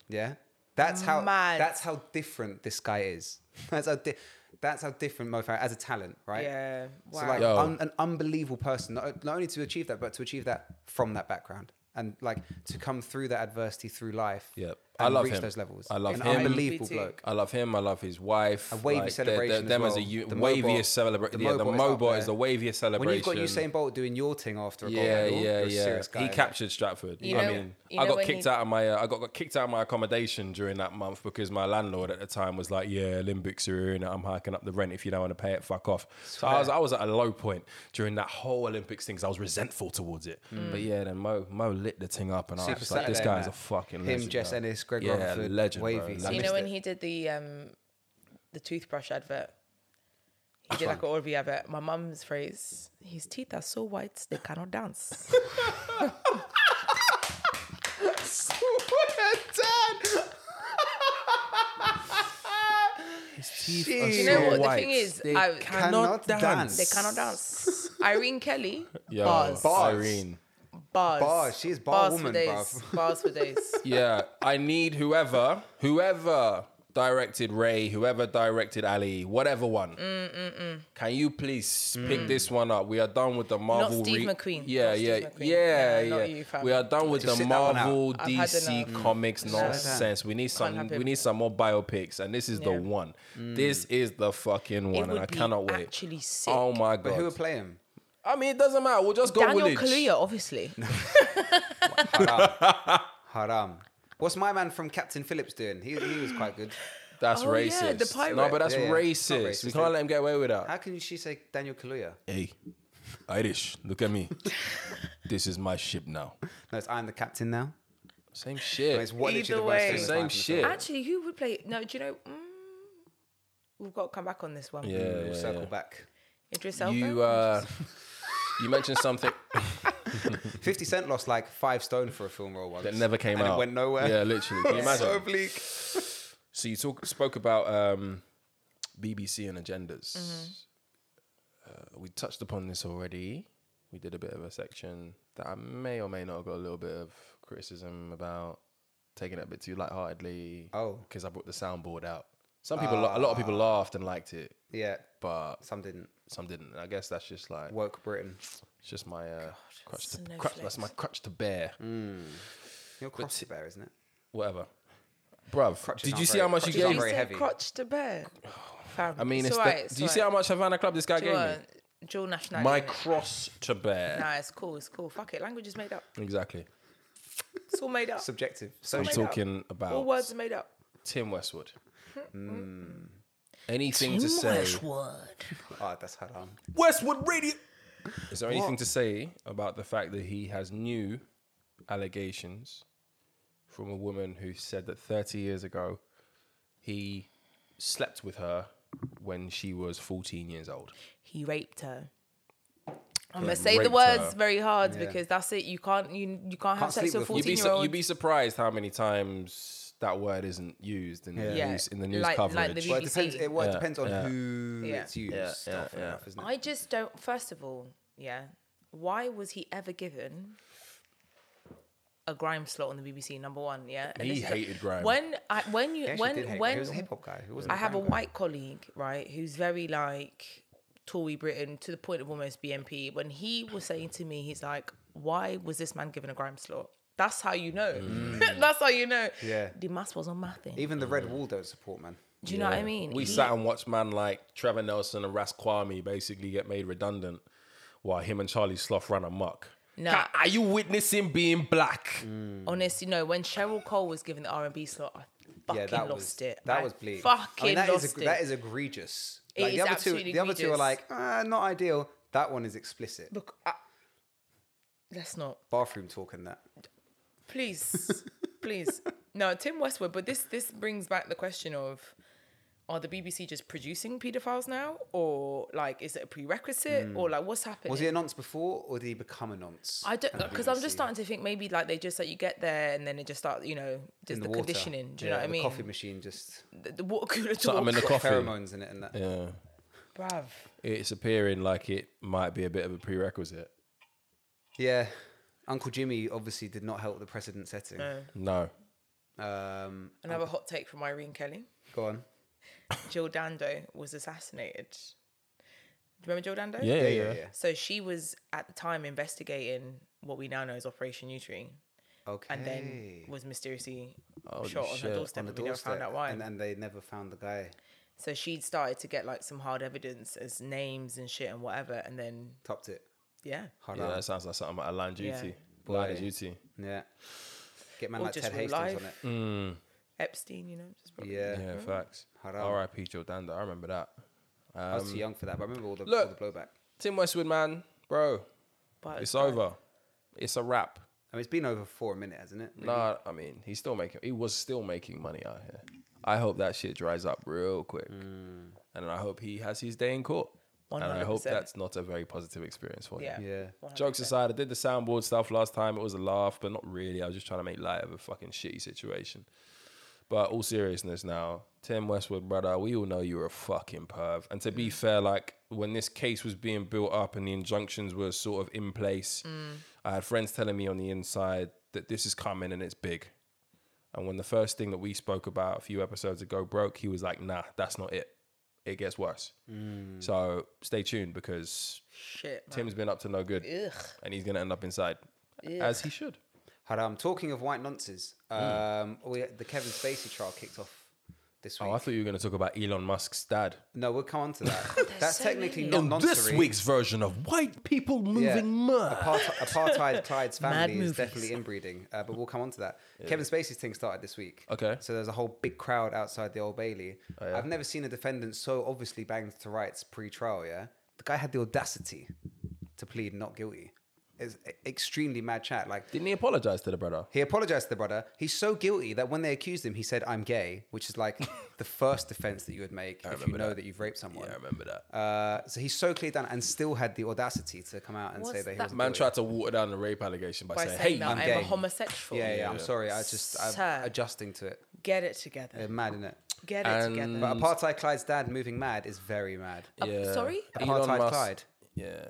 A: Yeah, that's how
C: Mad.
A: that's how different this guy is. That's how di- that's how different Mo Farah as a talent, right?
C: Yeah. Wow.
A: So like
B: Yo.
A: un- an unbelievable person, not, not only to achieve that, but to achieve that from that background and like to come through that adversity through life.
B: Yep. I
A: and
B: love
A: reach
B: him.
A: those levels.
B: I love
A: an
B: him.
A: Unbelievable
C: Me too.
A: bloke.
B: I love him. I love his wife.
A: A wavy
B: Like, they're- they're-
A: celebration.
B: Them
A: as
B: as a
A: well.
B: u-
A: The
B: waviest
A: Mobot-
B: celebration. Yeah, the
A: Mobot up
B: Mobot
A: there.
B: is the waviest celebration.
A: When you've got Usain Bolt doing your thing after a gold
B: Yeah,
A: medal,
B: yeah,
A: you're a
B: yeah.
A: serious guy.
B: he captured Stratford.
C: You
B: I
C: know-
B: mean,
C: you
B: I
C: know
B: got
C: when
B: kicked
C: he-
B: out of my uh, I got, got kicked out of my accommodation during that month because my landlord at the time was like, "Yeah, Olympics are in. I'm hiking up the rent. If you don't want to pay it, fuck off." So I was I was at a low point during that whole Olympics thing. 'cause I was resentful towards it.
C: Mm.
B: But yeah, then Mo Mo lit the thing up, and I was
A: Super
B: just like, "This
A: Saturday,
B: guy's
A: man.
B: a fucking
A: Him,
B: legend."
A: Jess
B: bro.
A: Ennis, Greg
B: yeah,
A: Rutherford,
B: legend, bro.
A: wavy.
B: Like,
C: you
A: I
C: know
A: missed
C: when
A: it.
C: he did the um, the toothbrush advert. He did like an Orvi advert. My mum's phrase: "His teeth are so white they cannot dance."
A: are
C: you
A: so
C: know what? The
B: white.
C: thing is,
A: They
C: I,
A: cannot dance.
C: They cannot dance. Irene Kelly,
B: Yo,
C: bars,
A: Bars.
B: Irene.
C: bars,
A: Bars. She is bar woman,
C: for days.
A: bruv.
C: Bars for days.
B: Yeah, I need whoever, whoever directed Ray, whoever directed Ali, whatever one.
C: Mm,
B: Can you please
A: Mm.
B: pick this one up? We are done with the Marvel.
C: Steve
B: re-
C: McQueen.
B: Yeah,
C: Not
B: yeah,
C: Steve McQueen.
B: yeah,
C: Yeah,
B: yeah.
C: not you, fam.
B: we are done with
A: Just
B: the
A: sit Mm. that one out.
B: Marvel
C: I've had
B: DC
C: enough.
B: comics
C: No.
B: nonsense. We need some.
C: happy.
B: We need some more biopics, and this is the
C: Yeah.
B: one.
A: Mm.
B: This is the fucking
C: it
B: one,
C: would
B: and I
C: be
B: cannot wait.
C: actually sick.
B: Oh my
A: But who
B: god!
A: would play him?
B: I mean, it doesn't matter. We'll just go
C: Daniel
B: Woolwich.
C: Kaluuya, obviously.
A: Haram. What's my man from Captain Phillips doing? He, he was quite good.
B: That's
C: Oh,
B: racist.
C: yeah, the pirate.
B: No, but that's
A: Yeah, yeah. It's not
B: racist. We
A: racist,
B: can't
A: dude.
B: let him get away with that.
A: How can she say Daniel Kaluuya?
B: hey, Irish, look at me. this is my ship now.
A: No, it's I'm the captain now.
B: Same
A: No,
B: shit.
A: it's what literally
C: Either
A: the worst
C: way.
A: thing that's
B: Same
A: happened to
B: shit.
A: us.
C: Actually, who would play? No, do you know? Mm, we've got to come back on this one.
B: Yeah,
A: We'll
B: yeah,
A: circle
B: yeah.
A: back.
C: Idris Elba.
B: You uh, you mentioned something
A: 50 Cent lost like five stone for a film role once.
B: that never came
A: and
B: out.
A: It went nowhere.
B: Yeah, literally. Can you imagine?
A: so bleak.
B: So you talk spoke about um, BBC and agendas.
A: Mm-hmm.
B: Uh, we touched upon this already. We did a bit of a section that I may or may not have got a little bit of criticism about taking it a bit too lightheartedly.
A: Oh. Ah.
B: because I brought the soundboard out. Some people, la- a lot of people laughed and liked it,
A: Yeah,
B: but
A: some didn't.
B: some didn't. And I guess that's just like
A: Woke Britain.
B: it's just my uh, crutch to
C: snowflakes.
B: crutch, that's my crutch to bear.
A: Mm. You're cross bear, isn't it?
B: Whatever, bruv.
A: Crutches
B: did you
A: aren't
B: see
A: very-
B: how much you
A: crutches aren't
B: gave?
C: you
A: very
C: said
A: heavy.
C: crotch to bear. Fam,
B: I mean, it's,
C: alright,
B: the,
C: it's
B: do you see how
C: alright.
B: much Havana Club this guy
C: Do
B: gave
C: you
B: me?
C: want dual nationality?
B: My
C: innit?
B: cross to bear.
C: Nah, it's cool. It's cool. Fuck it. Language is made up.
B: Exactly.
C: It's all made up.
A: Subjective.
B: I'm
A: Social.
C: made up.
B: talking about
C: all words Hmm. are made up.
B: Tim Westwood. Hmm. Anything to say?
A: Oh, that's haram.
B: Westwood Radio. Is there anything to say about the fact that he has new allegations from a woman who said that 30 years ago he slept with her when she was 14 years old.
C: He raped her. I'm gonna
B: Like,
C: say the
B: raped
C: words
B: her.
C: very hard
A: Yeah.
C: because that's it. You can't you you can't have
A: Can't
C: sex
A: sleep
C: with
A: with-
B: You'd be,
C: fourteen
B: su-
C: year old.
B: you'd be surprised how many times that word isn't used in the
A: Yeah.
B: news, in the news
C: Like- like
B: coverage.
C: the
A: Well, it depends.
C: BBC.
A: It, well, it
B: Yeah,
A: depends on
B: yeah.
A: who
C: Yeah.
A: it's used.
B: Yeah, yeah,
A: stuff
B: yeah.
A: Enough, isn't it?
C: I just don't. First of all, yeah. Why was he ever given a grime slot on the BBC? Number one, yeah.
B: He
C: this is-
B: hated grime.
C: When I when
A: He
C: you
A: actually
C: when
A: did hate it.
C: when
A: he was a hip hop guy. He wasn't
C: I have a
A: grime guy.
C: white colleague, right, who's very like Tory Britain to the point of almost BNP. When he was saying to me, he's like, "Why was this man given a grime slot?" That's how you know.
B: Mm.
C: That's how you know.
A: Yeah.
C: the mass was on mathing. Do
A: Even the Red Wall don't support man.
C: you know what I
B: Yeah.
C: mean?
B: We
C: He-
B: sat and watched man like Trevor Nelson and Ras Kwame basically get made redundant while him and Charlie Slough ran amok.
C: No.
B: Ca- Are you witnessing being black?
C: honestly, no. When Cheryl Cole was given the R and B slot, I fucking
A: yeah, that
C: lost
A: was
C: it.
A: that
C: I
A: was bleak. I mean,
C: Fucking
A: that is
C: lost
A: eg-
C: it.
A: that is egregious.
C: It
A: Like,
C: is
A: the other two,
C: absolutely
A: the other two are
C: egregious.
A: like uh, not ideal. That one is explicit.
C: Look, I, let's not.
A: Bathroom talk and that.
C: Please, please. No, Tim Westwood. But this this brings back the question of: Are the BBC just producing paedophiles now, or like is it a prerequisite, or like what's happening?
A: Hmm. Was he a nonce before, or did he become a nonce?
C: I don't
A: at the
C: because I'm
A: BBC?
C: just starting to think maybe like they just like you get there and then they just start you know just
A: In
C: the,
A: water.
C: conditioning. Do you
A: Yeah,
C: know what I
A: the
C: mean?
A: Coffee machine just
C: The, the water cooler talk.
B: Something in the coffee.
A: pheromones in it and that.
B: Yeah.
C: Bruv.
B: It's appearing like it might be a bit of a prerequisite.
A: Yeah. Uncle Jimmy obviously did not help the precedent setting.
C: No.
B: No.
A: Um,
C: Another hot take from Irene Kelly.
A: go on.
C: Jill Dando was assassinated. Do you remember Jill Dando?
B: Yeah, yeah, yeah.
C: So she was at the time investigating what we now know as Operation Uterine,
A: Okay.
C: and then was mysteriously
B: Holy
C: shot on
B: shit,
C: her
B: on
C: doorstep,
A: on the
C: but we never
A: doorstep,
C: found out why.
A: and, and they never found the guy.
C: so she'd started to get like some hard evidence as names and shit and whatever, and then
A: Topped it.
C: yeah,
A: Hard
B: Yeah,
A: out.
B: that sounds like something out of line duty.
A: Yeah.
B: Line of
A: Boy.
B: duty.
A: Yeah. Get man
C: Or
A: like
C: just
A: Ted Hastings
C: real
A: on it.
C: life.
B: Mm.
C: Epstein, you know, just probably-
A: Yeah.
B: Yeah, facts.
A: Haram.
B: R.I.P. Joe Danda. I remember that.
A: I was too young for that, but I remember all the, all
B: Um, look.
A: the blowback.
B: Tim Westwood, man, bro,
C: But
B: it's over. It's a wrap.
A: I mean, it's been over for a minute, hasn't it? Really?
B: Nah, I mean, he's still making. He was still making money out here. I hope that shit dries up real quick, and I hope he has his day in court. And I hope
C: 100%.
B: that's not a very positive experience for him.
C: Yeah.
A: Yeah.
C: 100%.
B: Jokes aside, I did the soundboard stuff last time. It was a laugh, but not really. I was just trying to make light of a fucking shitty situation. But all seriousness now, Tim Westwood, brother, we all know you're a fucking perv. And to be fair, like when this case was being built up and the injunctions were sort of in place, I had friends telling me on the inside that this is coming and it's big. And when the first thing that we spoke about a few episodes ago broke, he was like, nah, that's not it. It gets worse. So stay tuned because
C: Shit. man.
B: Tim's been up to no good,
C: Ugh.
B: and he's gonna end up inside, as he should.
A: Haram. Talking of white nonces,
B: Mm.
A: um, we, the Kevin Spacey trial kicked off this week.
B: Oh, I thought you were gonna talk about Elon Musk's dad.
A: no, we'll come on to that. That's
C: so
A: technically
C: many.
A: not
B: In this
A: noncery.
B: week's version of White People Moving
A: Yeah.
B: Mad.
A: Apart- apartheid Clyde's
C: Mad
A: family is
C: movies.
A: definitely inbreeding, uh, but we'll come on to that. Kevin Spacey's thing started this week.
B: Okay. Oh,
A: So there's a whole big crowd outside the Old Bailey. I've never seen a defendant so obviously banged to rights pre trial, yeah? The guy had the audacity to plead not guilty. It's e- extremely mad chat. Like,
B: Didn't he apologize to the brother?
A: he apologized to the brother. He's so guilty that when they accused him, he said, I'm gay, which is like the first defense that you would make if you
B: remember
A: know
B: that.
A: that you've raped someone.
B: Yeah, I remember that.
A: Uh, so he's so clearly done and still had the audacity to come out and say
C: What's
A: that he
C: that?
A: was
B: Man
A: guilty.
B: tried to water down the rape allegation by,
C: By
B: saying,
C: saying
B: "Hey,
C: that
A: I'm
C: I'm,
A: gay.
C: a homosexual.
A: Yeah, yeah, I'm sorry. I just I'm
C: Sir.
A: adjusting to it.
C: Get it together.
A: They're mad in it.
C: Get it
B: Um, And-
C: together.
A: But apartheid Clyde's dad moving mad is very mad.
C: Uh,
B: yeah.
C: sorry?
A: Apartheid Clyde.
B: Yeah.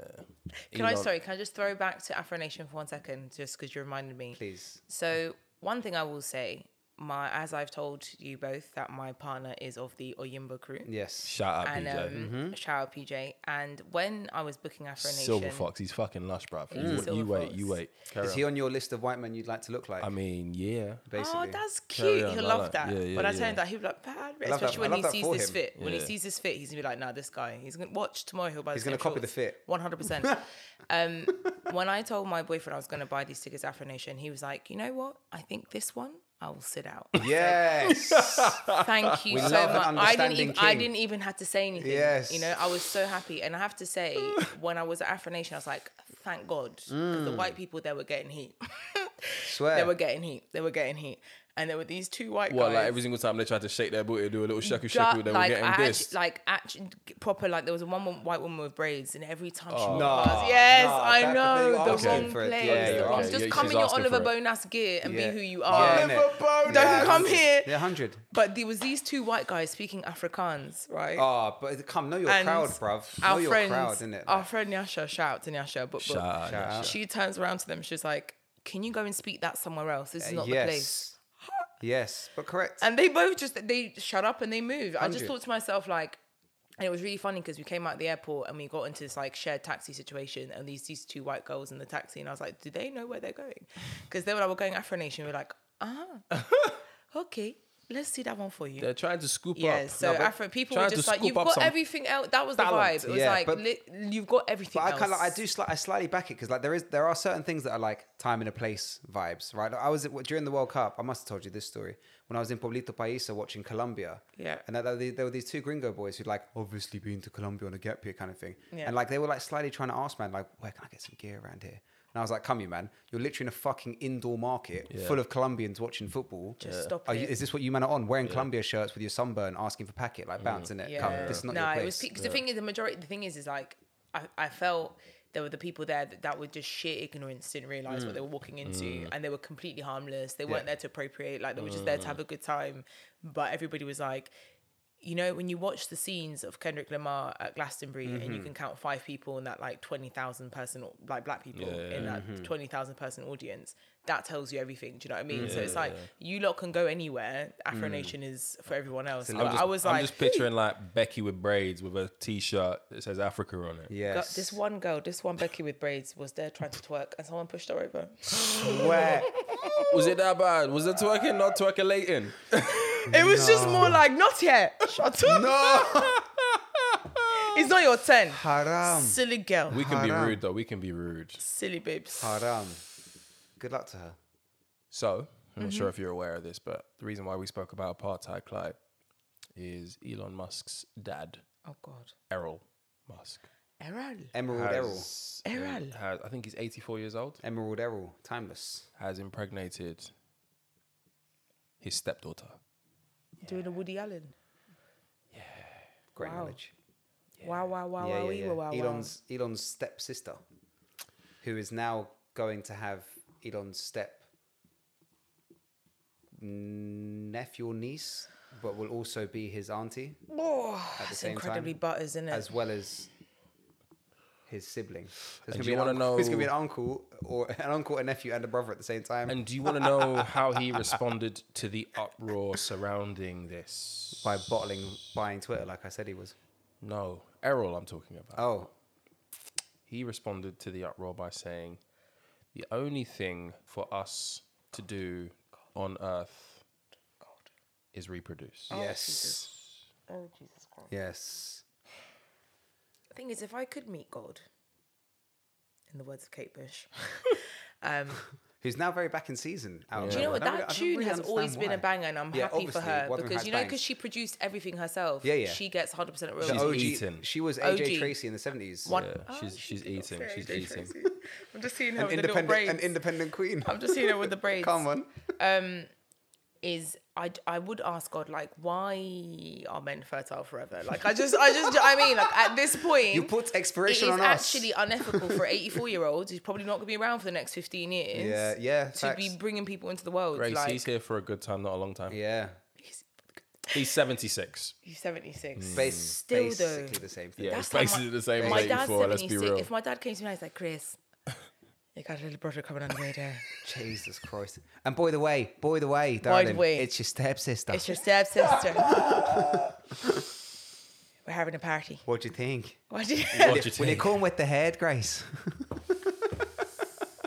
C: Can I
B: Elon-
C: sorry? Can I just throw back to Afro Nation for one second, just because you reminded me?
A: Please.
C: So one thing I will say, my as I've told you both that my partner is of the Oyimbo crew,
A: Yes.
B: Shout out,
C: and
B: PJ.
C: um, shout out PJ. And when I was booking Afro Nation,
B: Silver Fox, he's fucking lush, bruv. You- You,
C: Silver
B: wait,
C: Fox.
B: you wait. Carry
A: Is
B: on.
A: he on your list of white men you'd like to look like?
B: I mean, yeah.
A: basically.
C: Oh, that's
B: Carry
C: cute.
B: on,
C: He'll
B: I
C: love
B: like-
C: that.
B: yeah, yeah,
C: when I
B: yeah.
C: tell him that, he'll be like, bad.
A: that-
C: Especially
A: I
C: when
A: love
C: he
A: that
C: sees
A: for
C: this
A: him.
C: fit. When he
B: Yeah.
C: sees this fit, he's gonna be like, nah, this guy. He's gonna watch tomorrow. He'll buy.
A: He's
C: this
A: gonna
C: guy
A: copy the
C: shorts.
A: fit.
C: One hundred percent. Um, when I told my boyfriend I was gonna buy these tickets to Afro Nation, he was like, you know what? I think this one. I will sit out.
A: yes.
C: Thank you
A: We
C: so
A: love an
C: much. I didn't,
A: understanding
C: even, I
A: king.
C: didn't even have to say anything.
A: Yes.
C: You know, I was so happy. And I have to say, when I was at Afro Nation, I was like, thank
A: Mm.
C: God. 'cause The white people there were getting heat.
A: Swear.
C: They were getting heat. They were getting heat. and there were these two white
B: What,
C: guys.
B: like every single time they tried to shake their booty, do a little shaku
C: Ju-
B: shaku, they were
C: like,
B: getting
C: I actu-
B: dissed.
C: like actually proper like there was a one wo- white woman with braids and every time she
B: Oh.
C: walked
A: Nah,
C: past, yes
A: nah,
C: I
A: that-
C: know
A: you
C: the
A: asking
C: wrong
A: for it.
C: place
A: Yeah,
C: the
A: you're
C: wrong-
A: asking-
C: just
B: yeah,
C: come
B: she's
C: in your
B: asking
C: Oliver
B: for it.
C: Bonas gear and
A: Yeah.
C: be who you are
A: Yeah, innit?
C: don't come here
A: Yeah, hundred.
C: but there was these two white guys speaking Afrikaans right
A: Ah, but come know your
C: And
A: crowd, bruv. Know
C: our
A: your
C: friends
A: crowd, innit?
C: our friend Nyasha shout out to Nyasha but,
B: Shout out,
A: Shout out.
C: she turns around to them she's like can you go and speak that somewhere else this is not
A: Uh, yes.
C: the place
A: Yes, but correct.
C: And they both just they shut up and they moved. I just
A: Hundred.
C: thought to myself like, and it was really funny because we came out of the airport and we got into this like shared taxi situation and these these two white girls in the taxi and I was like, do they know where they're going? Because they were like, we're going Afro Nation. We are like, ah, okay, let's see that one for you.
B: They're trying to scoop
C: yeah,
B: up.
C: so
A: No, but
C: Afro people
B: trying
C: were
B: to
C: just like,
B: scoop
C: you've
B: up
C: got
B: some
C: everything else. That was the
A: talent,
C: vibe. It was
A: yeah,
C: like,
A: but-
C: li- you've got everything
A: But I
C: else.
A: kind of I do sli- I slightly back it because like there is there are certain things that are like time and a place vibes, right? I was at- during the World Cup. I must have told you this story when I was in Pueblito Paisa watching Colombia.
C: Yeah.
A: and there, there- there were these two gringo boys who'd like obviously been to Colombia on a gap year kind of thing,
C: Yeah.
A: and like they were like slightly trying to ask man like where can I get some gear around here. And I was like, "Come here, man! You're literally in a fucking indoor market
B: Yeah.
A: full of Colombians watching football.
C: Just Yeah. stop
A: Are you,
C: it.
A: is this what you man are on? Wearing Colombia shirts with your sunburn, asking for packet, like bounce in it. Come, this is not
C: no,
A: your place.
C: it was because the thing is, the majority, the thing is, is like I, I felt there were the people there that, that were just sheer ignorance, didn't realize
B: Mm.
C: what they were walking into, and they were completely harmless. They weren't there to appropriate, like they were just there to have a good time. But everybody was like, you know, when you watch the scenes of Kendrick Lamar at Glastonbury, and
B: Mm-hmm.
C: you can count five people in that like twenty thousand person, or- like black people
B: Yeah. Mm-hmm.
C: in that twenty thousand person audience. That tells you everything. Do you know what I mean? so it's like you lot can go anywhere. Afro
B: Mm.
C: Nation is for everyone else. But
B: I'm just,
C: I was
B: I'm
C: like,
B: just picturing like Becky with braids with a T-shirt that says Africa on it.
C: Got-
A: yes.
C: this one girl, this one Becky with braids, was there trying to twerk, and someone pushed her over.
A: Where?
B: Was it that bad? Was it twerking? Not twerking.
C: It was just more like, not yet. Shut up.
A: no.
C: It's not your turn.
A: Haram.
C: Silly girl.
B: We can be
A: Haram.
B: rude though. We can be rude.
C: Silly babes.
A: Haram. Good luck to her.
B: So, I'm
C: Mm-hmm.
B: not sure if you're aware of this, but the reason why we spoke about apartheid, Clyde, is Elon Musk's dad,
C: Oh God.
B: Errol Musk.
C: Errol.
A: Emerald Errol.
B: has-
C: Errol.
B: has- I think he's 84 years old.
A: Emerald Errol. Timeless.
B: Has impregnated his stepdaughter.
C: Doing a Woody Allen.
A: Great
C: Wow.
A: knowledge.
C: Wow, wow, wow,
A: yeah,
C: wow,
A: yeah,
C: wow,
A: yeah.
C: wow, wow.
A: Elon's Elon's stepsister, who is now going to have Elon's step nephew or niece, but will also be his auntie,
C: Oh,
A: the
C: that's
A: same
C: incredibly
A: time
C: butters, isn't it?
A: as well as his sibling. So it's
B: And
A: gonna
B: do
A: be
B: you
A: an
B: wanna
A: uncle- It's gonna be an
B: know-
A: uncle or an uncle, a nephew, and a brother at the same time.
B: And do you want to know how he responded to the uproar surrounding this?
A: by bottling buying Twitter like I said he was.
B: No, Errol, I'm talking about.
A: Oh,
B: He responded to the uproar by saying, The only thing for us to do on earth is reproduce.
A: yes.
C: oh Jesus Christ.
A: Yes.
C: The thing is, if I could meet God, in the words of Kate Bush, um,
A: Who's now very back in season. out of
C: Do you know
A: nowhere.
C: what?
A: I don't really- I
C: That
A: don't
C: tune
A: really
C: has
A: understand
C: always been
A: why.
C: a banger, and I'm
A: Yeah,
C: happy for
A: obviously,
C: her
A: Wuthering
C: because
A: Heights
C: you know,
A: bangs.
C: because she produced everything herself.
A: Yeah, yeah.
C: She gets 100 percent royalties.
A: The OG,
B: eaten.
A: She was AJ
C: OG.
A: Tracy in the 70s.
C: One-
B: Yeah,
C: Oh,
B: she's-
C: she
B: she's
C: did not say
B: eating, she's
C: AJ
B: eating.
C: Tracy. I'm just seeing her
A: an
C: with the little
A: independent,
C: braids.
A: an independent queen.
C: I'm just seeing her with the braids.
A: Come on.
C: Is I I would ask God like why are men fertile forever? Like I just I just I mean like at this point
A: You put
C: it is
A: expiration on us.
C: actually unethical for 84 year olds who's probably not going to be around for the next 15 years.
A: Yeah, yeah,
C: To
A: facts.
C: be bringing people into the world.
B: Grace,
C: like,
B: he's here for a good time, not a long time.
A: yeah.
B: He's 76.
C: he's 76.
A: Bas-
C: Mm. Still though.
A: basically the same thing.
B: Yeah,
C: That's
B: it's
C: how my-
B: basically the same
C: my
B: as
C: dad's
B: 84, let's be
C: 76.
B: real.
C: If my dad came to me, I was like, Chris, you got a little brother coming on the way there.
A: Jesus Christ. And by the way, by the way, darling,
C: the way.
A: it's your stepsister.
C: It's your stepsister. We're having a party.
A: what do you think?
C: What do you-
B: What do you
A: Will you
B: think?
A: come with the head, Grace?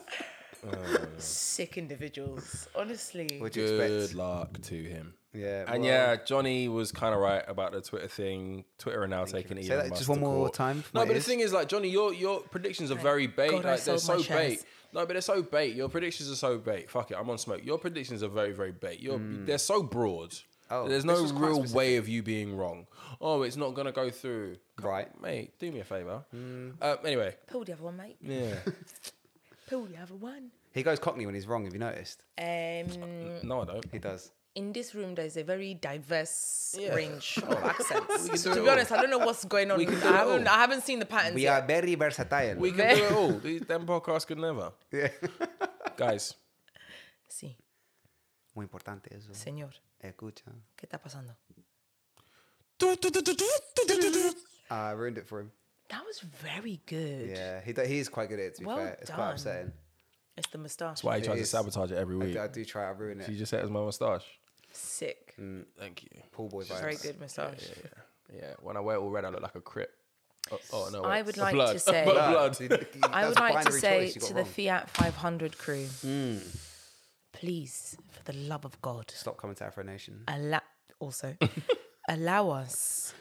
C: Sick individuals, honestly.
A: What do you
B: Good
A: expect?
B: luck to him.
A: Yeah,
B: and
A: well-
B: yeah, Johnny was kind of right about the Twitter thing. Twitter are now taking Elon
A: Say that
B: Musk
A: just one
B: to
A: more
B: court.
A: time for
B: No,
A: my
B: but
A: ears.
B: the thing is, like Johnny, your your predictions are very bait.
C: God, I
B: like they're so
C: sold my shares.
B: bait. No, but they're so bait. Your predictions are so bait. Fuck it, I'm on smoke. Your predictions are very very bait. You're, They're so broad.
A: Hmm. Oh,
B: There's
A: this
B: no
A: was quite
B: real
A: specific.
B: way of you being wrong. Oh, it's not gonna go through.
A: Right.
B: mate.
A: Hmm.
B: Do me a favor. Uh, anyway,
C: Pull the other one, mate.
B: yeah.
C: Pull the other one.
A: He goes Cockney when he's wrong. Have you noticed?
C: Um,
B: No, I don't.
A: He does.
C: in this room, there's a very diverse
B: Yeah.
C: range of accents.
B: do
C: to
B: it
C: be
B: all.
C: honest, I don't know what's going on.
B: We can do
C: I
B: it
C: haven't,
B: all.
C: I haven't seen the patterns
A: We
C: yet.
A: are very versatile.
B: We can do it all. These damn podcasts could never.
A: yeah.
B: Guys,
C: Sí,
A: Muy importante eso.
C: señor.
A: Escucha.
C: ¿Qué está pasando?
A: Ah, I ruined it for him.
C: That was very good.
A: Yeah, he do- he is quite good at it. To be
C: Well
A: fair, it's quite
C: done.
A: upsetting.
C: It's the moustache.
B: that's why he tries to
A: is.
B: sabotage it every
A: I
B: week.
A: do, I do try to ruin
B: She
A: it.
B: just said it was my moustache.
C: Sick.
B: Thank you.
A: Pool boy vibes.
C: Very good moustache.
B: Yeah, when I wear it all red, I look like a crip. Oh, oh no!
C: I
B: wait.
C: would
B: A
C: like
B: blood.
C: to say-
B: A blood.
A: Ah, See, th-
C: I
A: that's
C: would like to
A: binary
C: say
A: choice you got
C: to the
A: wrong. Hmm.
C: Fiat 500 crew, please, for the love of God,
A: Stop coming to Afro Nation.
C: allow also allow us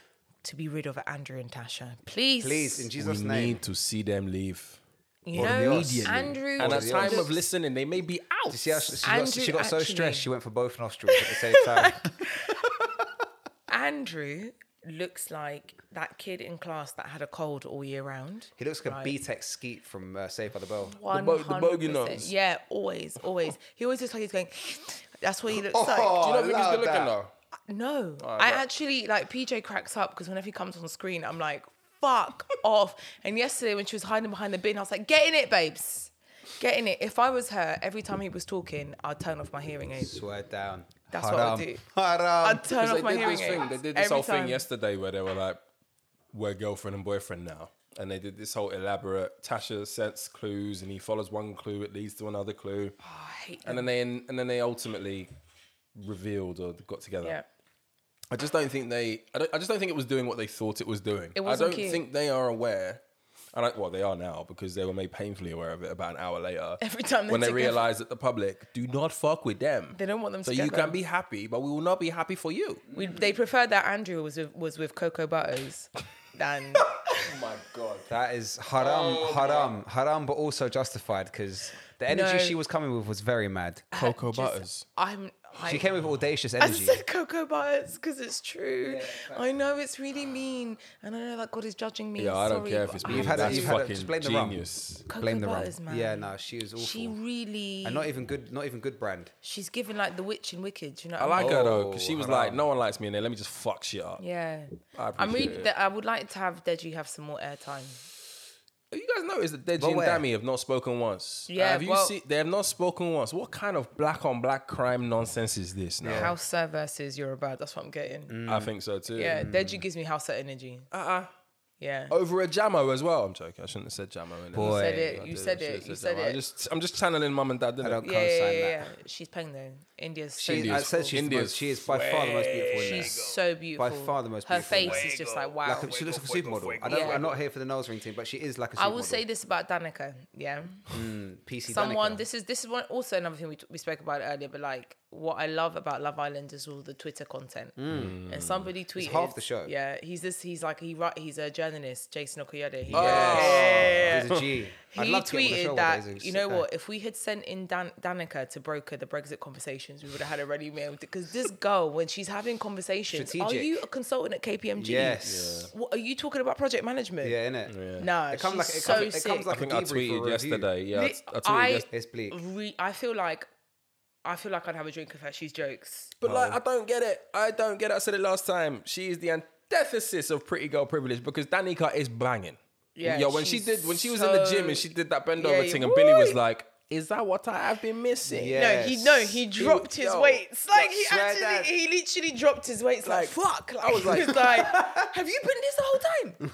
C: to be rid of Andrew and Tasha, please.
A: Please, in
B: we
A: Jesus' name.
B: need to see them leave.
C: you
A: Por
C: know,
A: Dios.
C: Andrew.
B: And at
A: Obviously.
B: time of listening, they may be out.
A: You see how she, she got,
C: Andrew
A: she got so
C: actually-
A: stressed she went for both nostrils at the same time.
C: Andrew looks like that kid in class that had a cold all year round.
A: he looks like a
C: Right.
A: B-Tech skeet from uh, Saved by the Bell.
B: bo- the bogey
C: 100%.
B: nuts.
C: Yeah, always, always. He always looks like he's going. That's what he looks
A: Oh.
C: like.
B: Do you not think he's
A: Allow
B: good looking
A: that.
B: though?
C: No, I
B: right.
C: actually like PJ cracks up because whenever he comes on screen, I'm like, fuck off. And yesterday when she was hiding behind the bin, I was like, get in it, babes. Get in it. If I was her, every time he was talking, I'd turn off my hearing aids.
A: Swear down.
C: That's what I
A: Haram.
C: do.
A: Haram.
C: I'd turn off
B: Because
C: my
B: they did
C: hearing
B: this thing.
C: aids.
B: They did this
C: every
B: whole
C: time.
B: thing yesterday where they were like, "We're girlfriend and boyfriend now," and they did this whole elaborate. Tasha sets clues, and he follows one clue, it leads to another clue,
C: Oh, I hate
B: and
C: them.
B: then they and then they ultimately revealed or got together.
C: Yeah.
B: I just don't think they. I, don't, I just don't think it was doing what they thought it was doing.
C: It
B: I
C: wasn't
B: don't
C: cute.
B: think they are aware. And I, well, they are now because they were made painfully aware of it about an hour later.
C: Every time they're
B: when they
C: together.
B: realize that the public do not fuck with them.
C: They don't want them
B: So you
C: together.
B: can be happy, but we will not be happy for you.
C: We, they preferred that Andrew was with, was with Coco Butters than
B: Oh my god.
A: That is haram,
C: Oh,
A: haram, haram, but also justified because the energy
C: No.
A: she was coming with was very mad.
B: Cocoa
C: Just-
B: butters.
C: I'm. I,
A: She came with audacious
C: I
A: energy.
C: said cocoa butters because it's true. I know it's really mean, and I know that God is judging me.
B: Yeah, I don't
C: Sorry,
B: care
C: but
B: if it's
C: I
B: me.
A: You've had a-
B: That's
A: you've had a-
B: fucking
A: just blame the rum.
B: genius.
C: Cocoa
A: Blame the rum.
C: butters, man.
A: Yeah, no, she was awful.
C: She really.
A: and not e- even good, not even good brand.
C: she's given like the witch in Wicked. You know.
B: I
C: what
B: like
C: mean?
B: her though because she
A: Oh,
B: was
A: haram.
B: like, "No one likes me," and then let me just fuck shit up.
C: Yeah.
B: I
C: I'm
B: appreciate
C: really.
B: it.
C: That I would like to have Deji have some more airtime.
B: Have You guys noticed that Deji
A: But
B: and
A: where?
B: Dami have not spoken once.
C: Yeah,
B: have you
C: well-
B: seen? They have not spoken once. What kind of black on black crime nonsense is this? Now
C: House Sir versus Yoruba. That's what I'm getting.
A: Mm.
B: I think so too.
C: Yeah, Deji gives me house Sir energy.
B: Uh
A: Uh-uh.
B: uh
C: Yeah.
A: Oh,
B: Over a Jamo as well. I'm joking. I shouldn't have said Jamo. innit?
A: Boy.
C: You said
B: I
C: it. You
B: did. I
C: said
B: should've
C: it. You said
B: Jamo. I
C: it.
B: just, I'm just channeling mum and dad. Didn't
A: I
B: I
A: don't
C: Yeah, yeah,
A: co-sign
C: yeah,
A: that.
C: yeah. She's paying though. India's so
B: India's
A: I
C: beautiful.
A: said she's the
B: India's
A: most, she is by far the most beautiful. In there.
C: She's so beautiful.
A: far the most
C: Her
A: beautiful in
C: face
A: there.
C: is just like wow.
A: Like a, she looks like a supermodel. I don't,
C: Yeah.
A: I'm not here for the nose ring team, but she is like a supermodel.
C: I will say this about Danica. Yeah,
A: PC
C: someone.
A: Danica.
C: This is this is one, also another thing we, t- we spoke about earlier. But like, what I love about Love Island is all the Twitter content. And somebody tweeted
A: Hmm. half the show.
C: Yeah, he's this. He's like he write. He's a journalist, Jason Okoyede.
A: Oh.
C: He,
A: Yes. He's a G. I'd
C: he
A: love to get him on the show one
C: tweeted
A: day. He's
C: that
A: a
C: you
A: sick
C: know
A: guy.
C: what? If we had sent in Dan- Danica to broker the Brexit conversations, we would have had a ready meal. Because this girl, when she's having conversations, are
A: Strategic.
C: you a consultant at KPMG?
A: Yes.
C: What, are you talking about project management?
A: Yeah, innit?
C: No,
A: It comes like
C: she's
A: it
C: so
A: comes, it
C: sick.
A: comes like
B: I think
A: a
B: I
A: debrief for
B: tweeted
A: a
B: yesterday.
A: Review.
B: Yeah, I,
C: Li-
B: I tweeted
C: I-
B: yesterday.
A: It's bleak.
C: re- I feel like I feel like I'd have a drink with her. She's jokes.
B: But like, I don't get it. I don't get it. I said it last time. She is the antithesis of pretty girl privilege because Danica is banging.
C: Yeah,
B: Yo, when she
C: she's
B: did, when she was in the gym
C: so-
B: and she did that bend
C: Yeah,
B: over
C: yeah.
B: thing, and Billy was
C: Woo!
B: like, "Is that what I have been missing?"
A: Yeah.
C: No, he no, he
A: Yes.
C: dropped his
B: Yo,
C: weights. Like he
A: swear
C: actually,
A: that-
C: he literally dropped his weights. Like,
B: Like,
C: fuck. Like,
B: I was
C: he
B: like-
C: was like, have you been this the whole time?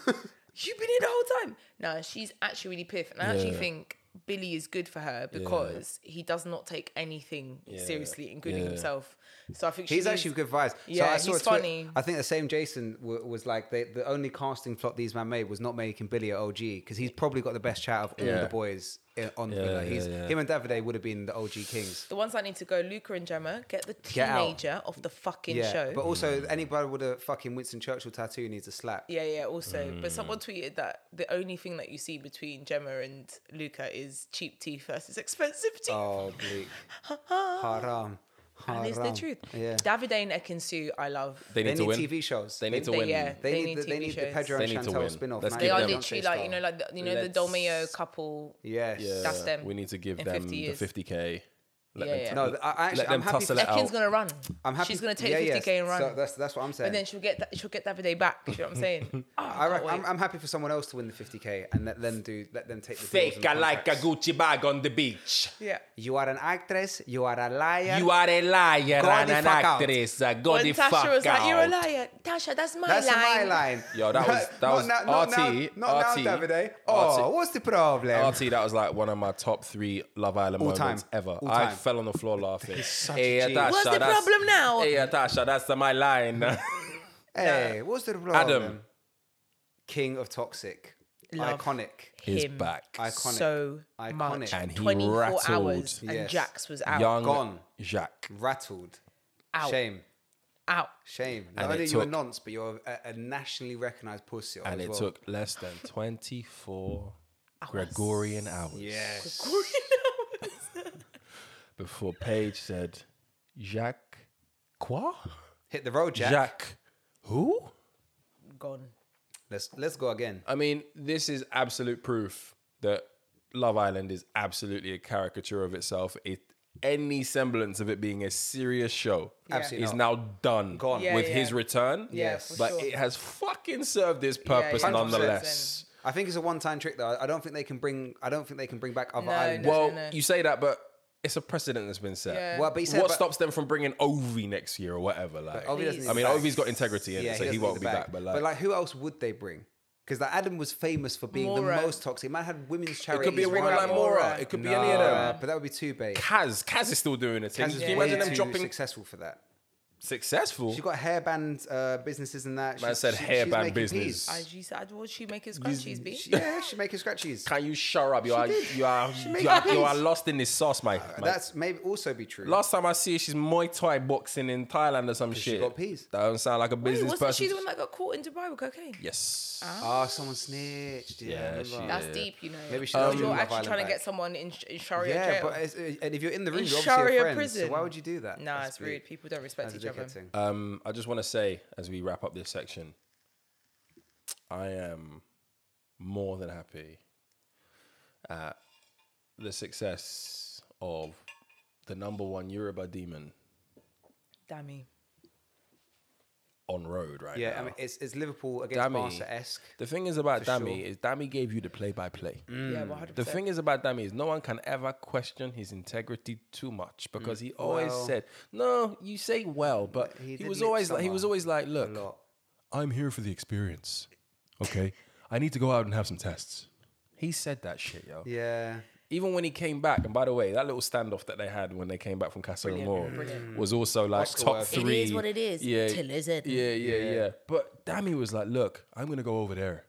C: You've been here the whole time. No, she's actually really piff, and I actually
B: Yeah.
C: think Billy is good for her because he does not take anything seriously, including
B: Yeah.
C: himself. So I think
A: He's
C: she
A: actually
C: needs-
A: good vibes. so
C: Yeah,
A: I saw
C: he's
A: a tweet-
C: funny.
A: I think the same Jason w- was like they, the only casting flop these man made was not making Billy at OG because he's probably got the best chat of all
B: Yeah.
A: the boys i- on.
B: Yeah,
A: Villa.
B: yeah,
A: he's,
B: yeah.
A: Him and Davide would have been the OG kings.
C: The ones that need to go, Luca and Gemma, get the
A: Get out.
C: teenager off the fucking
A: Yeah,
C: show.
A: but also anybody with a fucking Winston Churchill tattoo needs a slap.
C: Yeah, yeah, also.
A: Mm.
C: But someone tweeted that the only thing that you see between Gemma and Luca is cheap teeth versus expensive teeth.
A: Oh, bleak. Haram.
C: And it's the
A: Haram.
C: truth.
A: Yeah.
C: Davide and Ekinsu, I love.
B: They
A: They
B: need to
A: need
B: win.
A: TV shows.
B: They need to
C: They-
B: win.
C: yeah.
A: They,
C: They
A: need,
C: need
A: the, they
C: TV
A: need the Pedro
C: shows.
B: They
A: and
B: need to
A: Chantal
B: win.
A: spin off.
B: Let's
C: They
B: give
C: are
B: them-
C: literally like you know like the, you know
B: Let's-
C: the Dolmeo couple.
A: Yes.
B: Yeah,
C: That's them.
B: We need to give
C: In
B: them
C: 50
B: the
C: years.
B: 50k. Let
C: Yeah,
B: them
C: yeah.
B: tu-
A: No, th- I- I actually-
B: let them
A: I'm happy
B: tussle
A: for-
B: it out.
C: Ekin's gonna run.
A: I'm happy.
C: She's gonna take
A: yeah,
C: the 50k
A: yes.
C: and run.
A: So that's that's what I'm saying.
C: and then she'll get that she'll get Davide back. You know what I'm saying? Oh,
A: I
C: can't
A: reckon,
C: wait.
A: I'm, I'm happy for someone else to win the 50k and let them do let them take the deals and
B: Fake, I
A: the
B: like a
A: contracts.
B: Gucci bag on the beach.
C: yeah.
A: You are an actress. You are a liar.
B: You are a liar
A: Go
B: and
A: the
B: an
A: fuck out.
B: actress. uh, Go
C: When
B: the
C: Tasha
B: fuck
C: was
B: out.
C: like, "You're a liar, Tasha. That's my
A: That's
C: line."
A: my line.
B: Yo, that was- that
A: Not
B: was
A: now- not now-
B: RT,
A: Not now,
B: RT.
A: Davide. Oh,
B: RT.
A: what's the problem?
B: RT, that was like one of my top three Love Island
A: All
B: moments
A: time.
B: ever.
A: All
B: I
A: time.
B: fell on the floor laughing.
A: a
B: hey,
A: genius.
B: Natasha,
C: What's the
B: that's-
C: problem now?
B: Hey, Natasha, that's uh, my line.
A: Hey, what's the problem?
B: Adam.
A: King of Toxic.
C: Love.
A: Iconic.
B: He's
C: Him.
B: back.
A: Iconic.
C: So
A: Iconic.
C: much.
A: And
B: he
C: 24
B: rattled.
C: hours, and
A: Yes.
C: Jax was out.
B: Young
A: Gone.
B: Jacques.
A: Rattled.
C: out,
A: Shame.
C: out.
A: Shame. Not
B: And
A: only
B: it
A: are you a
B: took-
A: nonce, but you're a, a nationally recognized pussy.
B: And
A: as
B: it
A: well.
B: took less than 24 Gregorian hours
A: Yes.
B: before Paige said, Jacques, quoi?
A: Hit the road, Jack.
B: Jacques, who?
C: Gone.
A: Let's let's go again.
B: I mean, this is absolute proof that Love Island is absolutely a caricature of itself. It any semblance of it being a serious show
A: Absolutely
B: is
A: not.
B: now done
A: Gone. Yeah,
B: with
C: yeah.
B: his return.
C: Yeah, Yes. for
B: but
C: sure.
B: it has fucking served its purpose
C: yeah,
B: nonetheless.
A: I think it's a one-time trick, though. I don't think they can bring. I don't think they can bring back other
C: No,
A: islanders.
C: no.
B: Well, you say that, but it's a precedent that's been set.
C: Yeah.
A: Well, but he said,
B: what
A: but-
B: stops them from bringing Ovi next year or whatever? Like,
A: Ovi doesn't need
B: I mean,
A: the bag.
B: Ovi's got integrity in it, so he,
A: doesn't need
B: won't
A: the
B: be
A: bag.
B: back. But like,
A: who else would they bring? Because like Adam was famous for being
C: Mora.
A: the most toxic. Man had women's
B: it
A: charities.
B: could be a woman
A: running
B: like
A: it.
B: Mora. It could be any of
A: Nah,
B: them.
A: but that would be too bait.
B: Kaz, Kaz is still doing a thing.
A: Kaz
B: Can
A: is
B: you
A: way
B: imagine them
A: too
B: dropping
A: successful for that.
B: successful?
A: She's got hairband uh, businesses and that. She's-
B: said
A: she- she's
B: hairband
A: making
B: business.
A: peas.
C: I she said, "Would she make his scrunchies be?"
A: She- yeah, she's making scratchies.
B: Can you shut up? You are
A: did.
B: you are
A: She made
B: you are,
A: the
B: you are
A: beats.
B: lost in this sauce, mate. mate.
A: That's maybe also be true.
B: Last time I see her, she's Muay Thai boxing in Thailand or some
A: she
B: shit.
A: got peas.
B: That don't sound like a
C: Wait,
B: business
C: wasn't
B: person.
C: she the one that got caught in Dubai with cocaine?
B: yes.
A: Ah, someone snitched. Yeah, I
B: Yeah,
A: remember.
B: she-
C: That's
B: Yeah. Um,
C: deep, you know.
A: Maybe she's
C: Because
A: not
C: you're
A: doing Love
C: actually
A: Island
C: trying to
A: back.
C: get someone in, sh- in Sharia
A: yeah,
C: jail.
A: but it's, and if you're in the room,
C: In
A: you're obviously
C: Sharia
A: a friend. So
C: prison.
A: why would you do that?
C: nah,
A: That's
C: it's
A: weird.
C: rude. People don't respect
A: That's a
C: each other.
A: dickhead thing.
B: Um, I just want to say as we wrap up this section, I am more than happy at the success of the number one Yoruba demon
C: Dammy.
B: on road right
A: Yeah,
B: now.
A: I mean, it's, it's Liverpool against
B: Dami.
A: Barca-esque.
B: The thing is about
A: For
B: Dammy
A: sure.
B: is Dammy gave you the play-by-play.
C: Yeah, 100%.
B: Mm. The thing is about Dammy is no one can ever question his integrity too much because he always
A: Mm. Well-
B: said, "No, you say well," but
A: He
B: he,
A: did
B: was
A: lip
B: always like, he was
A: someone
B: always like,
A: A
B: "Look,
A: lot.
B: I'm here for the experience. Okay, I need to go out and have some tests." He said that shit, yo.
A: Yeah.
B: Even when he came back, and by the way, that little standoff that they had when they came back from Casa Amor was also like
A: Mm. Oscar
B: top
A: worthy.
D: It
B: three.
D: is what it is
B: Yeah,
D: till it's isn't.
B: yeah, yeah, yeah, But Dammy was like, "Look, I'm gonna go over there,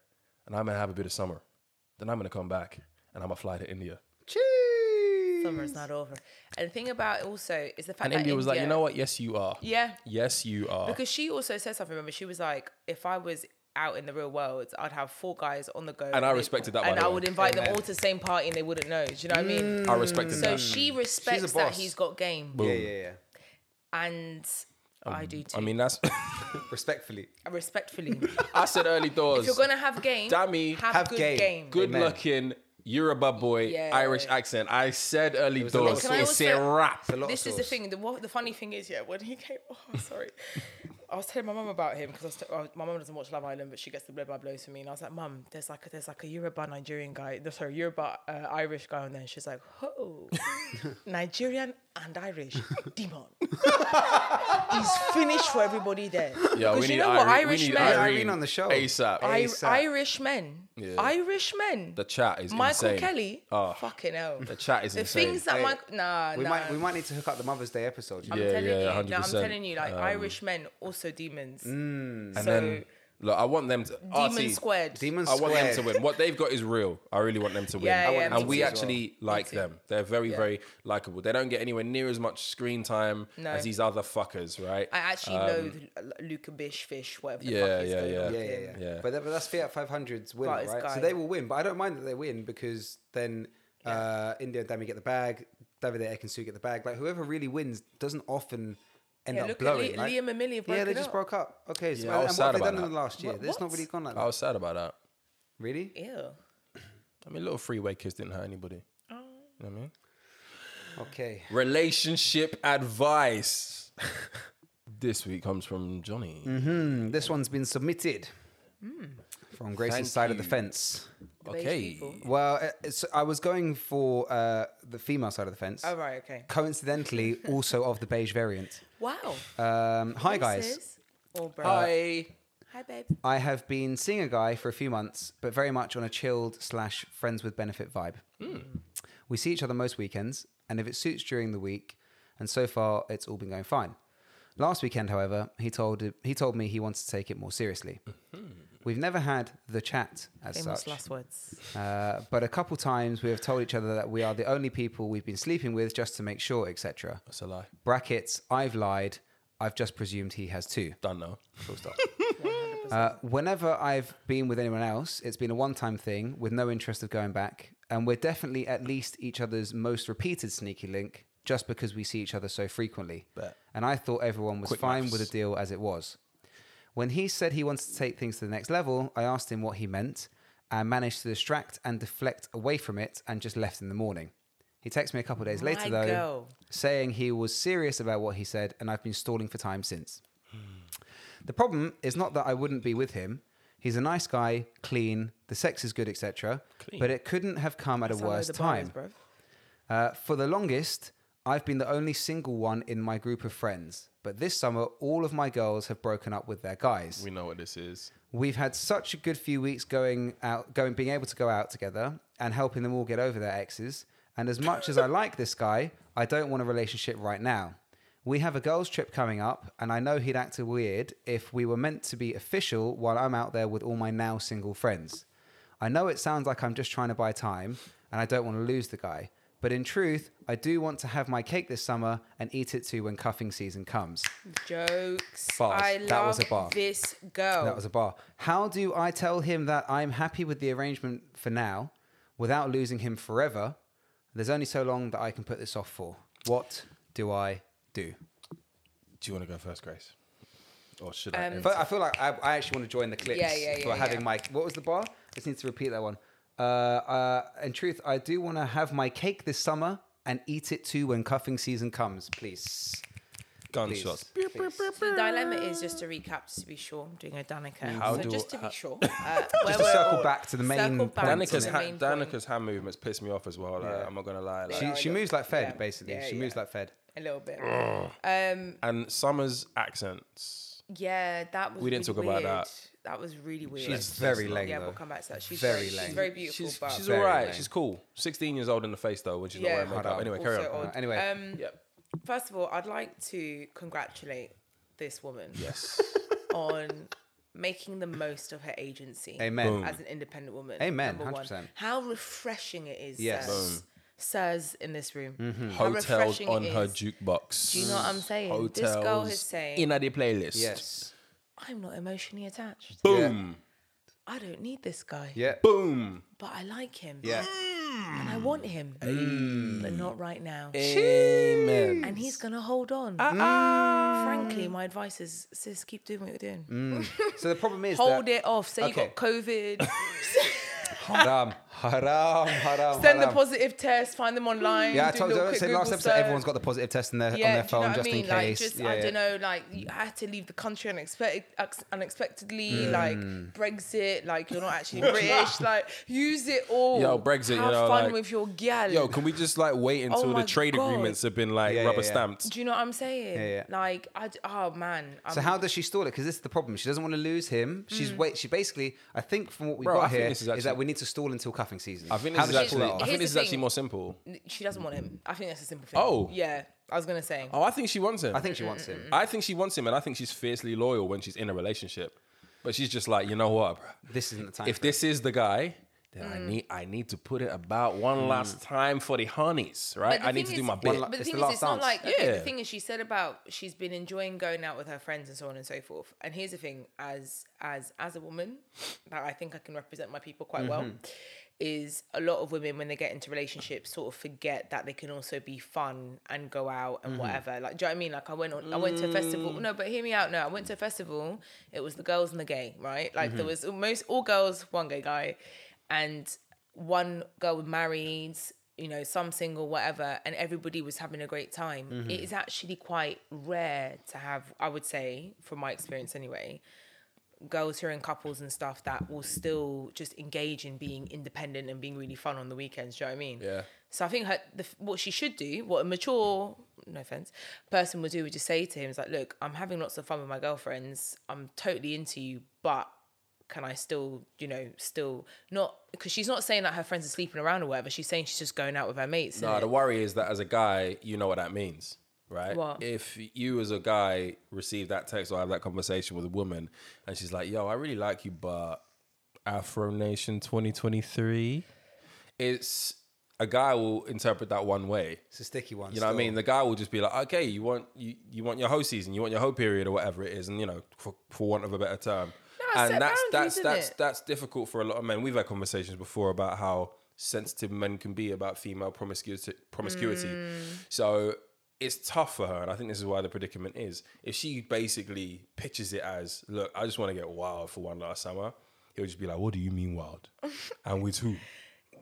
B: and I'm gonna have a bit of summer. Then I'm gonna come back, and I'm gonna fly to India."
A: Cheese.
C: Summer's not over. And the thing about also is the fact
B: And
C: that
B: India was like, "You
C: India-
B: know what? Yes, you are.
C: Yeah.
B: Yes, you are."
C: Because she also said something. Remember, she was like, "If I was out in the real world, I'd have four guys on the go."
B: And I
C: they-
B: respected that, by
C: And
B: the
C: I
B: way.
C: would invite them all to the same party, and they wouldn't know. Do you know what I mean?
B: I respected
C: So
B: that.
C: she respects that
A: boss.
C: he's got game,
A: Yeah, yeah,
C: and I do too.
B: um, I mean, that's.
A: yeah. Respectfully.
C: respectfully,
B: I said early doors.
C: if you're gonna have game,
B: Dammy,
C: have,
A: have
C: good
A: game.
C: game.
B: good
A: Amen.
B: looking Yoruba boy,
C: Yeah.
B: Irish accent. I said early
A: a lot
B: doors.
A: of Can I
B: It's
C: also-
B: a wrap.
A: A lot of
C: This is the
A: sauce.
C: thing. The, what, the funny thing is, yeah, when he came, oh, I'm sorry, I was telling my mum about him because I was t- I was- my mum doesn't watch Love Island, but she gets the blow by blows for me, and I was like, Mum, there's like a, there's like a Yoruba Nigerian guy, no, sorry, Yoruba uh, Irish guy, and then she's like, oh, Nigerian and Irish demon. He's finished for everybody there.
B: Yeah,
C: because you know what,
B: Irene- we
C: Irish
B: need
C: men,
A: Irene on the show.
B: ASAP.
C: I-
A: ASAP.
C: Irish men,
B: Yeah.
C: Irish men.
B: the chat is
C: Michael
B: insane.
C: Kelly,
B: Oh.
C: fucking hell.
B: The chat is
C: The
B: insane.
C: things that
A: Hey,
C: Michael, nah,
A: We
C: Uh, nah.
A: might we might need to hook up the Mother's Day episode. you
C: I'm
A: know?
B: Yeah,
C: telling
B: yeah,
C: you, no, I'm
B: 100%.
C: telling you,
A: Um,
C: like Irish men also demons.
A: Mm.
C: so
B: and then, look, I want them to.
C: demon
B: RT,
C: squared.
A: Demon
B: I want them to
A: Squared.
B: win. What they've got is real. I really want them to win.
C: Yeah, I want yeah, them
B: and
C: to
B: we
C: win as
B: actually like them. They're very, very likable. They don't get anywhere near as much screen time
C: No.
B: as these other fuckers, right?
C: I actually know Luca Bish Fish, whatever the
B: yeah,
C: fuck his
B: yeah,
C: name
B: yeah.
C: is.
A: Um, yeah, yeah, yeah.
B: Yeah.
A: But, that, but that's Fiat 500's winner,
C: But it's
A: right? So
C: guy.
A: they will win, but I don't mind that they win because then uh, India and Dami get the bag. Davide Ekansu get the bag. Like whoever really wins doesn't often end
C: Yeah,
A: up
C: look at
A: blowing.
C: Li-
A: like-
C: Liam and Millie have
A: yeah, they
C: broken
A: just
C: up.
A: broke up. Okay, so
B: Yeah, I
A: and,
B: was
A: what
B: sad
A: have they
B: about
A: done in
B: that. Oh.
A: the last year?
C: What-
A: It's not
C: what?
A: really gone like
B: Uh, I
A: that.
B: was sad about that.
A: Really?
C: Ew.
B: I mean, little freeway kiss didn't hurt anybody. You know what I mean?
A: Okay.
B: Relationship advice. this week comes from Johnny.
C: Mm-hmm.
A: Hmm, this one's been submitted
C: Hmm.
A: from Grace's
B: Thank
A: side of the
B: you.
A: fence.
B: Okay.
C: people.
A: Well, uh, it's, I was going for uh, the female side of the fence.
C: Oh right, okay.
A: Coincidentally, also of the beige variant.
C: Wow.
A: Um, hi, guys.
C: Sis Oh, Or
B: Uh,
C: bro.
B: Hi.
C: Hi, babe.
A: I have been seeing a guy for a few months, but very much on a chilled slash friends with benefit vibe. We see each other most weekends, and if it suits during the week, and so far it's all been going fine. Last weekend, however, he told he told me he wanted to take it more seriously. We've never had the chat as
C: Famous
A: such.
C: last words.
A: Uh, but a couple times we have told each other that we are the only people we've been sleeping with just to make sure, etc.
B: That's a lie.
A: Brackets, I've lied. I've just presumed he has too.
B: Done now.
A: Full stop. uh, whenever I've been with anyone else, it's been a one time thing with no interest of going back. And we're definitely at least each other's most repeated sneaky link just because we see each other so frequently.
B: Bet.
A: And I thought everyone was
B: Quick
A: fine
B: maths.
A: with the deal as it was. When he said he wants to take things to the next level, I asked him what he meant and managed to distract and deflect away from it and just left in the morning. He texted me a couple days later,
C: My
A: though,
C: girl.
A: saying he was serious about what he said, and I've been stalling for time since. The problem is not that I wouldn't be with him. He's a nice guy, clean, the sex is good, etc.
B: Clean.
A: But it couldn't have come at
C: That's
A: a
C: how low
A: worse
C: the bar
A: time.
C: is, bruv.
A: Uh, for the longest, I've been the only single one in my group of friends. But this summer, all of my girls have broken up with their guys.
B: We know what this is.
A: We've had such a good few weeks going out, going, being able to go out together and helping them all get over their exes. And as much as I like this guy, I don't want a relationship right now. We have a girls' trip coming up, and I know he'd act weird if we were meant to be official while I'm out there with all my now single friends. I know it sounds like I'm just trying to buy time, and I don't want to lose the guy. But in truth, I do want to have my cake this summer and eat it too when cuffing season comes.
C: Jokes.
A: Bars.
C: I love
A: That was a bar.
C: this girl.
A: That was a bar. How do I tell him that I'm happy with the arrangement for now without losing him forever? There's only so long that I can put this off for. What do I do?
B: Do you want to go first, Grace? Or should I?
C: Um,
B: end?
A: But I feel like I, I actually want to join the clips
C: Yeah, yeah, yeah,
A: for having
C: yeah.
A: my. What was the bar? I just need to repeat that one. Uh, uh, in truth, I do want to have my cake this summer and eat it too when cuffing season comes, please. Please.
B: Gunshots.
A: Please.
C: So the dilemma is just to recap, just to be sure, I'm doing a Danica.
B: How
C: so
B: do-
C: just to be
B: how-
C: sure, uh, where
A: to
C: we're
A: circle
C: all-
A: back to the main
C: circle back
A: point.
C: to
B: Danica's,
C: the
B: ha-
C: main point.
B: Danica's hand movements piss me off as well. Like,
A: Yeah.
B: I'm not gonna lie. Like,
A: She, she moves like Fed,
C: Yeah.
A: basically.
C: Yeah,
A: she moves
C: yeah.
A: like Fed.
C: a little bit. Um,
B: and Summer's accents.
C: yeah, that was.
B: We didn't
C: really
B: talk about
C: weird.
B: that.
C: That was really weird.
A: She's very
B: not-
A: lame.
C: yeah,
A: though.
C: we'll come back to that. She's
A: Very
C: very,
A: lame.
C: she's very beautiful,
B: She's
C: but
B: she's all
A: Very
B: right.
A: lame.
B: She's cool. 16 years old in the face though, when she's
C: Yeah.
B: not wearing
C: Hold
B: makeup.
A: on.
B: Anyway, carry
C: also
B: on.
C: odd.
A: Uh, anyway.
C: um,
B: Yep.
C: first of all, I'd like to congratulate this woman
B: Yes.
C: on making the most of her agency.
A: Amen.
B: Boom.
C: as an independent woman.
A: Amen,
C: number one.
A: 100%.
C: How refreshing it is,
A: Yes. Mm-hmm.
C: sirs, sirs in this room. How
B: Hotels
C: refreshing
B: on
C: it
B: her
C: is.
B: jukebox.
C: Do you know what I'm saying? This girl
B: Hotels
C: is saying,
B: in a the playlist.
A: Yes.
C: I'm not emotionally attached.
B: Boom.
C: I don't need this guy,
A: Yeah.
B: Boom.
C: but I like him.
A: Yeah.
C: And I want him, but not right now.
B: Amen.
C: And he's going to hold on. Frankly, my advice is, sis, keep doing what you're doing.
A: So the problem Mm, is
C: Hold
A: that,
C: it off. Say
A: Okay.
C: you got COVID.
A: Haram, haram, haram.
C: Send the
A: haram.
C: positive test. Find them online.
A: um, Yeah, I
C: do
A: told you.
C: little
A: I
C: quick
A: said last
C: Google
A: episode,
C: search.
A: everyone's got the positive test in their, on their
C: do you
A: phone
C: know what
A: just
C: I mean?
A: in
C: Like,
A: case.
C: just
A: yeah,
C: I
A: yeah.
C: don't know. Like, you had to leave the country unexpected, ex- unexpectedly.
A: Mm.
C: Like Brexit. Like, you're not actually British. like, use it all.
B: Yo, Brexit, you
C: Have
B: know,
C: fun
B: like-
C: with your gal.
B: Yo, can we just like wait until
C: Oh my
B: the trade
C: God.
B: agreements have been like
A: Yeah, yeah,
B: rubber
A: yeah.
B: stamped?
C: do you know what I'm saying?
A: Yeah, yeah.
C: Like, I. d- Oh man. I'm,
A: So how does she stall it? Because this is the problem. She doesn't want to lose him. She's
C: Mm.
A: wait. She basically, I think, from what we've
B: Bro, I
A: got
B: think
A: here,
B: this is
A: is,
B: actually-
A: that we need to stall until cuffing season.
B: I think
A: how
B: this is
A: does she pull
B: actually.
A: that
B: I
A: off?
B: think
C: Here's
B: this is
C: the
B: actually
C: thing.
B: more simple.
C: She doesn't want him. I think that's a simple thing.
B: Oh.
C: Yeah, I was gonna say.
B: Oh, I think she wants him.
A: I think she wants him.
B: I think she wants him, and I think she's fiercely loyal when she's in a relationship. But she's just like, you know what, bro?
A: This isn't the time.
B: If
A: for it.
B: this is the guy, Then I
C: Mm.
B: need I need to put it about one last time for the honeys, right?
C: But the
B: I need
C: thing
B: to do
C: is-
B: my
C: but-
A: la-
B: bit.
C: But the
A: it's the
C: thing is,
A: last
C: it's not
A: dance.
C: like okay, the
B: Yeah.
C: thing is she said about she's been enjoying going out with her friends and so on and so forth. And here's the thing: as as as a woman, that I think I can represent my people quite
B: Mm-hmm.
C: well. Is a lot of women when they get into relationships sort of forget that they can also be fun and go out
B: Mm-hmm.
C: and whatever. Like, do you know what I mean? Like, I went on, I went to a festival.
B: Mm.
C: No, but hear me out. No, I went to a festival. It was the girls and the gay, right? Like,
B: Mm-hmm.
C: there was most all girls, one gay guy, and one girl was married, you know, some single, whatever, and everybody was having a great time. It is actually quite rare to have, I would say, from my experience anyway, girls who are in couples and stuff that will still just engage in being independent and being really fun on the weekends. Do you know what I mean?
B: Yeah.
C: So I think her, the, what she should do, what a mature, no offense, person would do would just say to him, is like, look, I'm having lots of fun with my girlfriends. I'm totally into you, but can I still, you know, still not, because she's not saying that her friends are sleeping around or whatever. She's saying she's just going out with her mates.
B: No,
C: innit?
B: Uh, the worry is that as a guy, you know what that means, right?
C: What?
B: If you as a guy receive that text or have that conversation with a woman and she's like, yo, I really like you, but Afro Nation 2023, it's a guy will interpret that one way.
A: It's a sticky one.
B: You know what I mean? The guy will just be like, okay, you want you, you want your whole season, you want your whole period or whatever it is, and you know, for, for want of a better term.
C: No,
B: and that's
C: set boundaries,
B: that's
C: isn't
B: that's
C: it?
B: that's difficult for a lot of men. We've had conversations before about how sensitive men can be about female promiscuity promiscuity. So it's tough for her, and I think this is why the predicament is. If she basically pitches it as, look, I just want to get wild for one last summer, he'll just be like, What do you mean wild? and with who?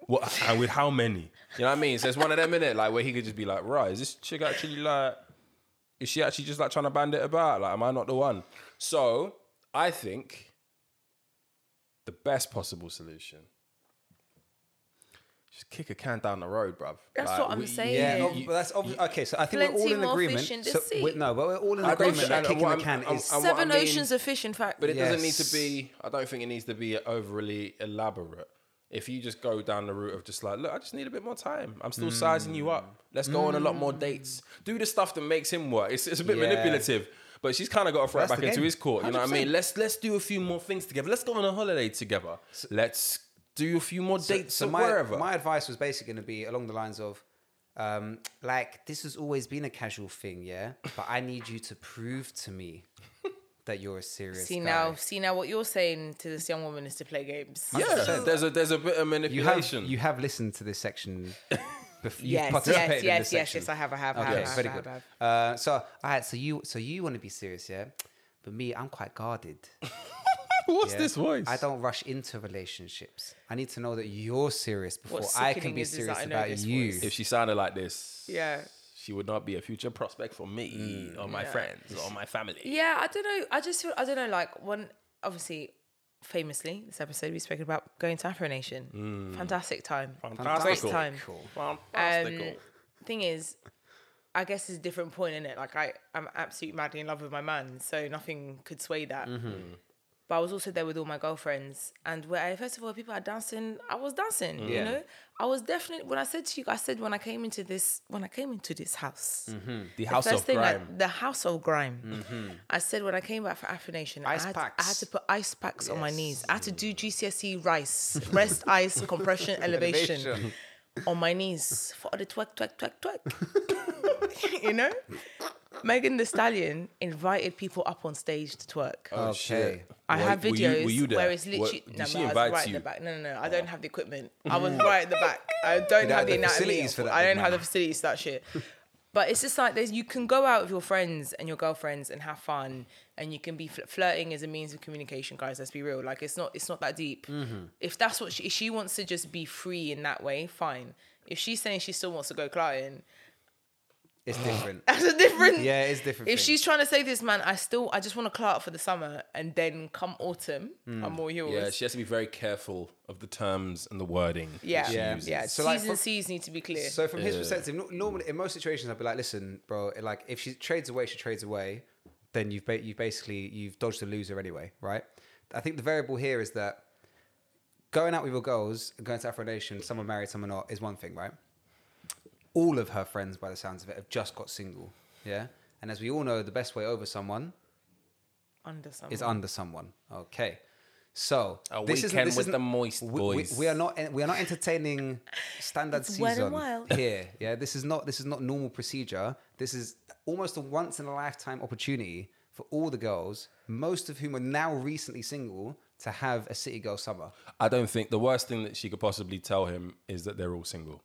B: What and with how many? You know what I mean? So it's one of them in it, like where he could just be like, right, is this chick actually like is she actually just like trying to bandit about? Like, am I not the one? So I think the best possible solution. Just kick a can down the road, bruv.
C: That's what I'm saying.
A: Yeah,
C: Yeah.
A: ob- but that's obvious. Okay, so I think we're all
C: Plenty
A: in
C: more
A: agreement.
C: fish in the
A: so,
C: sea.
A: we- no, but we're all in
B: I don't
A: agreement that
B: think-
A: kicking
B: what
A: the
B: I'm-
A: can
B: I'm-
A: is.
B: I'm- what I
C: Seven
B: mean-
C: oceans of fish, in fact.
B: But it doesn't need
A: Yes.
B: to be. I don't think it needs to be overly elaborate. If you just go down the route of just like, look, I just need a bit more time. I'm still sizing you up. Let's go on a lot more dates. Do the stuff that makes him work. It's, it's a bit
A: Mm. Yeah.
B: manipulative, but she's kind of got to throw it
A: That's
B: back
A: the
B: into
A: game.
B: his court. You know what I
A: 100%.
B: mean? Let's let's do a few more things together. Let's go on a holiday together. Let's do a few more dates
A: so
B: or
A: my,
B: wherever.
A: my advice was basically going to be along the lines of um, like this has always been a casual thing yeah but i need you to prove to me that you're a serious
C: See
A: guy.
C: now, see now what you're saying to this young woman is to play games.
B: yeah,
A: 100%.
B: there's a there's a bit of
A: you have
B: manipulation.
A: you have listened to this section before you've
C: Yes,
A: participated
C: yes,
A: in this
C: yes, yes,
A: section
C: yes, I have, I have, I have, I
A: okay
C: have,
A: very
C: I have,
A: good
C: I have.
A: uh, so all right so you so you want to be serious yeah but me i'm quite guarded
B: What's
A: Yeah.
B: this voice?
A: I don't rush into relationships. I need to know that you're serious before
C: What's
A: I can
C: sickening
A: be
C: is- is that
A: serious
C: I know
A: about
C: this
A: you.
C: voice.
B: if she sounded like this,
C: Yeah.
B: she would not be a future prospect for me
A: Mm,
B: or my friends or my family.
C: Yeah, I don't know. I just feel I don't know. Like one, obviously, famously, this episode we spoke about going to Afro Nation. Fantastic time.
B: Fantastic.
C: Great time.
A: Mm. Cool.
C: Um, thing is, I guess it's a different point in it. Like I, I'm absolutely madly in love with my man, so nothing could sway that.
A: Mm-hmm.
C: But I was also there with all my girlfriends, and where I, first of all, people are dancing. I was dancing, you
A: Mm. Yeah.
C: know. I was definitely when I said to you, I said when I came into this, when I came into this house,
B: the House
C: First
B: of
C: thing, I,
B: Grime.
C: the house of grime. I said when I came back for Afro Nation,
A: Ice
C: I, had,
A: packs.
C: I had to put ice packs on my
A: Yes.
C: knees. I had to do GCSE E rice, rest, ice, compression, elevation,
A: Elevation.
C: on my knees for the twerk, twerk, twerk, twerk. you know, Megan the Stallion invited people up on stage to twerk.
B: Oh,
A: Okay.
B: shit.
C: I
B: Were-
C: have
B: were you-
C: videos
B: were you there?
C: where it's
B: Were-
C: literally
B: did
C: no,
B: she
C: but I was
B: invite
C: right
B: you? Oh.
C: in the back. No, no, no. I don't have the equipment. I was right at the back. I don't
A: don't
C: have the
A: have the
C: anatomy.
A: facilities for that,
C: I don't
A: big
C: have the
A: man.
C: facilities for that shit. But it's just like there's you can go out with your friends and your girlfriends and have fun, and you can be fl- flirting as a means of communication, guys. Let's be real. Like it's not it's not that deep.
B: Mm-hmm.
C: If that's what she if she wants to just be free in that way, fine. If she's saying she still wants to go climbing,
A: It's different.
C: that's a different.
A: Yeah, it's different.
C: If
A: thing.
C: she's trying to say this, man, I still I just want to clout for the summer, and then come autumn, I'm all yours.
B: Mm. Yeah, she has to be very careful of the terms and the wording. that
C: Yeah,
B: she
A: Yeah.
B: uses.
C: yeah.
A: So,
C: So
A: like,
C: T's
A: from-
C: and C's need to be clear.
A: So from his
B: Yeah.
A: perspective, no- normally in most situations, I'd be like, "Listen, bro. Like, if she trades away, she trades away. Then you've ba- you basically you've dodged a loser anyway, right? I think the variable here is that going out with your girls, and going to Afro Nation, someone married, someone not, is one thing, right? All of her friends, by the sounds of it, have just got single, yeah. And as we all know, the best way over someone
C: under someone.
A: is under someone. Okay. So
B: A
A: this isn't-
B: weekend
A: this
B: with
A: isn't-
B: the moist
A: we- we-
B: boys.
A: We, are not en- we are not entertaining standard
C: It's wet and
A: season
C: wild.
A: here. Yeah, this is not this is not normal procedure. This is almost a once in a lifetime opportunity for all the girls, most of whom are now recently single, to have a city girl summer.
B: I don't think the worst thing that she could possibly tell him is that they're all single.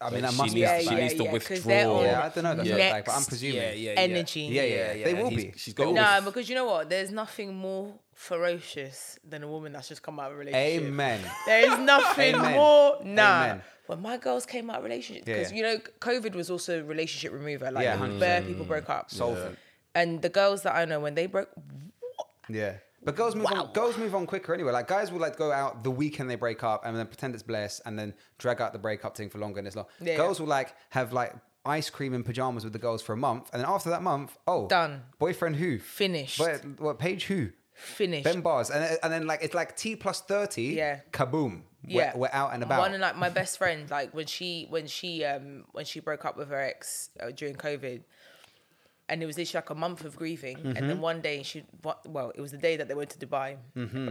A: I mean,
B: Like,
A: that must
B: she
A: be
B: needs,
A: a
C: Yeah,
B: she
A: fact.
B: needs to
C: yeah, 'cause
B: withdraw.
C: they're all-
A: Yeah, I don't know. That's
C: Next-
A: a fact, but I'm presuming.
C: Energy.
A: Yeah, yeah, yeah. They will
B: He's-
A: be.
B: She's
A: They
B: got.
A: will
B: all
A: be.
C: No,
B: this-
C: because you know what? There's nothing more ferocious than a woman that's just come out of a relationship.
A: Amen.
C: There is nothing
A: Amen.
C: more. Nah.
A: Amen.
C: When my girls came out of relationships,
A: Yeah.
C: because you know, COVID was also a relationship remover. Like,
A: Yeah,
C: yeah,
A: 100%.
C: where people broke up.
A: Sold it.
C: And the girls that I know, when they broke,
A: Yeah. But girls move
C: Wow.
A: on. Girls move on quicker anyway. Like guys will like go out the weekend they break up and then pretend it's bliss and then drag out the breakup thing for longer and it's long.
C: Yeah.
A: Girls will like have like ice cream and pajamas with the girls for a month and then after that month, oh,
C: Done.
A: Boyfriend who
C: Finished.
A: But what page who?
C: finished.
A: Ben bars and and then like it's like T plus thirty.
C: Yeah.
A: Kaboom.
C: yeah,
A: We're, we're out and about.
C: One of like my best friend, like when she when she um when she broke up with her ex uh, during COVID, and it was literally like a month of grieving, and
A: Mm-hmm.
C: then one day she wa- well it was the day that they went to Dubai,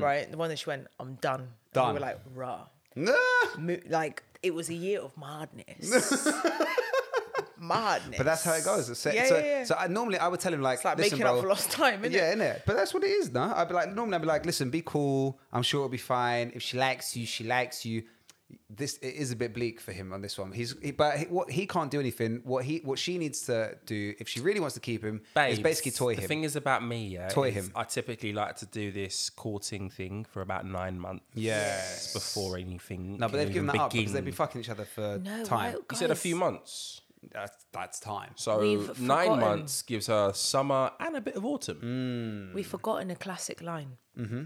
C: right? The one that she went, I'm done. And
A: Mm-hmm. Done.
C: we were like, rah.
A: Ah!
C: Mo- like it was a year of madness. madness.
A: but that's how it goes. So,
C: yeah,
A: so,
C: yeah, yeah.
A: so I, normally I would tell him like,
C: it's like
A: listen,
C: making up
A: bro,
C: for lost time, isn't
A: yeah,
C: it?
A: innit? But that's what it is, no? I'd be like, normally I'd be like, listen, be cool. I'm sure it'll be fine. If she likes you, she likes you. This it is a bit bleak for him on this one. He's he, but he, what he can't do anything. What he what she needs to do if she really wants to keep him is
B: Babes,
A: basically toy
B: The
A: him.
B: thing is about me, yeah.
A: Toy
B: is
A: him.
B: I typically like to do this courting thing for about nine months.
A: Yes.
B: Before anything.
A: no, but
B: can
A: they've given
B: even
A: that up because
B: begin.
A: they've been fucking each other for
C: No,
A: time.
C: why-
B: He said a few
C: guys.
B: months.
A: That's that's time.
B: So
C: We've
B: nine
C: forgotten. Mm,
B: months gives her summer and a bit of autumn.
C: We've forgotten a classic line. Mm-hmm.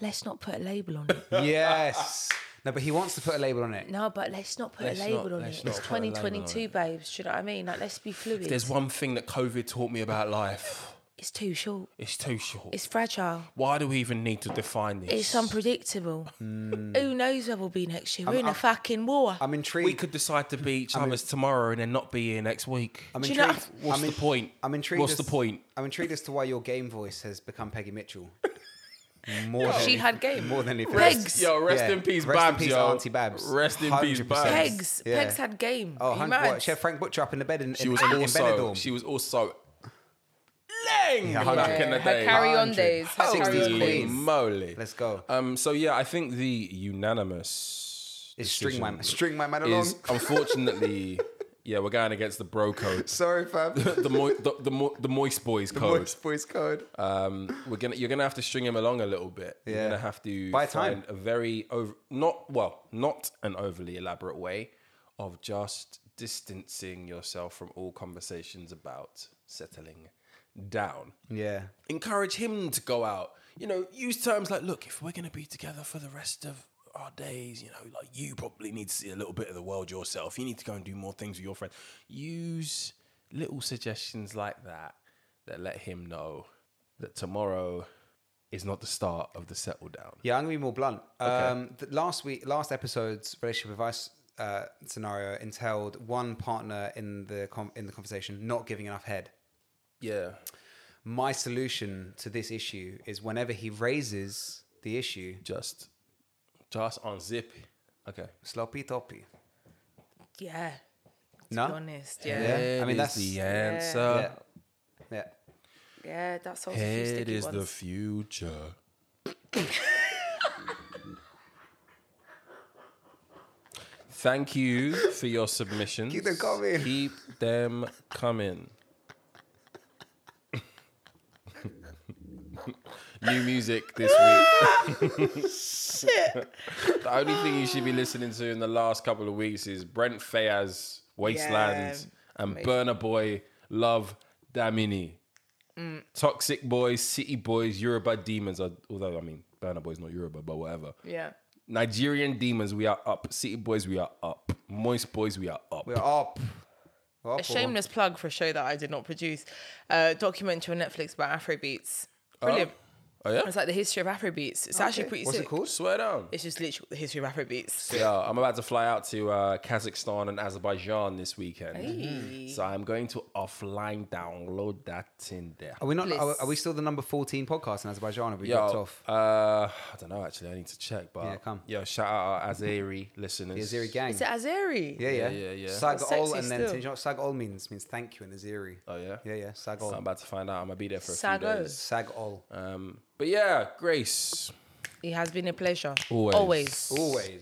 C: Let's not put a label on it.
A: yes. No, but he wants to put a label on it.
C: No, but let's not put
B: Let's
C: a
B: not-
C: label on
B: let's
C: it.
B: not
C: It's
B: put a label on
C: 2022, babes. Do you know what I mean? Like, let's be fluid.
B: There's one thing that COVID taught me about life.
C: It's too short.
B: It's too short.
C: It's fragile.
B: Why do we even need to define this?
C: It's unpredictable. Who knows where we'll be next year? We're in a fucking war.
A: Mm. I'm intrigued.
B: we could decide to be each other's tomorrow and then not be here next week.
A: I'm
C: Do you know-
A: intrigued.
B: What's
A: I'm in-
B: the point?
A: I'm intrigued.
B: What's
A: as-
B: the point?
A: I'm intrigued as to why your game voice has become Peggy Mitchell. More than
C: She
A: anyth-
C: had game.
A: More than anything. else.
C: Pegs.
B: Yo, rest
A: Yeah.
B: in peace,
A: Rest
B: Babs.
A: in peace,
B: yo.
A: Auntie Babs.
B: Rest in peace,
A: 100%.
B: Babs.
C: Pegs.
A: Yeah.
C: Pegs had game.
A: Oh,
C: He
A: hun-
C: mad.
A: what, Chef Frank Butcher up in the bed in,
B: She
A: in,
B: was
A: in,
B: also.
A: Benidorm.
B: She was also. Lang
A: Yeah,
B: back in the
C: Yeah, her
B: day.
C: carry on
A: Hundred.
C: days. Her
A: Holy
C: carry on
A: queen.
C: days.
B: Holy moly!
A: Let's go.
B: Um. So yeah, I think the unanimous
A: It's string my
B: decision
A: string my man along.
B: is unfortunately, yeah, we're going against the bro code,
A: Sorry, fam.
B: the mo- the, the, mo- the moist boys code.
A: Voice voice code.
B: Um, we're gonna you're gonna have to string him along a little bit. You're
A: Yeah.
B: gonna have to
A: Buy time.
B: find a very over not well not an overly elaborate way of just distancing yourself from all conversations about settling down.
A: Um, yeah.
B: Encourage him to go out. You know, use terms like, look, if we're gonna be together for the rest of our days, you know, like you probably need to see a little bit of the world yourself. You need to go and do more things with your friends. Use little suggestions like that that let him know that tomorrow is not the start of the settle down.
A: Yeah, I'm gonna be more blunt. Um, th- last week, last episode's relationship advice uh, scenario entailed one partner in the con in the conversation not giving enough head.
B: Yeah.
A: My solution to this issue is whenever he raises the issue,
B: Just just unzip. Okay.
A: sloppy toppy.
C: Yeah. To
A: No?
C: be honest. Yeah.
A: Yeah. I
C: Yeah,
B: Head
A: mean,
B: is
A: that's-
B: the
A: Yeah.
B: answer.
A: Yeah. Yeah.
C: that's also a few
B: Head
C: sticky
B: is
C: ones.
B: the future. Thank you for your submissions.
A: Keep them coming.
B: Keep them coming. New music this week. the only thing you should be listening to in the last couple of weeks is Brent Fayez, Wasteland, and
C: Amazing.
B: Burner Boy, Love Damini.
C: Mm.
B: Toxic Boys, City Boys, Yoruba Demons. Are, although I mean, Burner Boys not Yoruba, but whatever.
C: Yeah.
B: Nigerian Demons, we are up. City Boys, we are up. Moist Boys, we are up.
A: We're up. We're up
C: A shameless plug for a show that I did not produce. A documentary on Netflix about Afrobeats. Brilliant.
B: Oh yeah.
C: It's like the history of Afrobeats. It's actually pretty
A: What's
C: sick.
A: it called?
B: Swear down.
C: It's just literally the history of Afrobeats.
B: Yeah, I'm about to fly out to uh, Kazakhstan and Azerbaijan this weekend. So I'm going to offline download that in there.
A: Are we not? Are,
C: Bliss.
A: are we still the number fourteen podcast in Azerbaijan? Have we
B: Yo,
A: dropped off?
B: Uh, I don't know actually. I need to check. But
A: Yeah, come.
B: Yo, shout out our Azeri listeners.
A: The Azeri gang.
C: Is it Azeri?
A: yeah, yeah,
B: Yeah, yeah, yeah.
C: Sexy
A: Sagol and then
C: still.
A: you know what Sagol means means thank you in Azeri.
B: Oh yeah.
A: Yeah, yeah.
B: So I'm
A: Sagol.
B: about to find out. I'm gonna be there for a few
C: Sago.
B: days.
A: Sagol.
B: Um, but yeah, Grace,
C: It has been a pleasure.
B: Always.
C: Always.
A: Always.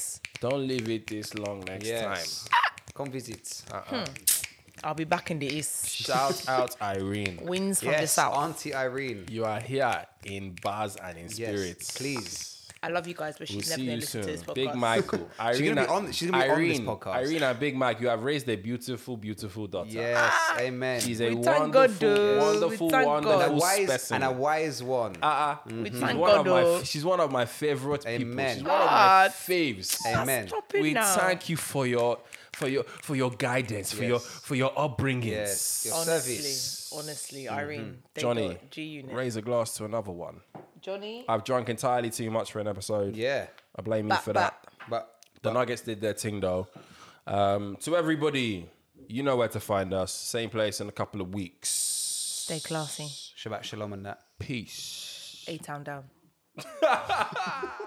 C: Always.
B: don't leave it this long next
A: Yes. Come visit.
B: time. Uh-uh.
C: I'll be back in the east.
B: Shout out Irene.
C: Winds from the
A: Yes,
C: south.
A: Auntie Irene.
B: You are here in bars and in
A: Yes,
B: spirits.
A: please.
C: I love you guys, but
B: We'll
C: she's
B: see
C: never
B: you
C: going to listen
B: soon.
C: to this podcast.
B: Big Michael. Irene,
A: be on- she's gonna be on this
B: Irene-
A: podcast.
B: Irene and Big Mike, you have raised a beautiful, beautiful daughter.
A: Yes,
C: Ah.
A: amen.
B: She's a
C: We
B: wonderful,
C: thank God, though.
B: wonderful,
C: We thank
B: wonderful
C: God.
A: a wise
B: specimen.
A: and a Mm. wise one.
B: uh-uh.
C: We
B: She's
C: thank
B: one of
C: God,
B: my-
C: though.
B: She's one of my favorite people.
A: Amen.
B: She's one of my
C: God.
B: faves.
A: Amen. man.
C: Stop it
B: We
C: now.
B: thank you for your for your for your guidance, for your
A: Yes.
B: for your upbringing.
A: Yes, your
C: Honestly,
A: service.
C: honestly, Irene, thank
B: Mm-hmm. Johnny,
C: God. G Unit,
B: raise a glass to another one.
C: Johnny,
B: I've drunk entirely too much for an episode.
A: Yeah,
B: I blame you
C: Bap,
B: for
C: bap.
B: that.
A: but
B: The Nuggets did their thing though. Um, to everybody, you know where to find us. Same place in a couple of weeks.
C: stay classy.
A: Shabbat Shalom and that.
B: Peace.
C: A town down.